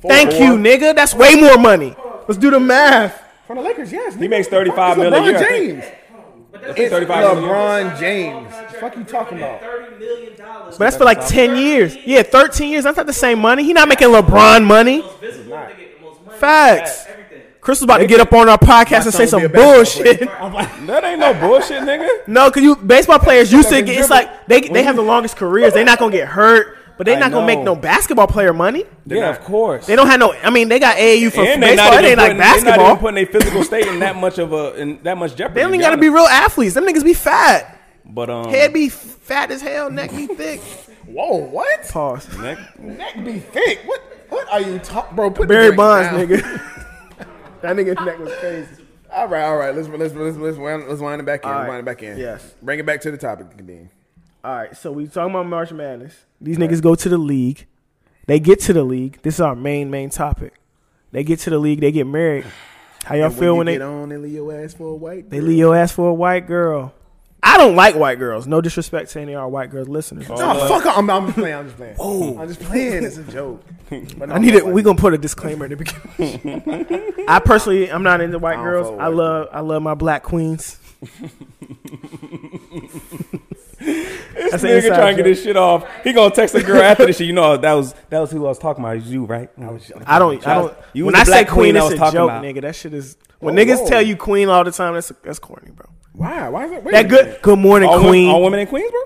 Thank four. you, nigga. That's way more money. Let's do the math. From the Lakers, yes. He makes 35 million a LeBron year, I think. James. But that's It's 35 million. LeBron James. The fuck you talking about? Thirty million dollars. But that's for like ten years. Yeah, thirteen years. That's not the same money. He not making LeBron money. most visible. They get the most money. Facts. Everything. Chris was about to get up on our podcast son and say would be some a basketball bullshit. that ain't no bullshit, nigga. No, because you baseball players used to get. It's dribble. like they they have the longest careers. They're not gonna get hurt, but they're I not gonna know. make no basketball player money. Yeah, of course. They don't have no. I mean, they got AAU for And they baseball. not even putting- It ain't like they not even basketball. putting their physical state in that much of a in that much jeopardy. They don't to even be gotta be honest. real athletes. Them niggas be fat. But um, Head be fat as hell. Neck be thick. Whoa, what? Pause. neck- Neck be thick. What? What are you talking, bro? Put the Barry drink Bonds, down. nigga. that nigga's neck was crazy. All right, all right. Let's let's let's let's wind, let's wind it back in. All Let's right. Wind it back in. Yes. Bring it back to the topic, Kadeem. All right, so we talking about March Madness. These niggas go to the league. They get to the league. This is our main main topic. They get to the league. They get married. How y'all feel you when they get on and leave your ass for a white. They leave your ass for a white girl. I don't like white girls. No disrespect to any of our white girls listeners. No, fuck. I'm, I'm just playing. I'm just playing. Oh, I'm just playing. It's a joke. But no, I need it. fuck We white gonna put a disclaimer at the beginning. I personally, I'm not into white don't girls. fuck with I white love, I love my black queens. This That's an nigga inside trying to joke. get his shit off. He gonna text the girl after this shit. You know that was that was who I was talking about. It was you, right? I was- I don't, I don't. You when was I the say black queen, queen I it's was a joke, talking about. nigga. That shit is. When Whoa, niggas whoa. tell you queen all the time, that's that's corny, bro. Why? Why is it? Wait a That good. minute. Good morning, all, queen. Women, all women in Queens, bro.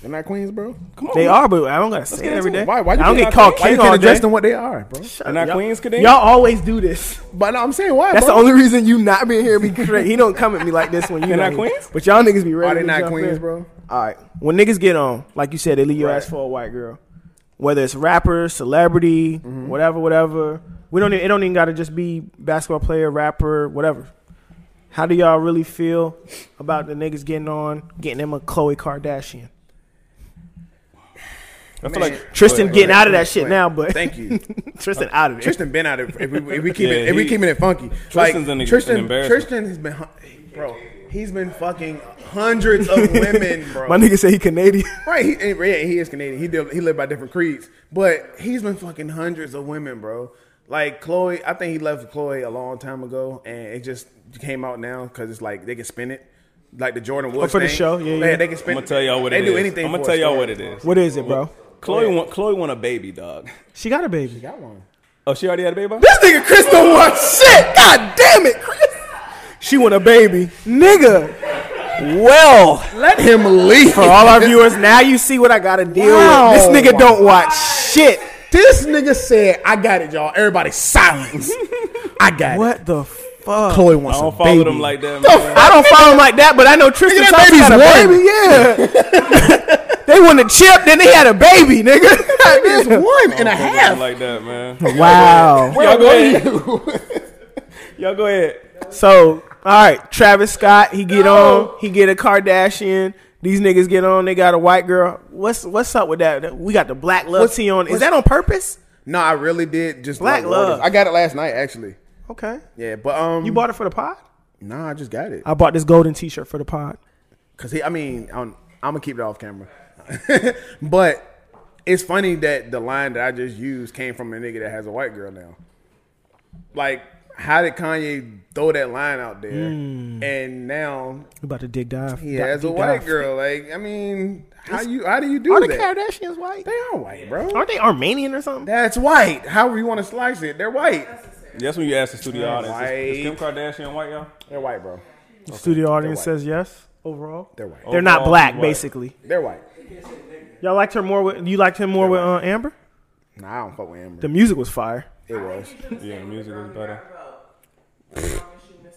They're not queens, bro. Come on, they bro. are, but I don't gotta say it into every it. day. Why? Why you I don't can't- get called Why you king can't all address day. them what they are, bro? They're not Y'all- queens, Kadeem. Y'all always do this. But no, I'm saying why? That's bro? the only reason you not being here be great. He don't come at me like this when you They're not not here. queens? But y'all niggas be ready. Are Oh, they to not jump queens, in. bro? All right. When niggas get on, like you said, they leave your Right. ass for a white girl. Whether it's rapper, celebrity, Mm-hmm. whatever, whatever. We don't. e- It don't even got to just be basketball player, rapper, whatever. How do y'all really feel about the niggas getting on, getting them a Khloe Kardashian, I feel like Tristan Wait, getting wait, out of that wait, shit wait. now? But Thank you. Tristan out of it. Tristan been out of if we if we keep Yeah, it if we he- keeping it funky. Tristan's an- like an Tristan embarrassment. Tristan has been hu- bro. He's been fucking hundreds of women, bro. My nigga said he Canadian. Right, he, and- yeah, he is Canadian. He deal, he lived by different creeds, but he's been fucking hundreds of women, bro. Like Chloe, I think he left Chloe a long time ago, and it just came out now because it's like they can spin it, like the Jordan Woods Oh, for the thing. show, yeah, yeah. They can spin. I'm gonna tell y'all what they it is. do anything. I'm gonna for a tell y'all story. what it is. what is it, bro? Chloe want Chloe want a baby, dog. She got a baby. Got one. Oh, she already had a baby. This nigga Chris don't want shit. God damn it, Chris. She want a baby, nigga. Well, Let him leave. for all our viewers, now you see what I gotta deal Wow. with. This nigga don't watch shit. This nigga said, "I got it, y'all. Everybody, silence. I got it." What the fuck? Chloe wants I don't a follow baby. them like that. The Man. I don't follow him like that, but I know Tristan Nigga, that Thompson had a baby. baby's Yeah, they won a chip, then they had a baby, nigga. It's one and a I don't half. like that, man. wow. y'all go ahead. y'all go ahead. So, all right, Travis Scott, he get on, he get a Kardashian. These niggas get on, they got a white girl. What's what's up with that? We got the black love What's- tea on. Is what's- that on purpose? No, I really did just Black like Waters. love. I got it last night, actually. Okay. Yeah, but um, You bought it for the pod? No, I just got it. I bought this golden t-shirt for the pod. Cause he, I mean, I'm, I'm gonna keep it off camera. but it's funny that the line that I just used came from a nigga that has a white girl now. Like, how did Kanye throw that line out there? Hmm. And now We about to dig dive. he Dive- has a deep white dive. girl. Like, I mean, how you how do you do Are the that? Kardashians white? They are white, bro. Aren't they Armenian or something? That's white. However you want to slice it, they're white. That's when you ask the studio audience. Is, is Kim White. Kardashian white, y'all? They're white, bro. The studio audience They're white. says yes overall. They're white. They're not Overall, black, white. basically. They're white. Y'all liked her more with you liked him more with uh, Amber. Nah, I don't fuck with Amber. The music was fire. It was. Yeah, the music was better. You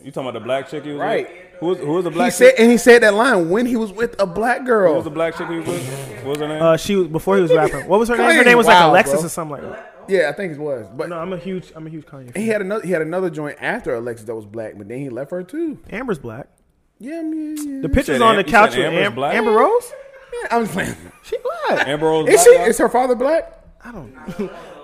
You talking about the black chick he was Right. with? Who was, who was the He black said, chick? and he said that line when he was with a black Who was the girl. black chick he was with? What was her name? Uh, she was before he was rapping. What was her name? Her Kanye's name was like wild, Alexis bro. or something like that. Yeah, I think it was. But No, I'm a huge, I'm a huge Kanye. he Fan. had another. He had another joint after Alexis that was black, but then he left her too. Amber's black. Yeah, yeah, yeah. The pictures said on Am- the you couch said with Amber's Am- black? Amber Rose. Yeah, I'm just playing. She black. Amber Rose. Is she? Black? Is her father black? I don't.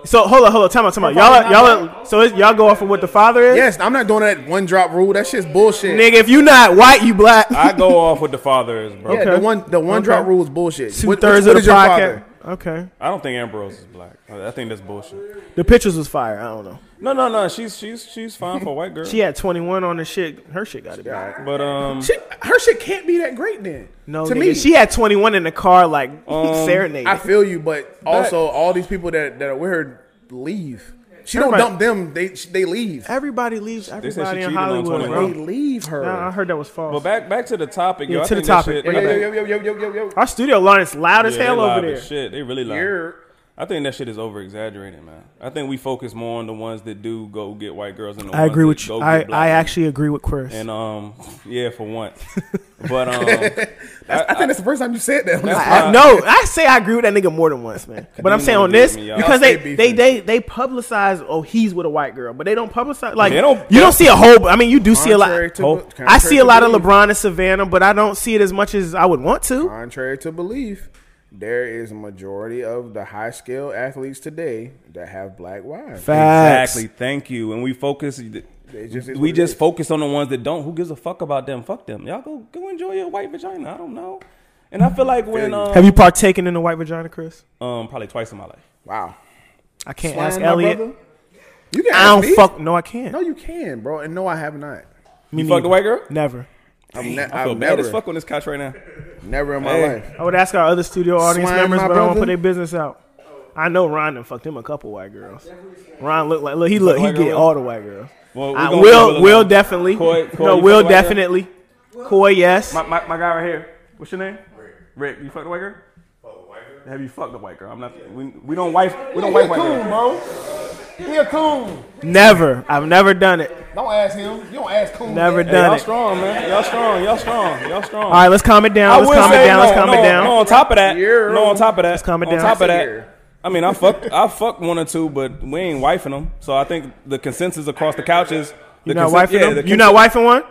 so hold on, hold on. Time out, time out. Y'all, y'all. are- So it's, y'all go off of what the father is. Yes. I'm not doing that one drop rule. That shit's bullshit. Nigga, if you not white, you black. I go off with the fathers, bro. Yeah, the Okay. one the one drop Okay. rule is bullshit. Two What- thirds what of is the your podcast. father? Okay. I don't think Amber Rose is black. I I think that's bullshit. The pictures was fire. I don't know. No, no, no. She's she's she's fine for a white girl. She had 21 on the shit. Her shit got to be. All right. But um, She, her shit can't be that great then. No, to nigga, me, she had 21 in the car, like Um, serenade. I feel you, but also all these people that that are with her leave. She don't Everybody- dump them. They she- they leave. everybody leaves said she everybody in cheated on Hollywood, 21. They bro. leave her. Nah, I heard that was false. but back back to the topic. Yo, Yeah, I to the think that Shit, topic. Yeah, I yo, think- yo, yo, yo, yo, yo, yo. Our studio line is loud as yeah, they hell over live there. as Shit, they really live. You're- I think that shit is over exaggerated, man. I think we focus more on the ones that do go get white girls and the I ones agree that with go you. get I, black I men. actually agree with Chris. and um yeah for once, but um That's- I, think that's the first time you said that. I, I- Uh, no, I say I agree with that nigga more than once, man. But I'm Kadeem saying don't on this Uh, get me, y'all. Y'all because they, stay they beefing. they they publicize oh he's with a white girl, but they don't publicize like They don't- you don't see a whole. I mean, you do see a Contrary lot. to- Oh, contrary I see a to lot of belief. LeBron and Savannah, but I don't see it as much as I would want to. Contrary to belief, there is a majority of the high skilled athletes today that have black wives. Facts. exactly thank you and we focus just is we what it just is. focus on the ones that don't who gives a fuck about them fuck them y'all go go enjoy your white vagina I don't know and I feel like when um, Have you partaken in the white vagina, Chris? um probably twice in my life Wow. I can't Slime, ask my Elliot. brother? You can I ask don't me. fuck. No, I can't. No, you can, bro. And no, I have not. Me you fucked neither. a white girl Never. I've, ne- I feel bad I've never, as fuck on this couch right now never in my Hey. life. I would ask our other studio audience Swine, members, my but I won't brother. put their business out. I know Ron done fucked him a couple white girls. Ron looked like look he look he white girl did with- all the white girls. Well, we I, gonna will leave it will alone. definitely Coy- Coy, no you will fuck the white girl? definitely Coy yes my, my, my guy right here what's your name Rick you fucked a white girl have you fucked a white girl I'm not we, we don't wife we don't wife white girls bro. He a coon. never I've never done it Don't ask him. You don't ask coon. never Hey, done y'all it. All strong man y'all strong y'all strong y'all strong right, let's calm it down. Let's would calm it say down. no, Let's calm no, it down. No, on top of that, Yeah. no, on top of that, calm it on down. top of Yeah. that. I mean, I fucked, I fucked one or two, but we ain't wifing them. So I think the consensus across the couch is You the not consen- wifing yeah, them? the you not consen- wifing one?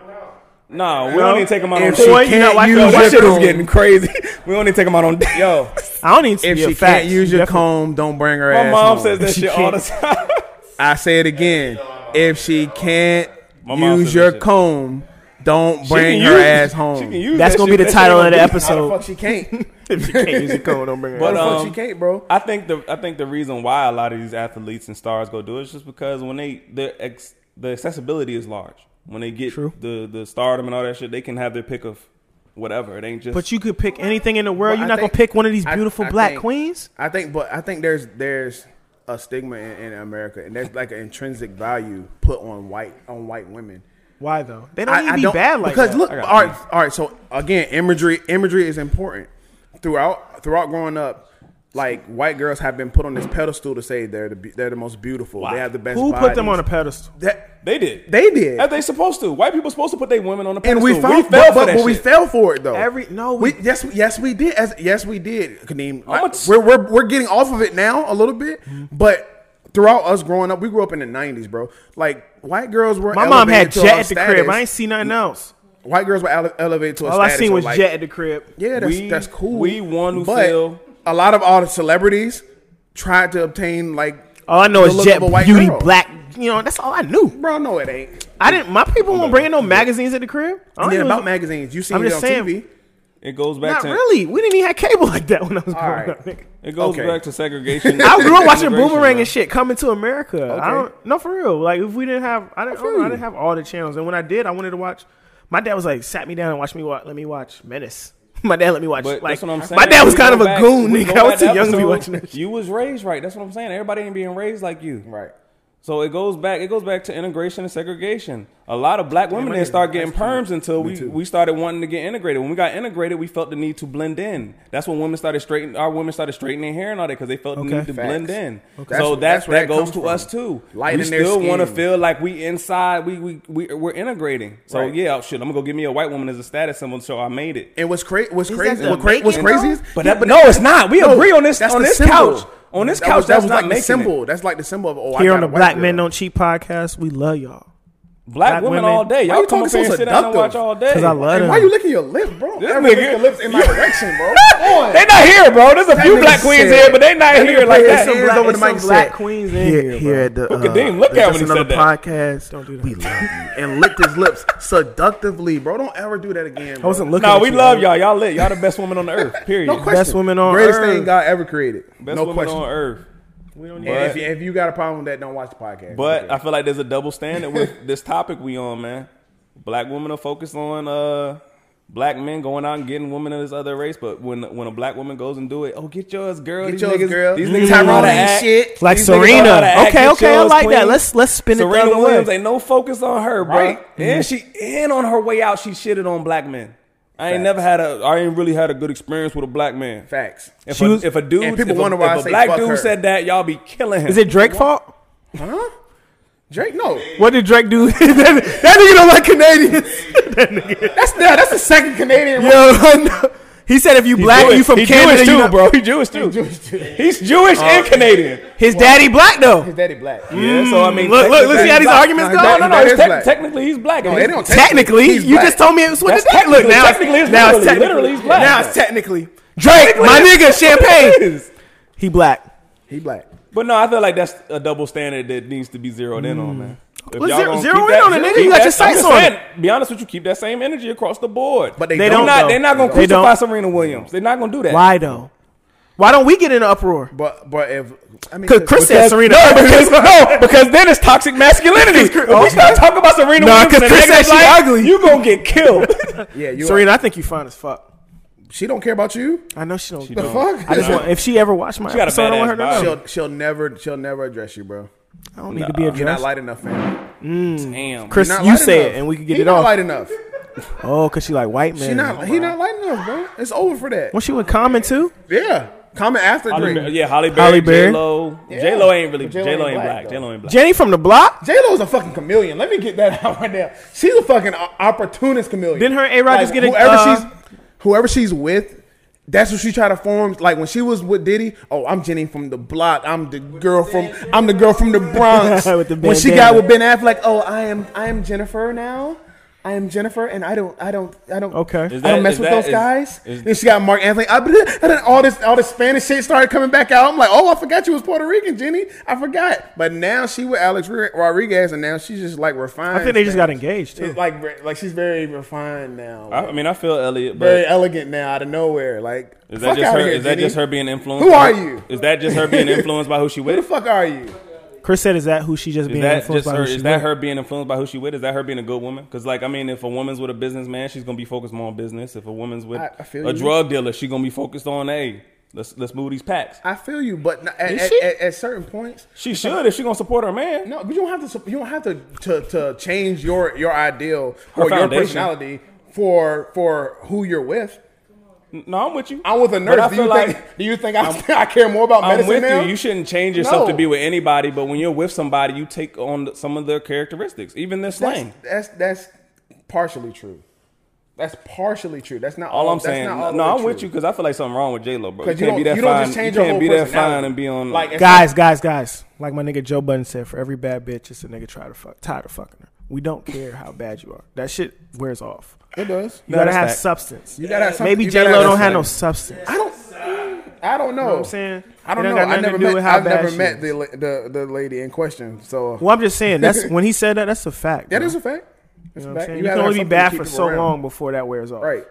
Nah, we No. don't even take them out on If she she Boy, date. you can't know, can't I use use feel That your like shit was comb. getting crazy. We only take them out on date. Yo, I don't need to If be a she fact. can't use your Definitely. comb, don't bring her my ass mom home. says that She shit all the time. I say it again. If she can't My mom use says your that shit. comb, don't She bring can her use- ass she home. can use That's that shit. gonna be the That shit title gonna of the be- How the episode. fuck she can't? If you can't use your comb, don't bring it. But, But, How the fuck um, she can't, bro? I think the I think the reason why a lot of these athletes and stars go do it is just because when they the ex, the accessibility is large. When they get True. the the stardom and all that shit, they can have their pick of whatever. It ain't just but you could pick anything in the world. But You're I not think- gonna pick one of these I- beautiful I black think- queens. I think, but I think there's there's a stigma in, in America, and there's like an intrinsic value put on white on white women. Why though? They don't need to be bad like because that. look, I all got right, all right. So again, imagery imagery is important throughout throughout growing up. Like white girls have been put on this pedestal to say they're the be- they're the most beautiful. They have the best. Who put them on a bodies. pedestal? That, They did. They did. As they supposed to. White people supposed to put their women on the and pedestal. we, fell, fell but, for but, that but we shit. fell for it though. Every no, we, we, yes yes we did as yes we did Kadeem. Like, much- we're, we're we're getting off of it now a little bit, but throughout us growing up, we grew up in the '90s, bro. Like white girls were. my mom had elevated to a Jet at the crib. status. I ain't seen nothing else. White girls were ele- elevated to a All I status. seen of, was like, Jet at the crib. Yeah, that's We- that's cool. we want to but feel- a lot of all the celebrities tried to obtain like. All I know the is look Jet of a white Beauty girl. Black. You know, that's all I knew. Bro, no, it ain't. I didn't. My people won't bring in no magazines at the crib. I And don't then even- about magazines, you seen I'm it on just saying- TV. It goes back Not to really. We didn't even have cable like that when I was growing right. up. nigga. it goes Okay. back to segregation. I grew up watching Integration, Boomerang man. and shit coming to America. Okay. I don't no for real. Like if we didn't have I didn't I, feel you. didn't have all the channels and when I did I wanted to watch my dad was like sat me down and watched me watch let me watch Menace. My dad let me watch But like that's what I'm saying. my dad was We kind go of a back- goon we nigga. go I was back too young to be episode. watching that. shit. You was raised right. That's what I'm saying. Everybody ain't being raised like you. Right. So it goes back. It goes back to integration and segregation. A lot of black women I didn't get start it. getting That's perms until we, too. we started wanting to get integrated. When we got integrated, we felt the need to blend in. That's when women started straighten. Our women started straightening hair and all that because they felt the Okay. need to Facts. blend in. Okay. So that's, That's- that's where that it goes comes to from. us too. we Lighten their still want to skin. feel like we inside. We we we we're integrating. So Right. yeah, oh, shit. I'm gonna go give me a white woman as a status symbol. So I made it. And what's, cra- what's Is crazy? that the What cra- what's making, though? crazy? Is, But that, but no, it's not. We No, agree on this that's on the this symbol. couch. On this That couch, was- that was, like not the making it. symbol. That's like the symbol of oh, I Here got on the a white Black girl. Men Don't Cheat podcast, we love y'all. Black, Black women, women. all day. Why Y'all you come talking up here so and sit down and watch seductive? all day. Because I love And them. why you licking your lips, bro? This This nigga, nigga- your lips in my direction, bro. Come on. They not here, bro. There's a few nigga black queens said- here, but they not that here nigga like put his that. hands black- over the it's mic some and black said, queens in here, here, here bro." at the Look at uh, Dean. Look the at Just when he another said that. podcast. Don't do that. We love you and licked his lips seductively, bro. Don't ever do that again. Bro. I wasn't looking. Nah, at we you, love bro. y'all. Y'all lit. Y'all the best women on the earth. Period. No question. Best women on greatest earth. thing God ever created. Best no women question. on earth. We don't But- need And if you, if you got a problem with that, don't watch the podcast. But Okay. I feel like there's a double standard with this topic we on, man. Black women are focused on uh black men going out and getting women of this other race, but when when a black woman goes and do it, oh get yours, girl. Get these yours, niggas, girl. These niggas Mm. don't know how to Tyrone act. shit. Like These niggas don't know how to Serena. act. Okay, Get okay, I yours, like that. queen. Let's- let's spin it the Serena other way. Mm-hmm. Williams ain't no focus on her, bro. Right. And she and on her way out, she shitted on black men. I ain't never had a. I ain't really had a good experience with a black man. facts. If, She a, was- if a dude, and people if a, wonder why if I a say black fuck dude her. said that, y'all be killing him. Is it Drake's fault? Huh? Drake, no. What did Drake do? that, that nigga don't like Canadians. That's nah, that's the second Canadian. Yo, I know. he said if you black, Jewish. you from He Canada, Jewish you too, not- bro. He Jewish too. He's Jewish and Canadian. His daddy black though. His daddy black. Yeah, so I mean, Look, look, technically- let's see how these black. arguments No, go. he No, black. no, no. It's That is tec- black. technically, he's black. No, He's- they don't Technically, He's you black. just told me it was what That's the tech look technically- now. it's- technically, it's now it's literally- technically literally he's black. Now it's technically Drake, my nigga, It champagne. is. He black. He black. But no, I feel like that's a double standard that needs to be zeroed in on, man. If Well, y'all zero- gonna zero keep in that- on it, nigga. keep You got that- your sights I'm just on it. saying, Be honest with you, keep that same energy across the board. But they, They they're don't. don't not. though. They're not gonna They don't. crucify Serena Williams. They're not gonna do that. Why though? Why don't we get in an uproar? But but if I mean, Because Chris said Because- Serena. No, because no, because then it's toxic masculinity. If we start talking about Serena Nah, Williams, 'cause and Chris said niggas she like, ugly. You gonna get killed. yeah, you Serena, I think you fine as fuck. she don't care about you. I know she don't. The fuck? I just want if she ever watched my got a episode, I want her to badass know. body. she'll she'll never she'll never address you, bro. I don't need to be You're uh, not addressed. light enough, fam. Damn. Chris, Not you light say it, enough. and we can get He it not off. Light enough. oh, cause she like white man. She not he not light enough, bro. It's over for that. Well, she would comment too. Yeah, comment after Holly, Berry- Drake. yeah, Holly Holly Berry, Berry. J Lo. J Lo ain't really. But J-Lo J Lo ain't ain't black, black. though. J Lo ain't black. Jenny from the block. J Lo's a fucking chameleon. Let me get that out right now. She's a fucking o- opportunist chameleon. Didn't her A-Rod just get a- whoever uh, she's whoever she's with. That's what she try to form. Like when she was with Diddy, oh, I'm Jenny from the block. I'm the girl from I'm the girl from the Bronx. With the when she got bandana. with Ben Affleck, oh, I am I am Jennifer now. I am Jennifer, and I don't I don't I don't Okay. Is I that- don't mess is with that- those is- guys. is- then she got Mark Anthony. I, and then all this all this Spanish shit started coming back out. I'm like, oh, I forgot you was Puerto Rican, Jenny. I forgot. But now she with Alex Ri- Rodriguez, and now she's just like refined. I think they just got Spanish. engaged too. It's like re- like she's very refined now, I, I mean, I feel Elliot, but very elegant now, out of nowhere. Like is that fuck just outta her? here, is that Jenny. just her being influenced? Who by- are you? Is that just her being influenced by who she Who the with? fuck are you? Chris said, "Is that who she just Is being that influenced just by?" her? who she Is that with? her being influenced by who she with? Is that her being a good woman? Because like, I mean, if a woman's with a businessman, she's gonna be focused more on business. If a woman's with I- I feel a you. drug dealer, she's gonna be focused on a. Let's let's move these packs. I feel you, but not- at, Is at, she? at, at certain points, She should if she gonna support her man. no, but you don't have to. sup- You don't have to to, to change your your ideal or your foundation. personality for for who you're with. No, I'm with you. I'm with a But I nurse. Do feel you like- think? Do you think I, I care more about I'm medicine with now? you. You shouldn't change yourself to No. be with anybody, but when you're with somebody, you take on th- some of their characteristics, even their that's, slang. that's that's partially true. That's partially true. That's not All I'm that's saying, not all the no, way I'm with true. you because I feel like something wrong with J Lo, bro. You Because you can't don't, be that you don't fine. just change you your can't whole be that personality. fine and be on. like Guys, guys, guys. Like my nigga Joe Budden said, for every bad bitch, it's a nigga try to fuck, tired of fucking her. We don't care how bad you are. That shit wears off. it does. You No, gotta that's have fact. substance. You gotta have something- Maybe you J gotta Lo have don't have something. no substance. I don't. I don't know. what I'm saying? I don't It ain't know. got I nothing to never do met. with how I've bad never she met is. the, la- the the lady in question. So Well, I'm just saying that's when he said that. That's a fact. that bro. is a fact. It's a You, know what I'm fact. saying? You You gotta can have only be something to bad keep for people so around. long before that wears off. Right.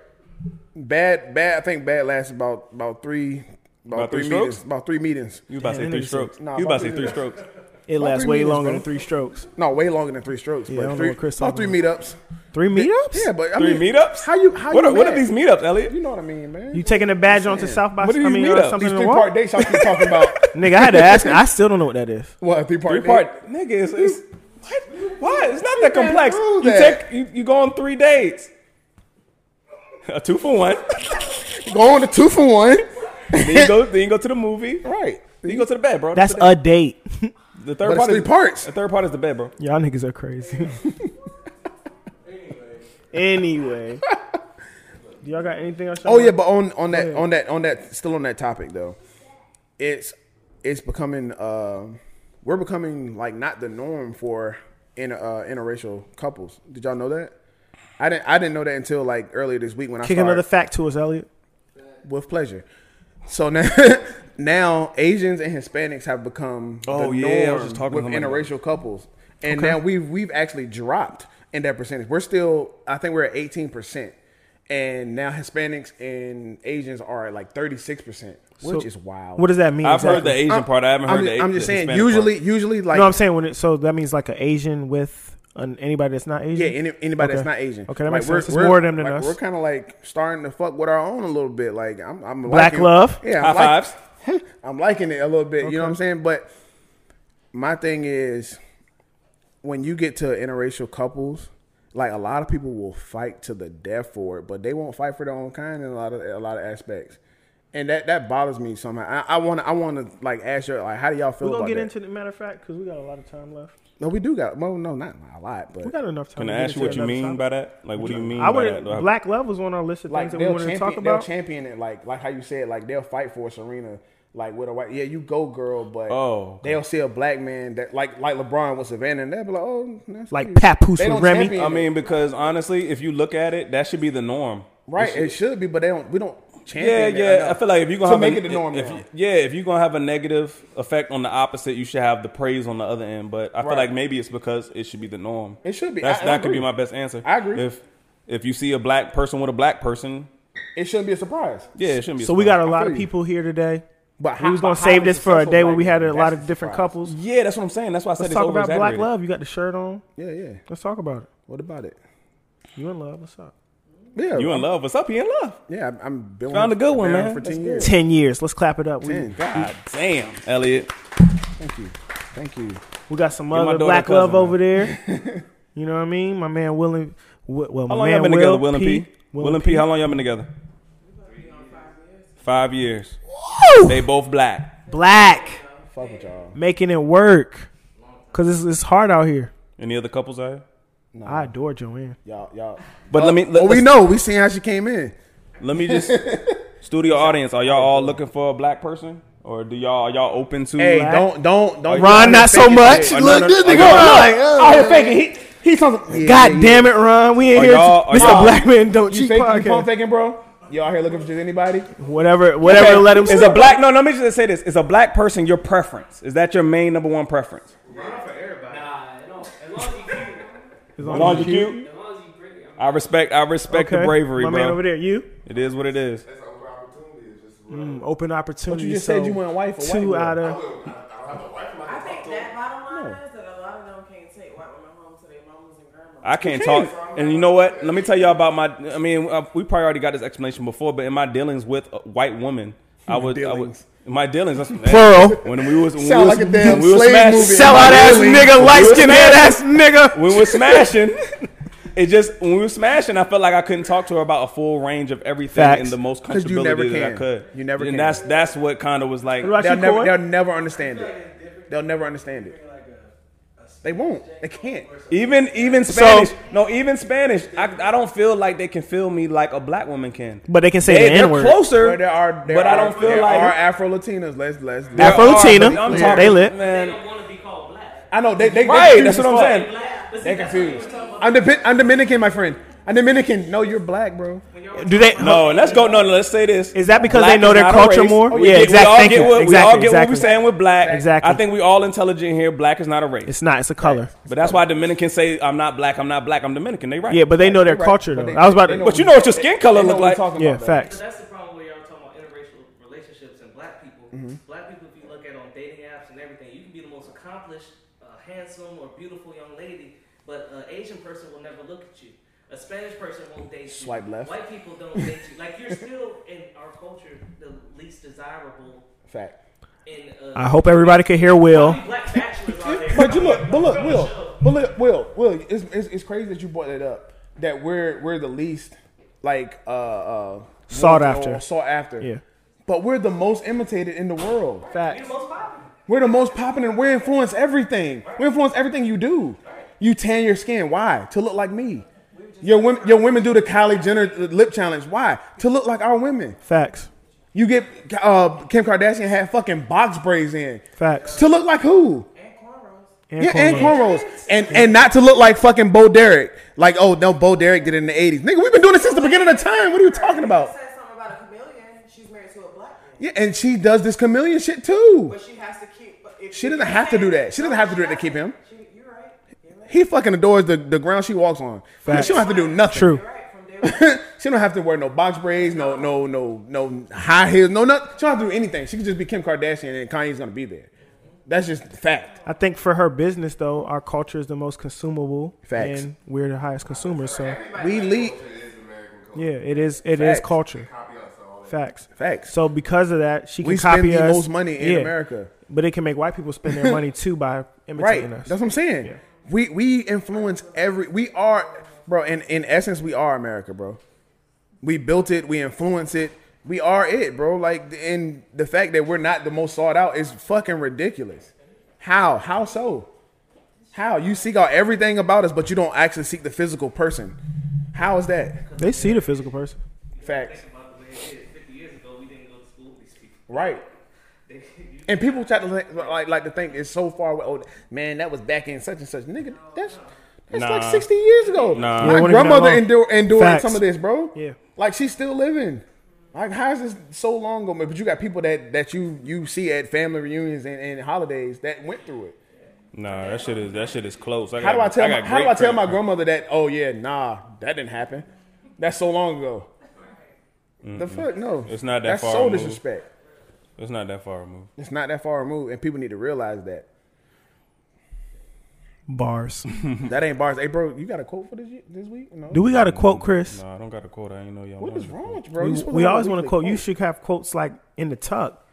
Bad. Bad. I think bad lasts about about three about, About three three, strokes? meetings. About three meetings. you about to say Damn, three that nigga strokes. said- nah, you about about to say three three strokes. It lasts three way minutes, longer bro. than three strokes. No, way longer than three strokes. I but don't know three, what Chris about three talking meetups. Three meetups? Yeah, but I Three mean, meetups? How you? How what you are, what are mad? these meetups, Elliot? You know what I mean, man. You taking a badge onto South by What do I you mean, mean uh, up? something These in the three water? part dates y'all keep talking about. Nigga, I had to ask. I still don't know what that is. What three part? Three part nigga it's, it's what? Why? It's not that been complex. through You that. take you, you go on three dates. A two for one. Go on to two for one. then you go then you go to the movie. Then Right. you go to the bed, bro. That's To the, a date. the third But it's part three is parts. the third part is the bed, bro. Y'all niggas are crazy. anyway. Do y'all got anything else? y'all Oh want- yeah, but on on that on that on that still on that topic though, it's it's becoming uh, we're becoming like not the norm for in uh, interracial couples. Did y'all know that? I didn't I didn't know that until like earlier this week when I Kick started another fact to us, Elliot. with pleasure. So now now Asians and Hispanics have become Oh, the yeah, I norm was just talking with to somebody about interracial couples, and now we've we've actually dropped in that percentage. We're still I think we're at eighteen percent, and now Hispanics and Asians are at like thirty six percent, which So, is wild. What does that mean? I've heard the exactly? Asian I'm- part. I haven't heard I'm the just, I'm the just saying. Hispanic Usually, part. usually like No, I'm saying when it. So that means like an Asian with an, anybody that's not Asian. Yeah, any, anybody that's Okay. not Asian. Okay, that like, makes sense. It's more of them than like, us. We're kind of like starting to fuck with our own a little bit. Like I'm, I'm Black liking- love? Yeah, High I'm like- fives. I'm liking it a little bit. You know what I'm saying? But my thing is, when you get to interracial couples, like a lot of people will fight to the death for it, but they won't fight for their own kind in a lot of a lot of aspects. And that, that bothers me somehow. I want to I want to like ask you like how do y'all feel We're gonna about get that? into the matter of fact because we got a lot of time left. no, we do got well, no, not a lot, but We got enough Can time. to I get ask you into what you another mean topic. by that? Like, what do you mean I by wouldn't. that? Do I- Black love was on our list of like things that we they'll wanted to champion, talk they'll about. champion it, like like how you said, like they'll fight for Serena, like with a white. Yeah, you go, girl, but Oh, okay. they'll see a black man that like like LeBron with Savannah, and they'll be like, oh, that's Like cute. Papoose They with don't Remy. champion I it. mean, because honestly, if you look at it, that should be the norm. right? It should be, but they don't. We don't Yeah, champion. yeah. I feel like if you're gonna to have make a, it the norm, if now. you- yeah, if you're gonna have a negative effect on the opposite, you should have the praise on the other end. But I feel Right. like maybe it's because it should be the norm. It should be. That's, I- I that could be my agree. best answer. I agree. If if you see a black person with a black person, it shouldn't be a surprise. yeah, it shouldn't be. So we got a surprise. lot feel of you. people here today. But we how- was gonna but how save is this it for a so day where black we had a man? lot That's of the different surprise. couples. Yeah, that's what I'm saying. That's why I said Let's it's talk about black over-exaggerated. love. You got the shirt on. Yeah, yeah. Let's talk about it. What about it? You in love? What's up? Yeah, You in love? What's up? You in love? Yeah, I'm- I'm been Found a good one, been man. For That's ten years. Ten years. Let's clap it up. We, Ten. God damn, Elliot. Thank you. Thank you. we got some my other daughter black cousin, love man. over there. you know what I mean? My man Will and Wi- well, my How long man y'all been Will together, Will and P? Will, Will and P, how long y'all been together? Five years. They both black, Black Fuck with y'all. making it work because it's, it's hard out here. Any other couples out here? I adore Joanne. Y'all, y'all. But let me let, Well, we let's- know. We seen how she came in. let me just studio audience. Are y'all all looking for a black person, or do y'all are y'all open to? Hey, Black. don't, don't, don't. Ron, not so much. Are Look, no, no, this are nigga y'all- Ron, out uh, here faking. He, he's on. God damn it, Ron. We in Are here, y'all- are Mr. y'all- Black Man Don't You Cheat fake, you phone podcast. faking, bro? You out here looking for just anybody? Whatever, whatever. to Let him. Is a black? No, no, let me just say this: Is a black person your preference? Is that your main number one preference? Nah, it don't. As long as you keep it. As long as you cute. As long as you bring it. I respect. I respect the bravery, my bro. man over there. You It is what it is. That's an open opportunity. It's just Mm, open opportunity. just so said you went white for white Oh, two girl. out I don't of. have a wife. I I can think talk to. that bottom line is that a lot of them can't take white women home to their mamas and grandmas. I can't talk. And you know what? Let me tell y'all about my. I mean, uh, we probably already got this explanation before, but in my dealings with a white woman, I would. I would dealings. my dealings. That's, Plural. When we was when Sound we was, like a damn when we was slave smash- movie. Sell out ass Really? nigga, light skinned ass nigga. when we were smashing, it just when we were smashing, I felt like I couldn't talk to her about a full range of everything Facts. and the most 'Cause you comfortability never that I can. could. You never and can. that's that's what kind of was like. What about They'll you, never, Coy? they'll never understand it. They'll never understand it. They won't. They can't. Even even Spanish, no, even Spanish. I, I don't feel like they can feel me like a black woman can. But they can say They, the they're N word. closer, But there are, there but are, I don't feel there like are Afro Latinas. Let's let's. There Afro are, but Latina. I'm Yeah. talking- They lit. They man. don't want to be called black. I know they. they Right, they that's what I'm confused saying. as Black. But see, fuck. They that's confused. I'm, Domin- I'm Dominican, my friend. I'm Dominican. No, you're black, bro. Do they? No, and let's go. No, no, let's say this. Is that because Black they know is their not a culture race. Oh, more? We yeah, get- exactly. We all Thank get you. what, we exactly. all get exactly. what we're saying with black. Exactly. I think we all intelligent here. Black is not a race. It's not. It's a color. But that's why Dominicans say I'm not black. I'm not black. I'm Dominican. They right. Yeah, but they know their You're right. culture But though. they- I was about they to. know But you know what your skin color They know look what we're like. talking yeah, about, though. facts. that's the problem where y'all talking about interracial relationships and black people. Mm-hmm. Black people, if you look at on dating apps and everything, you can be the most accomplished, uh, handsome, or beautiful young lady, but an Asian person will never look at you. A Spanish person won't date you. Swipe left. White people don't date you. Like you're still in our culture the least desirable Fact. And, uh, I hope everybody could hear Will. Probably black bachelors out there. But you look, but look, From the Will, show. but look, Will, Will. It's, it's, it's crazy that you brought that up. That we're we're the least like uh, uh Sought wanted or after. sought after. Yeah. But we're the most imitated in the world. You're Facts. the most popular. We're the most popping, and we influence everything. We influence everything you do. You tan your skin. Why? To look like me. Your women, your women do the Kylie Jenner uh, lip challenge. Why? To look like our women. Facts. You get uh, Kim Kardashian had fucking box braids in. Facts. To look like who? And yeah, and cornrows. cornrows, and and not to look like fucking Bo Derek. Like, oh no, Bo Derek did it in the '80s, nigga. We've been doing it since the beginning of time. What are you talking You about? said something about a chameleon. She's married to a black man. Yeah, and she does this chameleon shit too. But she has to keep. But if She doesn't have to do that. She doesn't have to do it to keep him. She, you're right. You're right. He fucking adores the, the ground she walks on. Facts. She don't have to do nothing. True. You're right. From there, she don't have to wear no box braids, no no no no high heels, no nothing. She don't have to do anything. She can just be Kim Kardashian, and Kanye's gonna be there. That's just fact. I think for her business though, our culture is the most consumable, Facts. and we're the highest consumers. So We lead yeah, it is. It is Facts. culture. Facts. facts. So because of that, she can We copy spend the us. most money in Yeah. America. but it can make white people spend their money too by Right. imitating us. That's what I'm saying. Yeah. We we influence every we are bro, in, in essence we are America, bro. We built it, we influence it. We are it, bro. Like and the fact that we're not the most sought out is fucking ridiculous. How? How so? How? You seek out everything about us, but you don't actually seek the physical person. How is that? they see the physical person. Facts. About the way it is. 50 years ago, we didn't go to school with these people. Right. They, you, And people try to like like, like to think it's so far away. Oh, man, that was back in such and such. Nigga, that's that's like Nah. sixty years ago. Nah. Yeah, My it wasn't even that grandmother long. endure, endured Facts. some of this, bro. Yeah. like she's still living. Like how is this so long ago? man? But you got people that that you you see at family reunions and, and holidays that went through it. Nah, that shit is that shit is close. I How do got- I tell my, got how do great I tell my credit. grandmother that? Oh yeah, nah, that didn't happen. That's so long ago. The fuck no, It's not that That's far so removed. disrespect. It's not that far removed. It's not that far removed, and people need to realize that. Bars. That ain't bars. Hey, bro, you got a quote for this ye- this week? No. Do we got a quote, Chris? Nah, I don't got a quote. I ain't know y'all. what is wanted a wrong quote. with you, bro? You we supposed we have a always want a weekly quote. You should have quotes like in the tuck,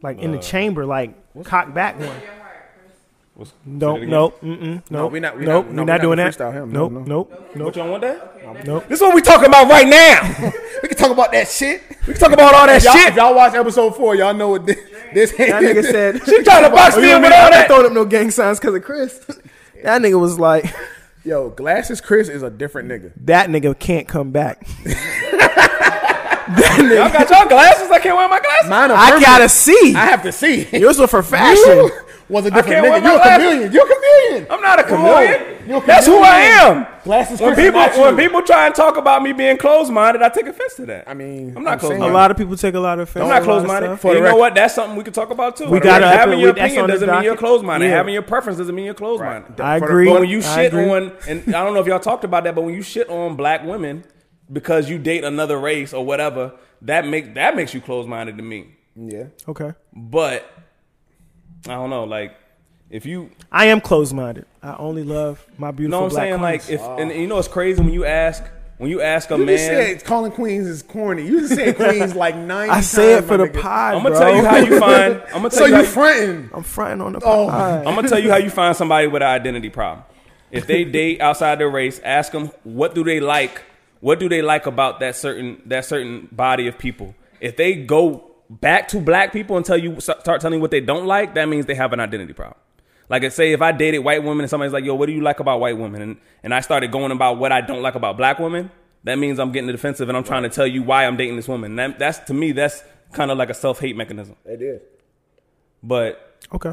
like in the Uh, chamber, like cock back one. your heart, Chris. What's- say Nope, that again. nope, mm-mm, nope. we not- we not- nope, we're no, we not not doing gonna that. freestyle him. No, Nope, no. nope, nope, What y'all want that? nope. This is what we talking about right now. we can talk about that shit. We can talk about all that shit. If y'all watch episode four, y'all know what this. this That nigga said she trying to box Oh, you me in remember with all I that. throwing up no gang signs because of Chris. that nigga was like, Yo, glasses Chris is a different nigga. that nigga can't come back. Y'all got y'all glasses. I can't wear my glasses. Mine are I permanent. gotta see. I have to see. Yours were for You fashion. was a can't different wear nigga. my You a glasses. chameleon. You a chameleon. I'm not a chameleon. You're a That's who I chameleon. am. Glasses When Chris. people not you. when people try and talk about me being closed minded, I take offense to that. I mean, I'm not I'm closed saying- A minded. lot of people take a lot of offense. I'm to not a closed lot of minded. stuff. For the You know record. what? That's something we could talk about too. We gotta up having it. your We- that's opinion on the doesn't mean you're docket. closed minded. Yeah. Having your preference doesn't mean you're closed minded. I For the- agree. But when you I shit agree. on, and I don't know if y'all talked about that, but when you shit on black women because you date another race or whatever, that makes that makes you closed minded to me. Yeah. okay, But I don't know, like if you I am closed minded. I only love my you know beautiful what I'm black saying, like queens. if and you know it's crazy when you ask when you ask a You man. just said calling queens is corny. You just said queens like nine. I say it for the pod, I'm gonna bro. tell you how you find. I'm gonna tell So you. How you you fronting? I'm fronting on the Oh. pod. I'm gonna tell you how you find somebody with an identity problem. If they date outside their race, ask them what do they like. What do they like about that certain that certain body of people? If they go back to black people and tell you start telling you what they don't like, that means they have an identity problem. Like I say, if I dated white women and somebody's like, "Yo, what do you like about white women?" and and I started going about what I don't like about black women, that means I'm getting defensive and I'm trying to tell you why I'm dating this woman. That, that's to me, that's kind of like a self hate mechanism. They did. But Okay.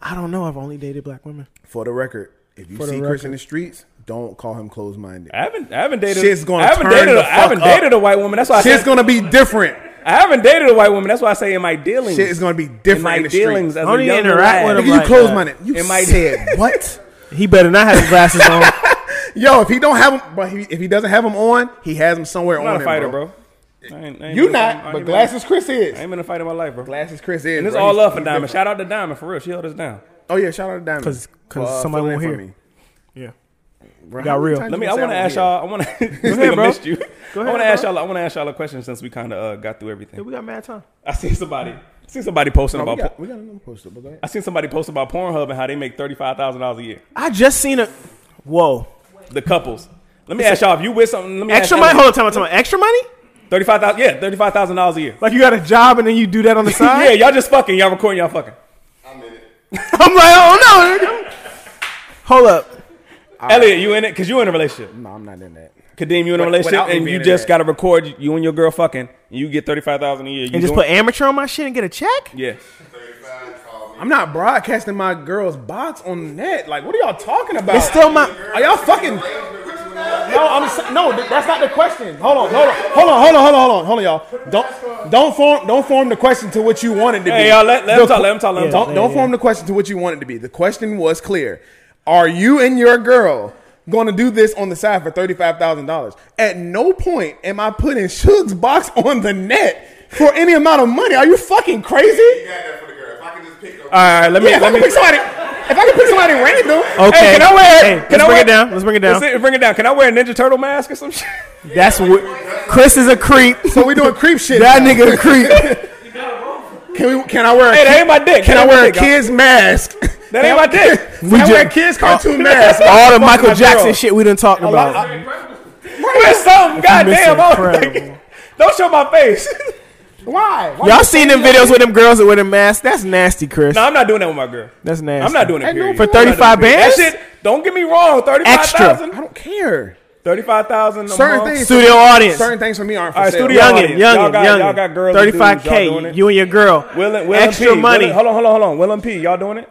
I don't know. I've only dated black women. For the record, if you For the see Chris in record. the streets, don't call him closed minded. I haven't, I haven't dated. Shit's gonna I haven't turn dated. the a, I haven't fuck up. dated a white woman. That's why I Shit's said, gonna be different. I haven't dated a white woman. That's why I say in my dealings, Shit is gonna be in my different in the dealings streets. as I don't a even young interact lad. with Nigga, them. you like closed that. minded. You It might- said what? He better not have his glasses on. Yo, if he don't have him, but he, if he doesn't have him on, he has him somewhere I'm on not a him, fighter, bro. bro. I ain't- I ain't You been- I ain't not, but been- glasses Chris is. I ain't been in a fight in my life, bro. Glasses Chris is. And it's bro. all He's- love for he's Diamond. different. Shout out to Diamond for real. She held us down. Oh yeah, shout out to Diamond. 'Cause- 'cause For, uh, somebody filling won't in hear. for me. Yeah. Bro, Got how many real. times Let you me. gonna I say want to won't ask hear? y'all. I want to. This ahead, nigga bro. missed you. Go I want ahead, to ask bro. y'all. I want to ask y'all a question since we kind of uh, got through everything. We got mad time. I seen somebody I seen somebody posting No, we, about. got, po- we got another poster, but go ahead. I seen somebody post about Pornhub and how they make thirty five thousand dollars a year. I just seen a. Whoa. The couples. Let me ask y'all if you with something. Let me Extra money? Hold on, time, time. Extra money? Thirty five thousand. Yeah, thirty five thousand dollars a year. Like you got a job and then you do that on the side? yeah, y'all just fucking. Y'all recording. Y'all fucking. I'm in it. I'm like, oh no. Hold up. Elliot, you in it? Cause you in a relationship. No, I'm not in that. Kadeem, you in a Wi- relationship without me and being you in just that. got to record you and your girl fucking. And you get thirty five thousand a year. You And just doing- put amateur on my shit and get a check? Yeah. 35, call me. I'm not broadcasting my girl's box on the net. Like, what are y'all talking about? It's still my. Are y'all fucking? Fucking. No, I'm s- no. th- That's not the question. Hold on, hold on, hold on, hold on, hold on, hold on, hold on, y'all. Don't don't form don't form the question to what you wanted to be. Hey, y'all, let- let him The talk, qu- let him talk, let him Don't talk. don't Yeah, form the question to what you wanted to be. The question was clear. Are you and your girl going to do this on the side for thirty five thousand dollars? At no point am I putting Suge's box on the net for any amount of money. Are you fucking You crazy? got that for the girl. If I can just pick up. All right. Let me. Yeah, if I let me. can pick somebody, if I can pick somebody random. Okay. Hey, can I wear? Hey, can let's I bring wear- it down. Let's bring it down. Let's see- bring it down. Can I wear a Ninja Turtle mask or some shit? That's what. Chris is a creep. So we doing creep shit. That now. nigga a creep. Can we? Can I wear? A Hey, that ain't my dick. Can That I ain't wear my a dick, y'all. kid's mask? That ain't my dick. Oh. Can We I ju- wear a kid's cartoon mask? All the Michael my Jackson girl. shit we done talked about. Wear something. Goddamn. I was incredible. thinking- Don't show my face. Why? Why Y'all you seen saying them that? videos with them girls that wear them masks? That's nasty, Chris. no, I'm not doing that with my girl. That's nasty. I'm not doing it. Ain't no Period. for I'm not doing it, 35 period. bands? That shit. Don't get me wrong. Thirty-five Extra. thousand. I don't care. Uh-huh. Thirty-five thousand. Certain things. Studio audience. Certain things for me aren't for All right, sale. studio- Youngin, audience. Y'all youngin, got- y'all got youngin. girls and dudes, y'all doing 35K. it. You and your girl. Will, Will Extra P. money. Will, hold on, hold on, hold on. Will and P, y'all doing it?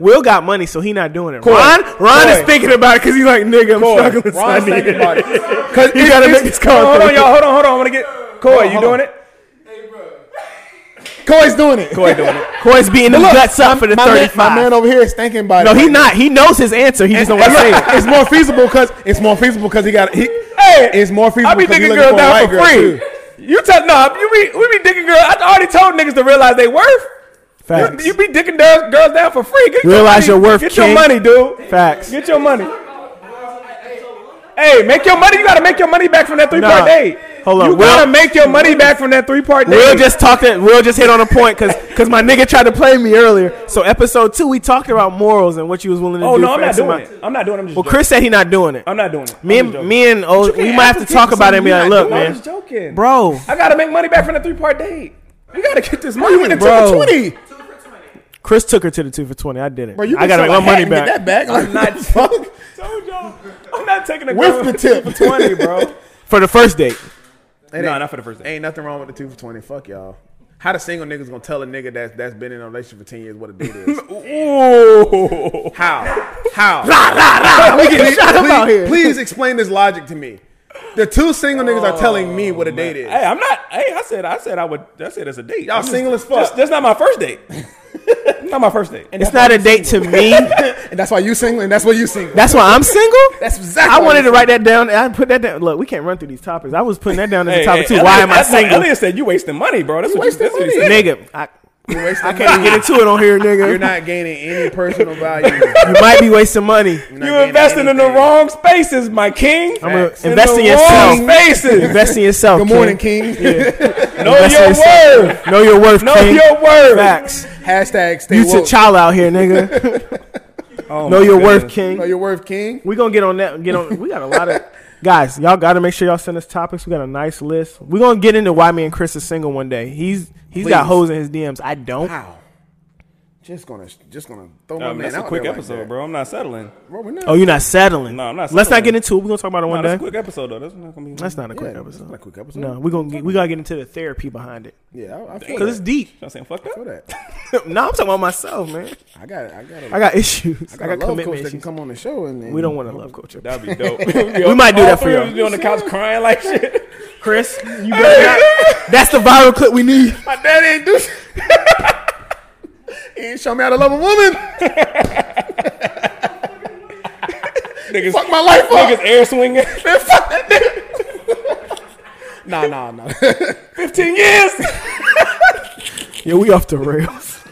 Will got money, so he not doing it. Coy. Ron, Ron Coy. is thinking about it because he's like, nigga, I'm struggling with Ron's money. thinking about it. You gotta make this Hold on, call. hold on, through. y'all. Hold on, hold on. I want to get Coy. You hold doing on. it? Coy's doing it. Coy doing it. Coy's beating the Look, guts up for the my, man, my man 35. over here is thinking about No, it. he not. He knows his answer. He just don't And want to say look, it. it's more feasible because it's more feasible because he got he. Hey, it's more feasible. I be 'cause he digging looking girls a white down for girl, free. too. You tell no, you be we be digging girls. I already told niggas to realize they worth. You, Facts. you be digging girls, girls down for free. Get Realize your your money. worth, Get king. your money, dude. Facts. Get your money. Hey, make your money. You gotta make your money back from that three part Nah. date. Hold on, You Will- gotta make your money back from that three part date. Will just talked. That, Will just hit on a point because my nigga tried to play me earlier. So episode two, we talked about morals and what you was willing to oh do. no, for I'm not X doing amount. it. I'm not doing it. I'm just Well, joking. Chris said he not doing it. I'm not doing it. me I'm just and joking. me and old, we might have to talk about it and be like, look, No, I'm man, just joking, bro, I gotta make money back from that three part date. You gotta get this money. You went into Bro. the twenty. Chris took her to the two for twenty. I did it. Bro, you I can gotta sell a make my hat money and get back. that back. Like, I'm not- fuck. told y'all, I'm not taking a With the tip. for twenty, bro. for the first date. no, not for the first date. Ain't nothing wrong with the two for twenty. Fuck y'all. How the single niggas gonna tell a nigga that that's been in a relationship for ten years what a date is? Ooh. How? How? we get shot up please, out here. please explain this logic to me. The two single niggas are telling Oh, me what a date is. Hey, I'm not. Hey, I said, I said, I would. I said, it's a date. Y'all I'm just- single as fuck. That's, that's not my first date. not my first date. It's not a date to me. and that's why you single, and that's why you single. That's why I'm single. That's exactly I why wanted you to write that down. I put that down. Look, we can't run through these topics. I was putting that down as a topic too. Why am I that's what single, Elliot said you wasting money, bro. That's what wasting you that's what he money. said. nigga? I, You're wasting I can't even get money. into it on here, nigga. You're not gaining any personal value. You're You might be wasting money. not You gaining investing in the anything. wrong spaces, my king. I'm gonna Facts. invest in the wrong yourself. spaces. Invest in yourself. Good morning, King. know Invest in your yourself. worth. Know your worth, Know King. your worth. Facts. Hashtag stay You woke. T'Challa out here, nigga. Oh, know my your worth, goodness. know King. your worth, King. We gonna get on that. Get on. We got a lot of guys. Y'all got to make sure y'all send us topics. We got a nice list. We gonna get into why me and Chris is single one day. He's he's got Please. hoes in his DMs. I don't. Wow. Just gonna, just gonna throw my Um, man that's a out quick there like episode, that. bro. I'm not settling. Bro, we're not. Oh, you're not settling. No, I'm not Let's not settling. get into it. We are gonna talk about it No, one that's day. a quick episode though. That's not gonna be. That's not a quick yeah, that's episode. not a quick episode. No, we gonna get, we gotta get into the therapy behind it Yeah, I, I feel because it's that. deep. Y'all saying fucked up. I feel that. no, I'm talking about myself, man. I got, I got, a, I got issues. I I got a got love coach commitment that can issues. come on the show and, and We don't want to love culture. That'd be dope. we We might do that for y'all. You on the couch crying like shit. Chris, you better not. That's the viral clip we need. My dad ain't do. he ain't show me how to love a woman. Niggas, Fuck my life niggas up. air swinging. Nah, nah, nah. Fifteen years. Yeah, we off the rails.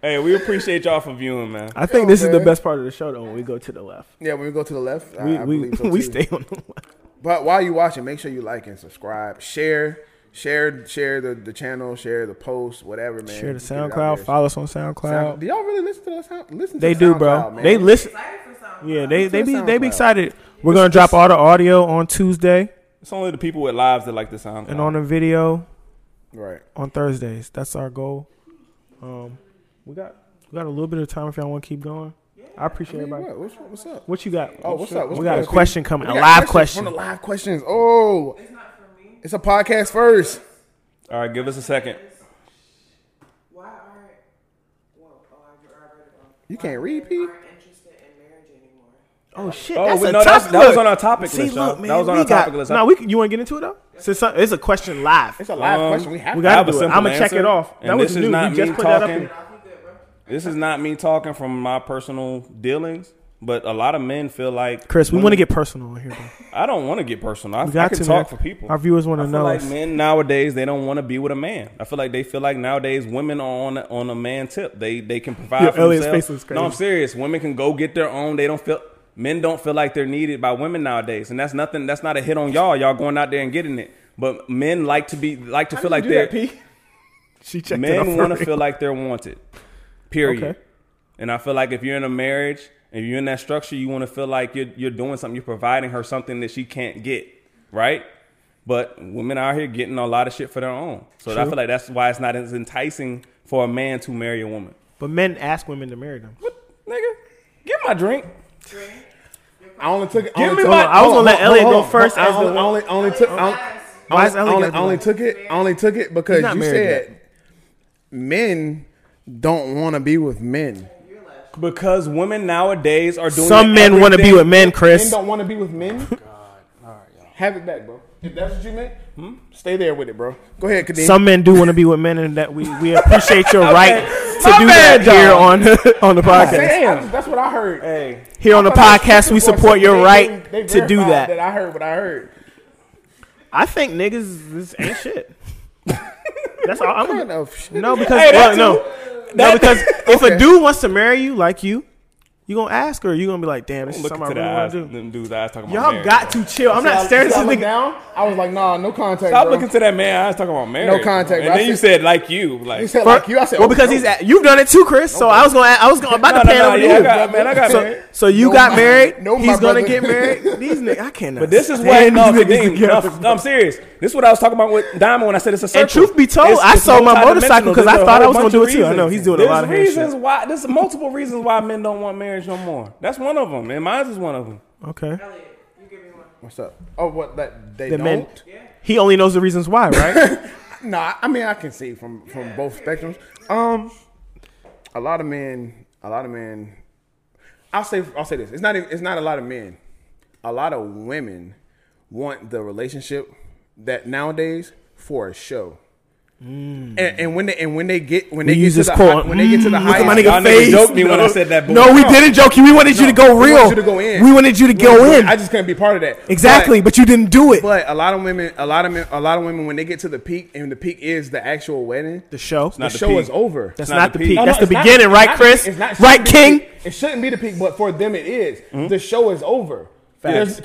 hey, we appreciate y'all for viewing, man. I think this is the Okay. best part of the show though. When we go to the left, yeah, when we go to the left, I, we I we, believe so we too. stay on the left. But while you watching, make sure you like and subscribe, share. Share share the, the channel, share the post, whatever, man. Share the Get it out SoundCloud. there. Follow us on Sound- SoundCloud. do y'all really listen to the sound? Listen They to do, bro. SoundCloud, Man. They listen. Excited for something. Yeah, they they Listen be to they be SoundCloud. excited. We're gonna drop all the audio on Tuesday It's only the people with lives that like the sound. and on the video right. on Thursdays. That's our goal. Um, we got we got a little bit of time if y'all want to keep going. I appreciate everybody. What? What's, what's up? What you got? Oh, what's up? What's we got a good? question coming. We got A live questions. question. One of the live questions. Oh, It's not for me. it's a podcast first. All right, give us a second. Why aren't well? Oh, I I read it wrong. You Why can't women read, P? Aren't interested in marriage anymore. Oh shit! Oh, that's we- a no, tough that's- that was look. on our topic See, list, look, y'all. man, That was on we our got, topic list. No, we can- you want to get into it though? Since uh, it's a question live, It's a live Um, question. We have we to I gotta have do a it. simple I'ma check answer, it off. and That was this new. Is We not just me put that up talking- in- I'll be good, bro. This is not me talking from my personal dealings, but a lot of men feel like Chris, we women- want to get personal on here. Bro. I don't want to get personal. I, We got I can to talk man. for people. Our viewers want I to feel know. like us. men nowadays they don't want to be with a man. I feel like they feel like nowadays women are on on a man tip. They they can provide Yo, for Elliot's themselves. face was crazy. No, I'm serious. Women can go get their own. They don't feel men don't feel like they're needed by women nowadays, and that's nothing. That's not a hit on y'all. Y'all going out there and getting it, but men like to be like to feel like they're she checked it men off want to already. feel like they're wanted. Period. Okay. And I feel like if you're in a marriage and you're in that structure, you want to feel like you're you're doing something. You're providing her something that she can't get, right? But women out here getting a lot of shit for their own. So I True. feel like that's why it's not as enticing for a man to marry a woman. But men ask women to marry them. What, nigga? Get my drink. I only took. Give only me took- my- I was hold gonna on, let Elliot hold on, go first hold on. as the I only, I only, I only took. I only, Why is I Elliot only, gotta be I only like- took it. I only took it because He's not you married said men don't want to be with men. Because women nowadays are doing Some men want to be everything- with men, Men Chris. don't want to be with men. God, Have it back, bro. If that's what you meant, hmm, stay there with it, bro. Go ahead, Kadeem. Some men do want to be with men, and that we, we appreciate your right to My do bad, that here dog. on on the podcast. Damn, that's what I heard. Hey, Here on the I thought that podcast, we was what support they- your they- right they to do verified that. That I heard what I heard. I think niggas this ain't shit. That's all I'm gonna Kind of shit. No, because Hey, well, that no, no, that- because if a dude wants to marry you, like you, you gonna ask her. You gonna be like, damn, this is look something into I really the want eyes. to do. Them dudes' eyes talking about Y'all marriage. got to chill. I'm not staring at this I looked nigga. down. I was like, nah, no contact. Stop bro. looking to that man. I was talking about marriage. bro. contact, bro. And I then you said- said like you, like He said like you. I said, well, oh, because no. he's at, you've done it too, Chris. So I was gonna, I was gonna, about No, to no, pan no, over to yeah, I you. got- man, I got so, married. so you No, got my- married. no, my He's gonna brother. get married. These niggas, I cannot. But this is stand what no, these niggas Kadeem, no, together. f- no, I'm serious. This is what I was talking about with Diamond when I said it's a circle. And truth be told, I sold my motorcycle 'cause multidimensional. I There's a thought I whole was gonna bunch do of it too. I know, reasons. he's doing a there's lot of hand reasons why. There's multiple reasons why men don't want marriage no more. That's one of them, and mine is one of them. Okay. Elliot, you give me one. What's up? Oh, what that they The don't? men, he only knows the reasons why, right? No, I- I mean I can see from from both spectrums. Um, a lot of men, a lot of men. I'll say I'll say this. It's not even, it's not a lot of men. A lot of women want the relationship that nowadays for a show. Mm. And, and when they and when they get when they We get use to this the quote. high, when they get to the Mm, look at highest, my nigga Y'all niggas face. joked me when I said that. Boy. no, we didn't joke you. We wanted you to go we real. wanted you to go in. We wanted you to go in. I just couldn't be part of that. Exactly, But- but you didn't do it. But a lot of women, a lot of men, a lot of women, when they get to the peak, and the peak is the actual wedding, The show. not the the show peak. is over. That's not not the the peak. peak. No, no, That's the it's not- beginning, it's right, not the Chris? peak. It's not- it right, shouldn't be King? Mm-hmm. the peak. It shouldn't be the peak, but for them it is. The show is over. Because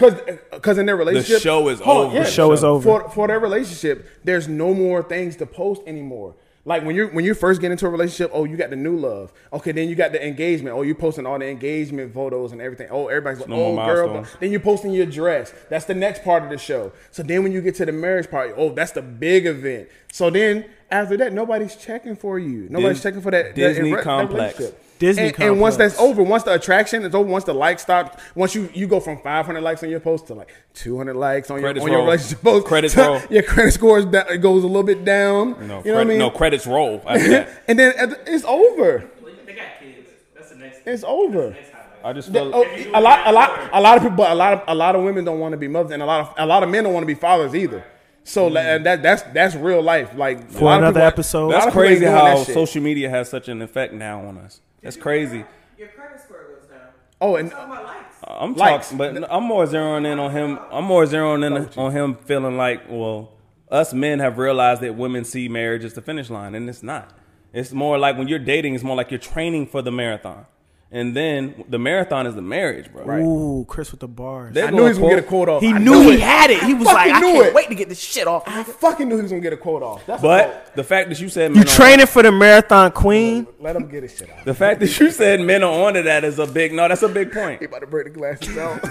because in their relationship, show is Hold on, over. yeah, The show is over. For for their relationship, there's no more things to post anymore. Like when you when you first get into a relationship, oh, you got the new love. Okay, then you got the engagement. Oh, you posting all the engagement photos and everything. Oh, everybody's like, No more oh, girl. milestones. Then you posting your dress. That's the next part of the show. So then when you get to the marriage party, oh, that's the big event. So then after that, nobody's checking for you. Nobody's Dis- checking for that that- Disney that complex. relationship. Disney and, and once complex. that's over, once the attraction is over, once the likes stop, once you you go from 500 likes on your post to like 200 likes on Credits your on your roll. relationship post, Credits to- roll. your credit score is da- it goes a little bit down. No, you know what I credit- mean? no credits roll. After that. and then at the- it's over. Well, they got kids. That's the next. It's over. next highlight. I just The- feel oh, a lot, a lot, a lot of people, but a lot of a lot of women don't want to be mothers, and a lot of a lot of men don't want to be fathers either. So Mm. like, that that's that's real life. Like For another episode. that's people ain't crazy doing how that shit. social media has such an effect now on us. That's crazy. Your credit score goes down. Oh, and Talking about likes. I'm Likes. talking, but I'm more zeroing in on him. I'm more zeroing in on him feeling like, well, us men have realized that women see marriage as the finish line, and it's not. It's more like when you're dating, it's more like you're training for the marathon. And then the marathon is the marriage, bro. Right. Ooh, Chris with the bars. They I knew he was gonna pull- get a quote off. He I knew he it. had it. He was fucking like, I knew can't it. wait to get this shit off. I fucking knew he was gonna get a quote off. That's But the fact that you said You men are- training for the marathon queen? a- let him get his shit out. the fact that you said men are onto that is a big no. That's a big point. He about to break the glasses out.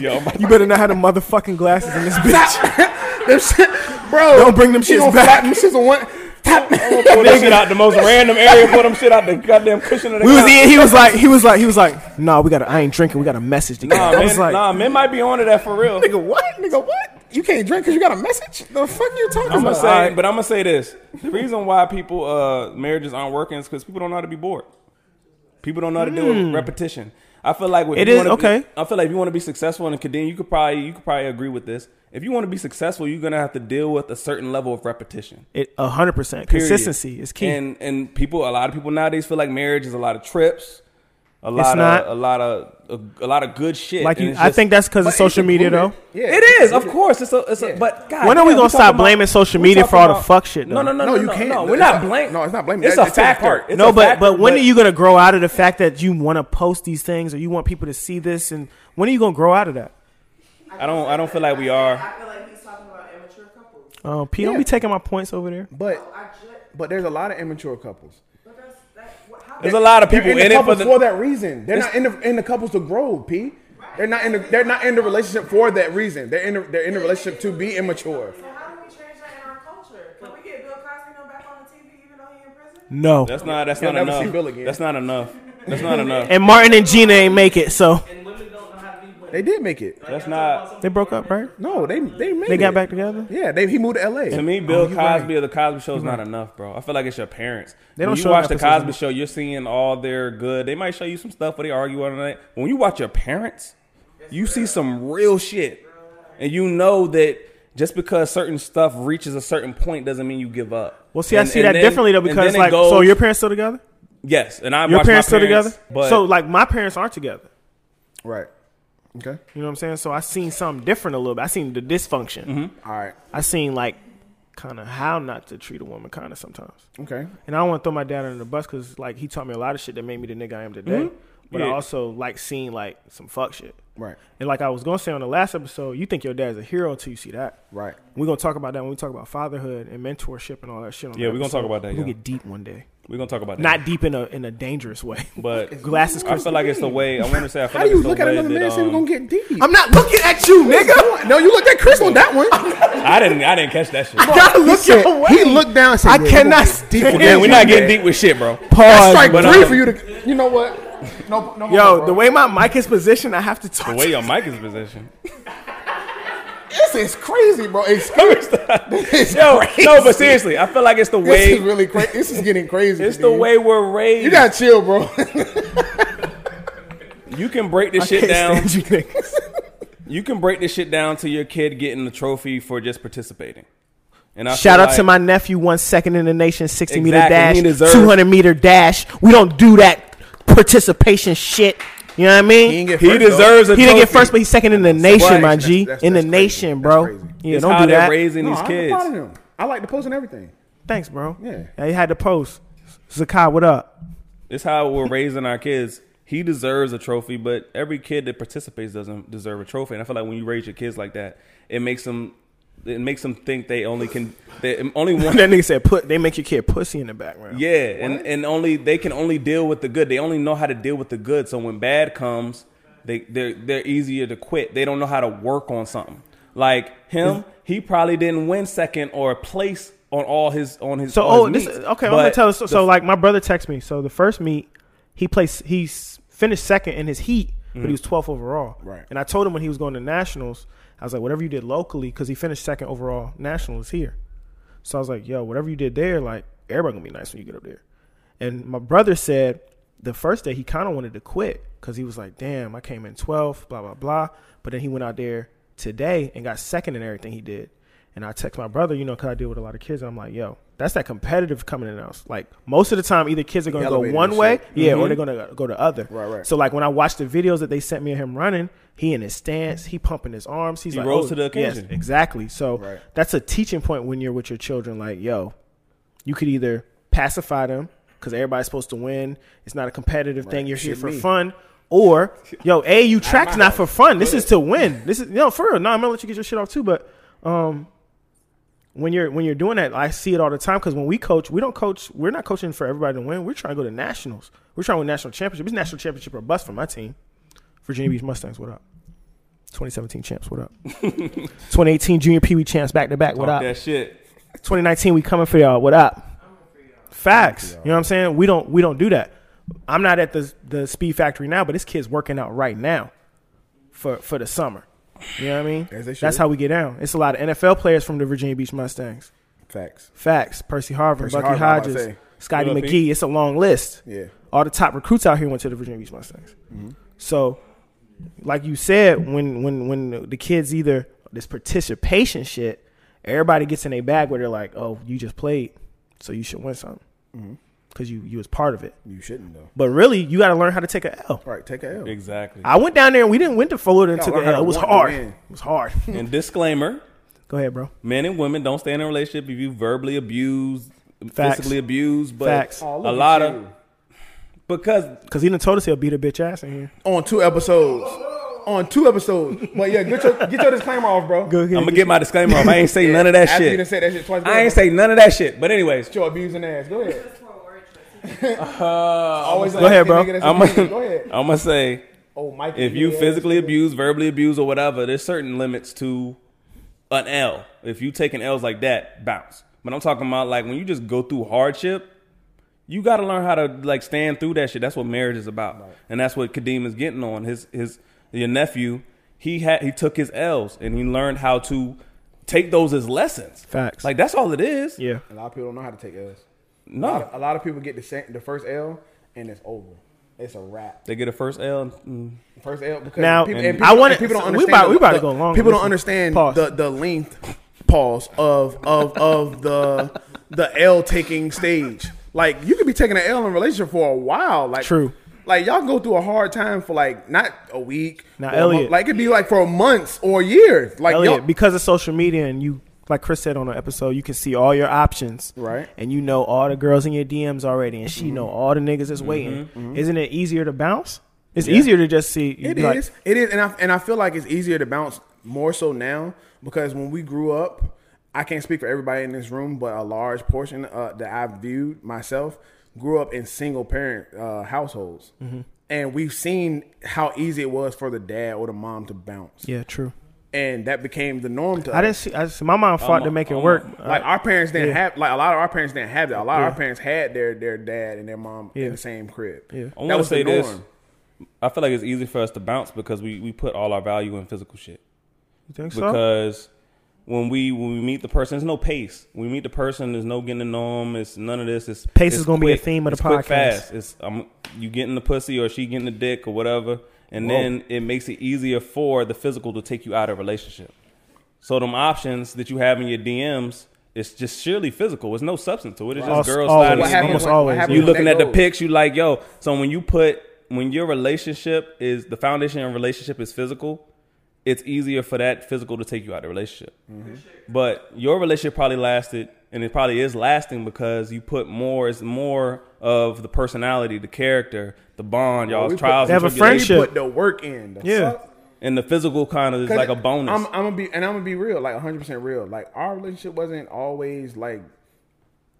Yo, my- You better not have the motherfucking glasses in this bitch. them shit, bro. Don't bring them he shits gonna flap back. Them shits on one. Tap. pull that shit out the most random area. Pull them shit out the goddamn cushion of the. We was couch. in. He was like, he was like, he was like, nah, we got. to I ain't drinking. We got a message to get. Nah, I was man, like, nah, men might be onto that for real. nigga, what? Nigga, what? You can't drink because you got a message. The fuck you talking I'm gonna about? say, Alright. but I'm gonna say this: the reason why people uh marriages aren't working is because people don't know how to be bored. People don't know how to deal with repetition. I feel like if Hmm. It you is- wanna be- okay. I feel like if you want to be successful in Kadeem, you could probably you could probably agree with this. If you want to be successful, you're gonna have to deal with a certain level of repetition. It a hundred percent period. consistency is key. And and people, a lot of people nowadays feel like marriage is a lot of trips, a lot of not. a lot of a, a lot of good shit. like and you, it's I just- think that's because of But social it's media though. included. Yeah, It is, of course. It's a, it's a, but God, When are we damn, gonna stop talking about- blaming social we media for all the talking about- fuck shit, No, though? no, no, no, No, you no, can't. No, No, we're it's not not- blaming. no, it's not blaming. It's That- a it's in the factor. part. It's no, a but factor, but when are you gonna grow out of the fact that you want to post these things or you want people to see this, and when are you gonna grow out of that? I don't. I don't feel like we are. I feel like he's talking about immature couples. Oh, P, don't Yeah. be taking my points over there. But I just, but there's a lot of immature couples. but that's that. What, how There's a lot of people They're in, in, the it for couples the. for that reason. They're not in the in the couples to grow. P. They're not in the they're not in the relationship for that reason. They're in the, they're in the relationship to be immature. So how do we change that in our culture? Can we get Bill Cosby no back on the TV even though he's in prison? No. that's not. That's You'll not never see Bill enough. again. That's not enough. That's not enough. And Martin and Gina ain't make it, so And women don't know how to be women. They did make it. That's not. they broke up, right? No, they they made They it. got back together. Yeah, they he moved to L.A. To me, Bill Cosby you're Oh, right. or the Cosby Show is not enough, bro. I feel like it's your parents. They don't when you show watch enough the episodes. Cosby Show, you're seeing all their good. They might show you some stuff where they argue all night. When you watch your parents, you see some real shit, and you know that just because certain stuff reaches a certain point doesn't mean you give up. Well, see, And- I see and that then- differently though and because then it like, so goes- your parents still together? yes, and I Your watch my parents still together? But so like, my parents aren't together. Right. Okay. You know what I'm saying? So I seen something different a little bit. I seen the dysfunction. Mm-hmm. All right. I seen like kind of how not to treat a woman kind of sometimes. Okay. And I don't want to throw my dad under the bus because like he taught me a lot of shit that made me the nigga I am today. But I Yeah. also like seeing like some fuck shit. Mm-hmm. Right. And like I was gonna say on the last episode, you think your dad's a hero until you see that. Right. We're gonna talk about that when we talk about fatherhood and mentorship and all that shit. On Yeah, that we gonna episode. talk about that, We gonna yeah. get deep one day. we're gonna talk about that. Not deep in a in a dangerous way. but Glasses. I feel like it's the way. I want to say. I feel like How do you it's the look at way another that, man and say we're um, gonna get deep? I'm not looking at you, nigga. No, you looked at Chris on that one. I didn't. I didn't catch that shit. Gotta He look said- your way. He looked down and said, I "Yeah, we're cannot gonna get deep stand on Man, that we're one, not getting man." deep with shit, bro. That's Pause. strike but, three um, for you to. You know what? No, no. homo, Yo, bro. the way my mic is positioned, I have to The talk. way to- your mic is positioned. this is crazy, bro. Excuse me. Yo, no, but seriously, I feel like it's the This way. is really crazy. This is getting crazy. It's the dude. way we're raised. You You, gotta chill, bro. can break this I shit can't down. stand you niggas. You can break this shit down to your kid getting the trophy for just participating. And I Shout feel out to like- my nephew, one second in the nation, Exactly, 60 he meter dash, deserves- 200 meter dash. We don't do that participation shit. You know what I mean? He, He deserves a didn't get trophy. first, but he's second in the nation, Right. my That's- G. that's- in the that's crazy. nation, That's bro. crazy. Yeah, It's don't how do they're that. raising these I'm kids. proud of him. I like the post and everything. Thanks, bro. Yeah. yeah, he had to post. Zakai, what up? It's how we're raising our kids. He deserves a trophy, but every kid that participates doesn't deserve a trophy. And I feel like when you raise your kids like that, it makes them it makes them think they only can they only one that nigga said, "Put they make your kid pussy in the background." Yeah, and, and only they can only deal with the good. They only know how to deal with the good. So when bad comes, they they're they're easier to quit. They don't know how to work on something. Like him, he probably didn't win second or place on all his on his. So on oh, his this, meets. okay. I'm But gonna tell us. So, the- like, my brother texted me. So the first meet, he placed. He s- finished second in his heat, but Mm. he was 12th overall. Right. And I told him when he was going to nationals, I was like, whatever you did locally, because he finished second overall nationals here. So I was like, yo, whatever you did there, like everybody gonna be nice when you get up there. And my brother said the first day he kind of wanted to quit because he was like, damn, I came in 12th, blah, blah, blah. But then he went out there today and got second in everything he did. And I text my brother, you know, because I deal with a lot of kids. And I'm like, yo, that's that competitive coming in us. Like, most of the time, either kids are going to go Elevated one and way, shit. Mm-hmm. yeah, or they're going to go the other. Right, right. So, like, when I watched the videos that they sent me of him running, he in his stance, he pumping his arms. He's He like, rose oh, to the yes, occasion. exactly. So, Right. that's a teaching point when you're with your children. Like, yo, you could either pacify them because everybody's supposed to win. It's not a competitive thing. You're here Shit for me. fun. Or yo, a you track's not for fun. This is to win. This is no for real. No, I'm gonna let you get your shit off too. But um, when you're when you're doing that, I see it all the time because when we coach, we don't coach. We're not coaching for everybody to win. We're trying to go to nationals. We're trying to win national championship. It's national championship or bust for my team. Virginia Beach Mustangs, what up? 2017 champs, what up? 2018 junior Pee Wee champs, back to back, what Talk up? that shit. 2019 we coming for y'all what up facts you know what i'm saying we don't we don't do that i'm not at the the speed factory now but this kid's working out right now for for the summer you know what i mean As they that's should. how we get down it's a lot of nfl players from the virginia beach mustangs Facts. facts percy harvin Percy bucky Harvin, I was about to hodges say. scotty What up, mcgee Pete? it's a long list Yeah. Mm-hmm. all the top recruits out here went to the Virginia Beach Mustangs. So, like you said, when when when the kids either this participation shit, everybody gets in a bag where they're like, "Oh, you just played, so you should win something Mm-hmm. because you you was part of it." You shouldn't though. But really, you got to learn how to take a L. All right, take a L. Exactly. I went down there and we didn't went to Florida and Y'all took learn how a L. to It was want to hard. win. It was hard. and disclaimer: Go ahead, bro. men and women don't stay in a relationship if you verbally abused, Facts. physically abused, but Facts. a lot of because Because he done told us he'll beat a bitch ass in here. On two episodes. On two episodes. But yeah, get your get your disclaimer off, bro. Go ahead. I'm gonna get my disclaimer off. I ain't say none of that After you done shit. said that shit twice. go I ain't ahead. say none of that shit. But anyways, Get your abusing ass. Go ahead. That's poor word choice. Always Go ahead, bro. I'm Go gonna, ahead. I'm gonna say Oh, Mike. if you physically abuse, verbally abuse, or whatever, there's certain limits to an L. If you taking L's like that, bounce. But I'm talking about like when you just go through hardship, you got to learn how to like stand through that shit. That's what marriage is about, and that's what Kadeem is getting on. His his your nephew, he had he took his L's and he learned how to take those as lessons. Facts. Like that's all it is. Yeah. A lot of people don't know how to take L's. A lot No, of, a lot of people get the same, the first L and it's over. It's a wrap. they get a first L. mm. First L because Now, people, and people, I wanna- and people don't so we understand. about- we the- about to the- go long. People don't Listen. understand Pause. the the length pause of of of the the L taking stage. Like you could be taking an L in a relationship for a while. Like True. Like y'all go through a hard time for like not a week. Now, or a Elliot- month. like it'd be like for months or years. Like Elliot, y'all, because of social media and you, like Chris said on an episode, you can see all your options, Right. Mm-hmm. And you know all the girls in your DMs already, and she know all the niggas that's waiting. Isn't it easier to bounce? It's easier to just see. It is. like, It is, and I and I feel like it's easier to bounce more so now because when we grew up, I can't speak for everybody in this room, but a large portion uh, that I've viewed myself grew up in single parent uh, households, Mm-hmm. and we've seen how easy it was for the dad or the mom to bounce, Yeah, true. and that became the norm to I us. didn't see. I just, my mom fought to I'm- make it I'm- work. Like I- our parents didn't Yeah. have, like a lot of our parents didn't have that. A lot of Yeah. our parents had their their dad and their mom Yeah. in the same crib. Yeah. I I want to say this. I feel like it's easy for us to bounce because we, we put all our value in physical shit. you think so? Because when we when we meet the person, there's no pace. We meet the person, there's no getting to know them. It's none of this. It's Pace it's is gonna be a theme of the it's quick, podcast. Fast. It's um, you getting the pussy or she getting the dick or whatever, and then it makes it easier for the physical to take you out of relationship. So them options that you have in your DMs, it's just surely physical. It's no substance to it. It's Almost just girls always. sliding What in happened? Almost when- always, What happened you when looking that at the goes? pics, you like, yo. So when you put when your relationship is the foundation of relationship is physical, it's easier for that physical to take you out of the relationship. Mm-hmm. But your relationship probably lasted and it probably is lasting because you put more it's more of the personality, the character, the bond, y'all's we put- trials They and have a tribulations. friendship. Put the work in. The Yeah. fuck? And the physical kind of is like a bonus. I'm, I'm gonna be and I'm gonna be real, like 100 percent real. Like our relationship wasn't always like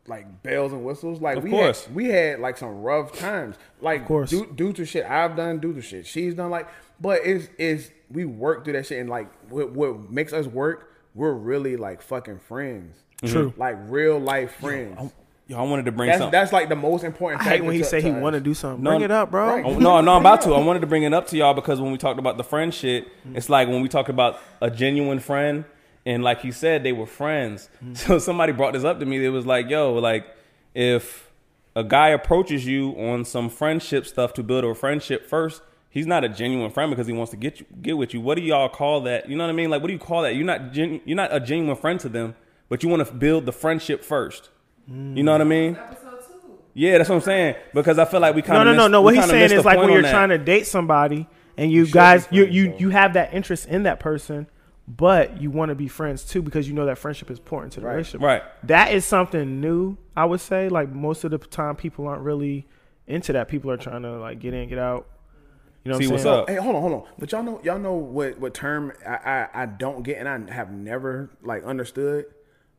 like bells and whistles. Like Of we course. had we had like some rough times. Like course. due, due to shit I've done, due to shit she's done. Like, but it's it's we work through that shit and like what, what makes us work. We're really like fucking friends. True. Like real life friends. Yo, I wanted to bring that's something. that's like the most important. I hate factor when he to- say to he us. want to do something. No, Bring it up, bro. right. Oh, no, no, I'm about to. I wanted to bring it up to y'all because when we talked about the friend shit, it's like when we talked about a genuine friend, and like he said, they were friends. Mm. So somebody brought this up to me. It was like, yo, like if a guy approaches you on some friendship stuff to build a friendship first, he's not a genuine friend because he wants to get you, get with you. What do y'all call that? You know what I mean? Like, what do you call that? You're not gen, you're not a genuine friend to them, but you want to build the friendship first. You know Hmm. what I mean? Episode two. Yeah, that's what I'm saying. Because I feel like we kind No, of no, no, no. What he's saying is like when you're trying to date somebody and you guys, you you you have that interest in that person, but you want to be friends too because you know that friendship is important to the Right. relationship. Right. That is something new, I would say. Like most of the time, people aren't really into that. People are trying to like get in, get out. You know, what See I'm what's saying? up. Hey, hold on, hold on. But y'all know, y'all know what what term I, I I don't get, and I have never like understood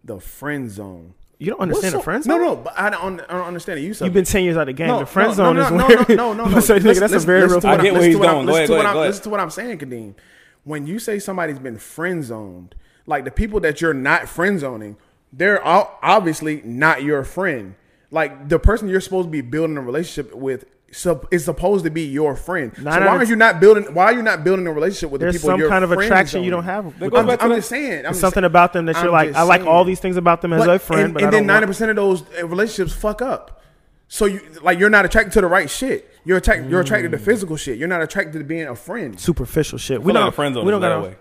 the friend zone. You don't understand What's the so- friends. No, no, but I don't, I don't understand it. You said You've been ten years out of the game. No, the friend no, zone no, is no, where no, no, no, no. So, nigga, Listen- that's listen- a very listen real to what thing. I get where listen he's to what I'm- going. Go listen ahead, to go ahead, what I'm- go ahead. Listen to what I'm saying, Kadeem. When you say somebody's been friend zoned, like the people that you're not friend zoning, they're all obviously not your friend. Like the person you're supposed to be building a relationship with. sup- is supposed to be your friend. Nine so out why of- are you not building? Why are you not building a relationship with the There's people? some you're kind of friend attraction you zoning? don't have with That them. goes I'm, back to I'm that- just saying. I'm There's just something saying- about them that you're I'm like, just I like all saying. these things about them as a But- friend, and, but I and then don't want- ninety percent of those uh, relationships fuck up. So you like you're not attracted to the right shit. You're attracted. You're attracted Mm. to physical shit. You're not attracted to being a friend. superficial shit. We like don't a friend zone We is don't got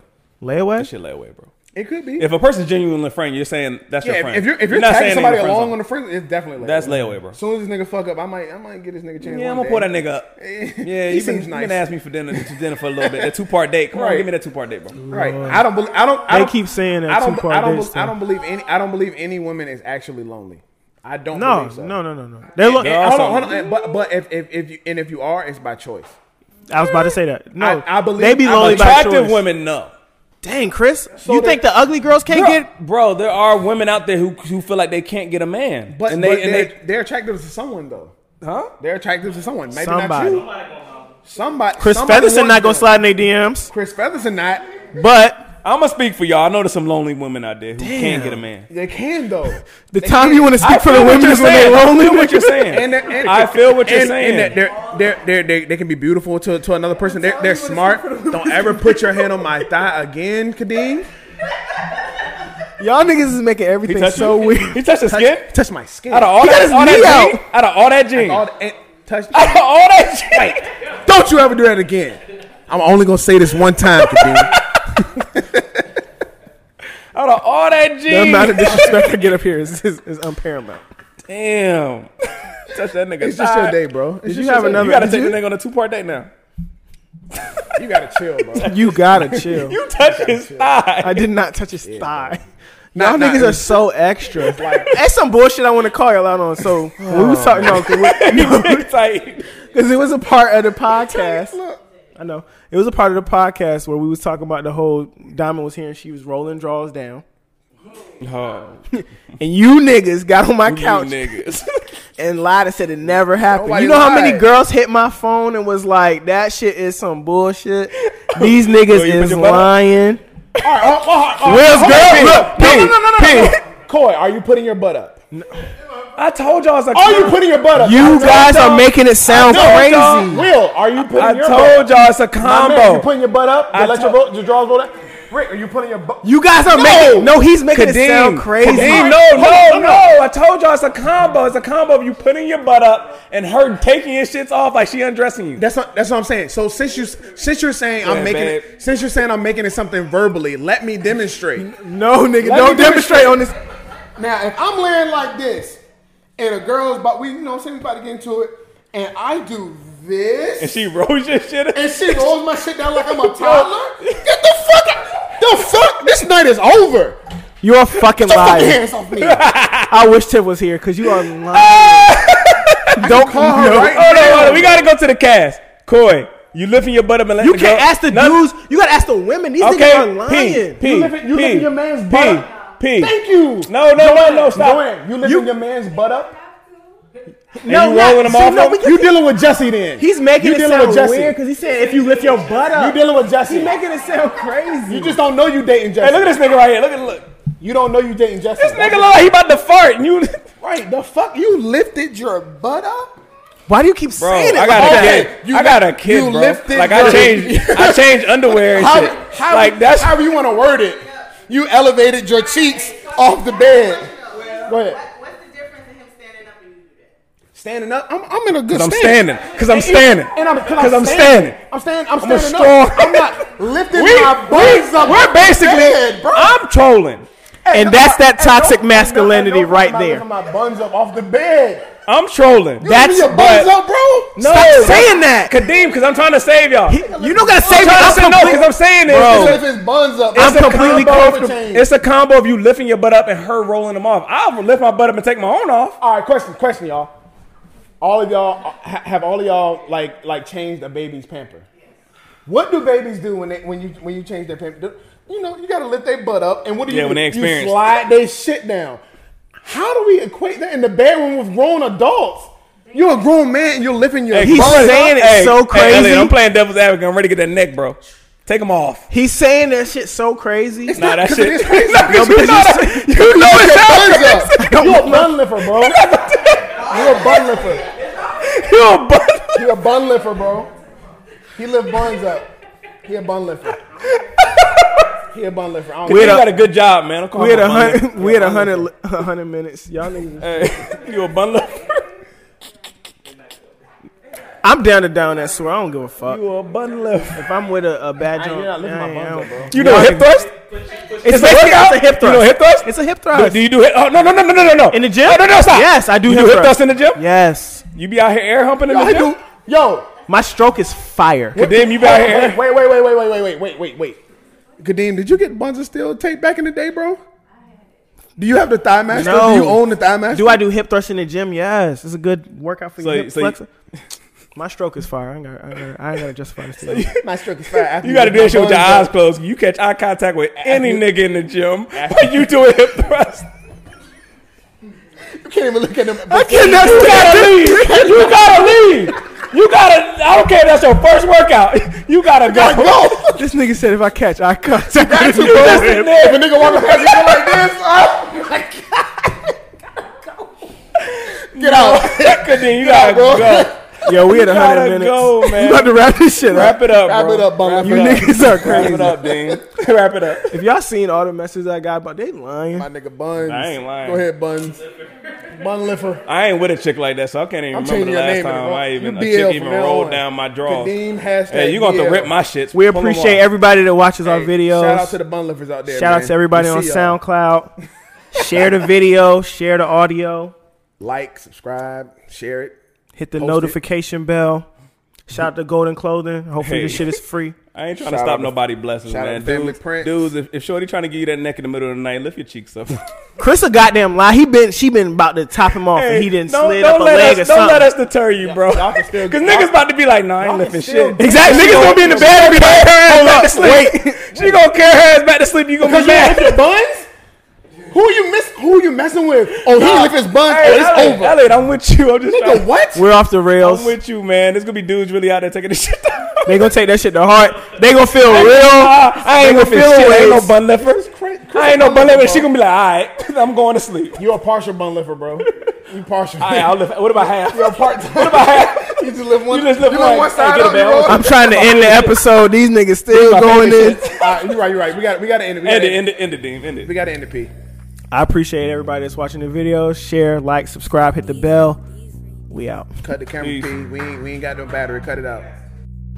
layaway. That shit lay away, bro. It could be. If a person's genuinely friend, you're saying that's yeah, your if- friend. if you're if you're, not tagging saying they your somebody friend along zone. on the friend, it's definitely layaway. That's layaway, bro. As soon as this nigga fuck up, I might I might get this nigga chance. Yeah, I'm one gonna pull day. that nigga up. Yeah, He you been, seems you nice. been asking me for dinner to dinner for a little bit. That two part date. Come on, Right. give me that two part date, bro. Right. I don't. Believe, I don't. I They don't, keep saying that I don't. two-part I don't. dates be- I thing. don't believe any. I don't believe any woman is actually lonely. I don't. No, believe so. no, no, no, no. They look. Yeah. And, hold on, hold Awesome. on. and- But but if, if if you and if you are, it's by choice. I was about to say that. No, I- I believe- they be I lonely by Attractive choice. women, no. Dang, Chris, you they- think the ugly girls can't Bro, get? bro, there are women out there who who feel like they can't get a man, But, and they but and they're, they they're attractive to someone though. huh? They're attractive to someone. Maybe Somebody. not you. Somebody gonna holler. Somebody. Chris somebody wants Featherston not gonna them. slide in their DMs, Chris Featherston not. but I'm gonna speak for y'all. I know there's some lonely women out there who can't get a man. They can though. the time you want to I speak for feel the what women you're is when saying. they're I lonely. feel what you're saying. And, they're- and- I feel what you're and- saying. And that they're, they're, they're, they they can be beautiful to, to another person. They're, they're smart. Don't ever put your hand on my thigh again, Kadeem. Y'all niggas is making he everything touched so you? weird. He touched the skin. Touch my skin. Out of all He got that, his all knee that out. jean, out of all that jean, All out the- and touch. of all that jean. Don't you ever do that again. I'm only gonna say this one time, Kadeem. Out of all that The amount jeans. of disrespect I get up here is, is, is unparamount. Damn. Touch that nigga. It's just your day, bro. It's Did just you your have day. another- You gotta Did take you? the nigga on a two part date now. You gotta chill, bro. You gotta chill. You touch his thigh. I did not touch his thigh. Y'all Not- not- niggas are so extra. That's some bullshit I want to call y'all out on. So we Oh, was talking no, It's like, because it was a part of the podcast. I know it was a part of the podcast where we was talking about the whole Diamond was here and she was rolling draws down, oh, and you niggas got on my you couch niggas. and lied and said it never happened. Nobody you know how many lied. girls hit my phone and was like, "That shit is some bullshit." These niggas Yo, you put is your butt up? lying. All right, all right, all right, all right. Where's Hold girl? on, Look, P, no, no, no, no, no, P. no. Coy, are you putting your butt up? I told y'all. I was like, Are you putting your butt up? You guys are y'all- making it sound told crazy. y'all- Will, are you putting I your butt up? told y'all it's a My man, you combo. putting your butt up? You I let your, told- ro- your drawers roll down? Rick, are you putting your butt You guys are making no. He's making it sound crazy. Kadeem, no, no, no. I told y'all it's a combo. It's a combo of you putting your butt up and her taking your shits off like she undressing you. That's what, that's what I'm saying. So since you since you're saying I'm ahead, making babe. it, since you're saying I'm making it something verbally, let me demonstrate. No, nigga, Let don't me demonstrate demonstrate. on this. Now, if I'm laying like this, and a girl's about, we, you know what I'm saying, we about to get into it, and I do this, And she rolls your shit up. and she rolls my shit down like I'm a toddler, get the fuck out! The fuck? This night is over! You're a fucking Get your liar. hands off me! I wish Tiff was here because you are lying. don't call her. Hold on, hold on. We gotta go to the cast. Coy, you lifting your butt up and letting You the can't girl- ask the No, dudes. You gotta ask the women. These Okay, niggas are lying. P, P, You lifting- you P, lifting your man's P, butt up. P. Thank you. No, no, no, no, stop. Joanne, you lifting your man's butt up? no, you rolling them off No, of- we You can, dealing with Jesse then? he's making you it dealing sound with Jesse. weird because he said if you lift your butt You up, dealing with Jesse? he's making it sound crazy. You just don't know you dating Jesse. Hey, look at this nigga right here. Look at look. You don't know you dating Jesse. This nigga look like he about to fart. And you, right? The fuck you you lifted your butt up? Why do you keep bro, saying it? I got like a that? kid. you I got a lift- kid, you bro. lifted Like I your- changed, I changed underwear and shit. How, like that's however you want to word it, you elevated your cheeks off the bed. Go Go ahead. What's the difference in him standing up and you do that? standing up. I'm, I'm in a good because I'm stand. standing. Because I'm standing. And I'm Because I'm standing. I'm standing. I'm I'm a standing up. strong. I'm not lifting We, my butt up. we, we're basically. bed, bro. I'm trolling. And that's that toxic don't- masculinity don't put right my- there. put My buns up off the bed. I'm trolling. That's That's your but- buns up, bro. no, Stop saying that. Kadeem, because I'm trying to save y'all. He- you don't gotta I'm save trying to say I'm no complete- because I'm saying this. Bro. It's If it's buns up, a- It's it's a completely combo of a comfortable. change. It's a combo of you lifting your butt up and her rolling them off. I'll lift my butt up and take my own off. All right, question, question, y'all. All of y'all ha- have all of y'all like like changed a baby's pamper. What do babies do when they when you when you change their pamper? Do- You know, you gotta lift their butt up, and what do you Yeah, do? when they you experience. slide their shit down. How do we equate that in the bedroom with grown adults? You're a grown man, and you're lifting your. He's butt saying up. it so Hey, Elliot, crazy. I'm playing devil's advocate. I'm ready to get that neck, bro. Take them off. He's saying that shit so crazy. Nah, that 'cause shit. it is crazy. No, 'cause No, you know that. You know it sounds Buns crazy. up. You're a bun lifter, bro. You're a bun lifter. You're a butt. You're a bun lifter, bro. He lift buns up. He a bun lifter. He a bun lifter. I don't You We're- know. a- got a good job, man. I'm calling We had my a bun hundred. We had a hundred. li- A hundred minutes. Y'all niggas. lifter. Hey, you a bun lifter? I'm down to down that swear. I don't give a fuck. You a bun lifter? If I'm with a, a bad I- joint, you're not lifting I my ain't- I buns up, don't- bro. You know hip thrust? It's, a basically workout? it's a hip You thrust. know hip thrust? It's a hip Do, thrust. do you do hip? Oh no no no no no no no! in the gym? No no no stop! Yes, I do You do hip hip thrust. thrust in the gym? Yes, You be out here air humping in the I gym? do. Yo, my stroke is fire. Kadeem, you be out here. wait, wait, wait, wait, wait, wait, wait, wait, wait, wait. Kadeem, did you get buns of steel tape back in the day, bro? Do you have the thigh master? No. Do you own the thigh master? Do I do hip thrusts in the gym? Yes, it's a good workout for So your you- hip so you- flexor. My stroke is fire. I ain't gotta, I ain't gotta, I ain't gotta justify this. to you. My stroke is fire. after You gotta lift do that shit my with your buns eyes up. closed. You catch eye contact with any nigga in the gym, but you do a hip thrust. You can't even look at them. cannot you gotta leave. You gotta leave. You gotta. I don't care. if That's your first workout. You gotta go. this nigga said if I catch eye contact, with You you, just in If a there. nigga walking past you go like this, oh my god. Get out. Kadeem, you gotta bro. go. yo, we had a You hundred gotta minutes. go, man. You about to wrap this shit Wrap up? it up. Wrap bro. it up, bun. You it up. niggas are Wrap it crazy. up, Dean. Wrap it up. If y'all seen all the messages I got about, they lying. My nigga Buns. I ain't lying. Go ahead, Buns. Bun lifter. I ain't with a chick like that, so I can't even I'm remember changing the your last name. in it, time bro. I even You a DL chick from even now rolled on. down my drawers. Kadeem hashtag. Hey, you gonna have to DL. rip my shits. We Pull 'em appreciate off. everybody that watches our Hey, videos. Shout out to the bun lifters out there. Shout out man. to everybody We on see y'all. SoundCloud. share the video, share the audio, Like, subscribe, share it. hit the Post it. notification bell. Shout out to Golden Clothing. Hopefully this Hey. shit is free. I ain't trying Shout to out stop to- nobody blessings, shout out man. to Family Dudes, Prince. dudes, if, if Shorty trying to give you that neck in the middle of the night, lift your cheeks up. Chris a goddamn lie. He been she been about to top him off and he didn't slid up a let leg us, or something. Don't let us deter you, bro. y'all can Because still- y'all- niggas about to be like, nah, I ain't can lifting still- shit. Exactly. Niggas gonna be in the bed and be like, Hold back up, to sleep. wait. She gonna carry her ass back to sleep. You gonna be Because you lift mad. your buns? Who you miss? Who you messing with? Oh, he lift his buns. Hey, oh, it's Elliot, over. Elliot, I'm with you. I'm just trying Nigga, what? We're off the rails. I'm with you, man. There's gonna be dudes really out there taking this shit down. They gonna take that shit to heart. They gonna feel real. I, I ain't gonna They gonna feel shit. feel I ain't no ways. bun lifter. I ain't no bun lifter. She gonna be like, all right, I'm going to sleep. You're a partial bun lifter, bro. You partial. All right, I'll lift. What about half? You're a part. what about half? You just lift one. You just lift one. one Hey, side get a up. You bell. roll. I'm trying to end the episode. These niggas still my going in. favorite All right, you're right. You're right. We got. We got to end it. We End gotta it, end it, end it, Dean. End it. We got to end it. P. I appreciate everybody that's watching the video. Share, like, subscribe, hit the bell. We out. Cut the camera. Peace. P. We ain't. We ain't got no battery. Cut it out.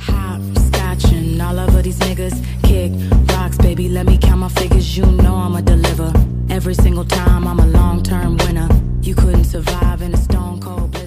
Hop, scotch, and all over these niggas. Kick rocks, baby. Let me count my figures. You know I'ma deliver. Every single time, I'm a long term winner. You couldn't survive in a stone cold. blizzard.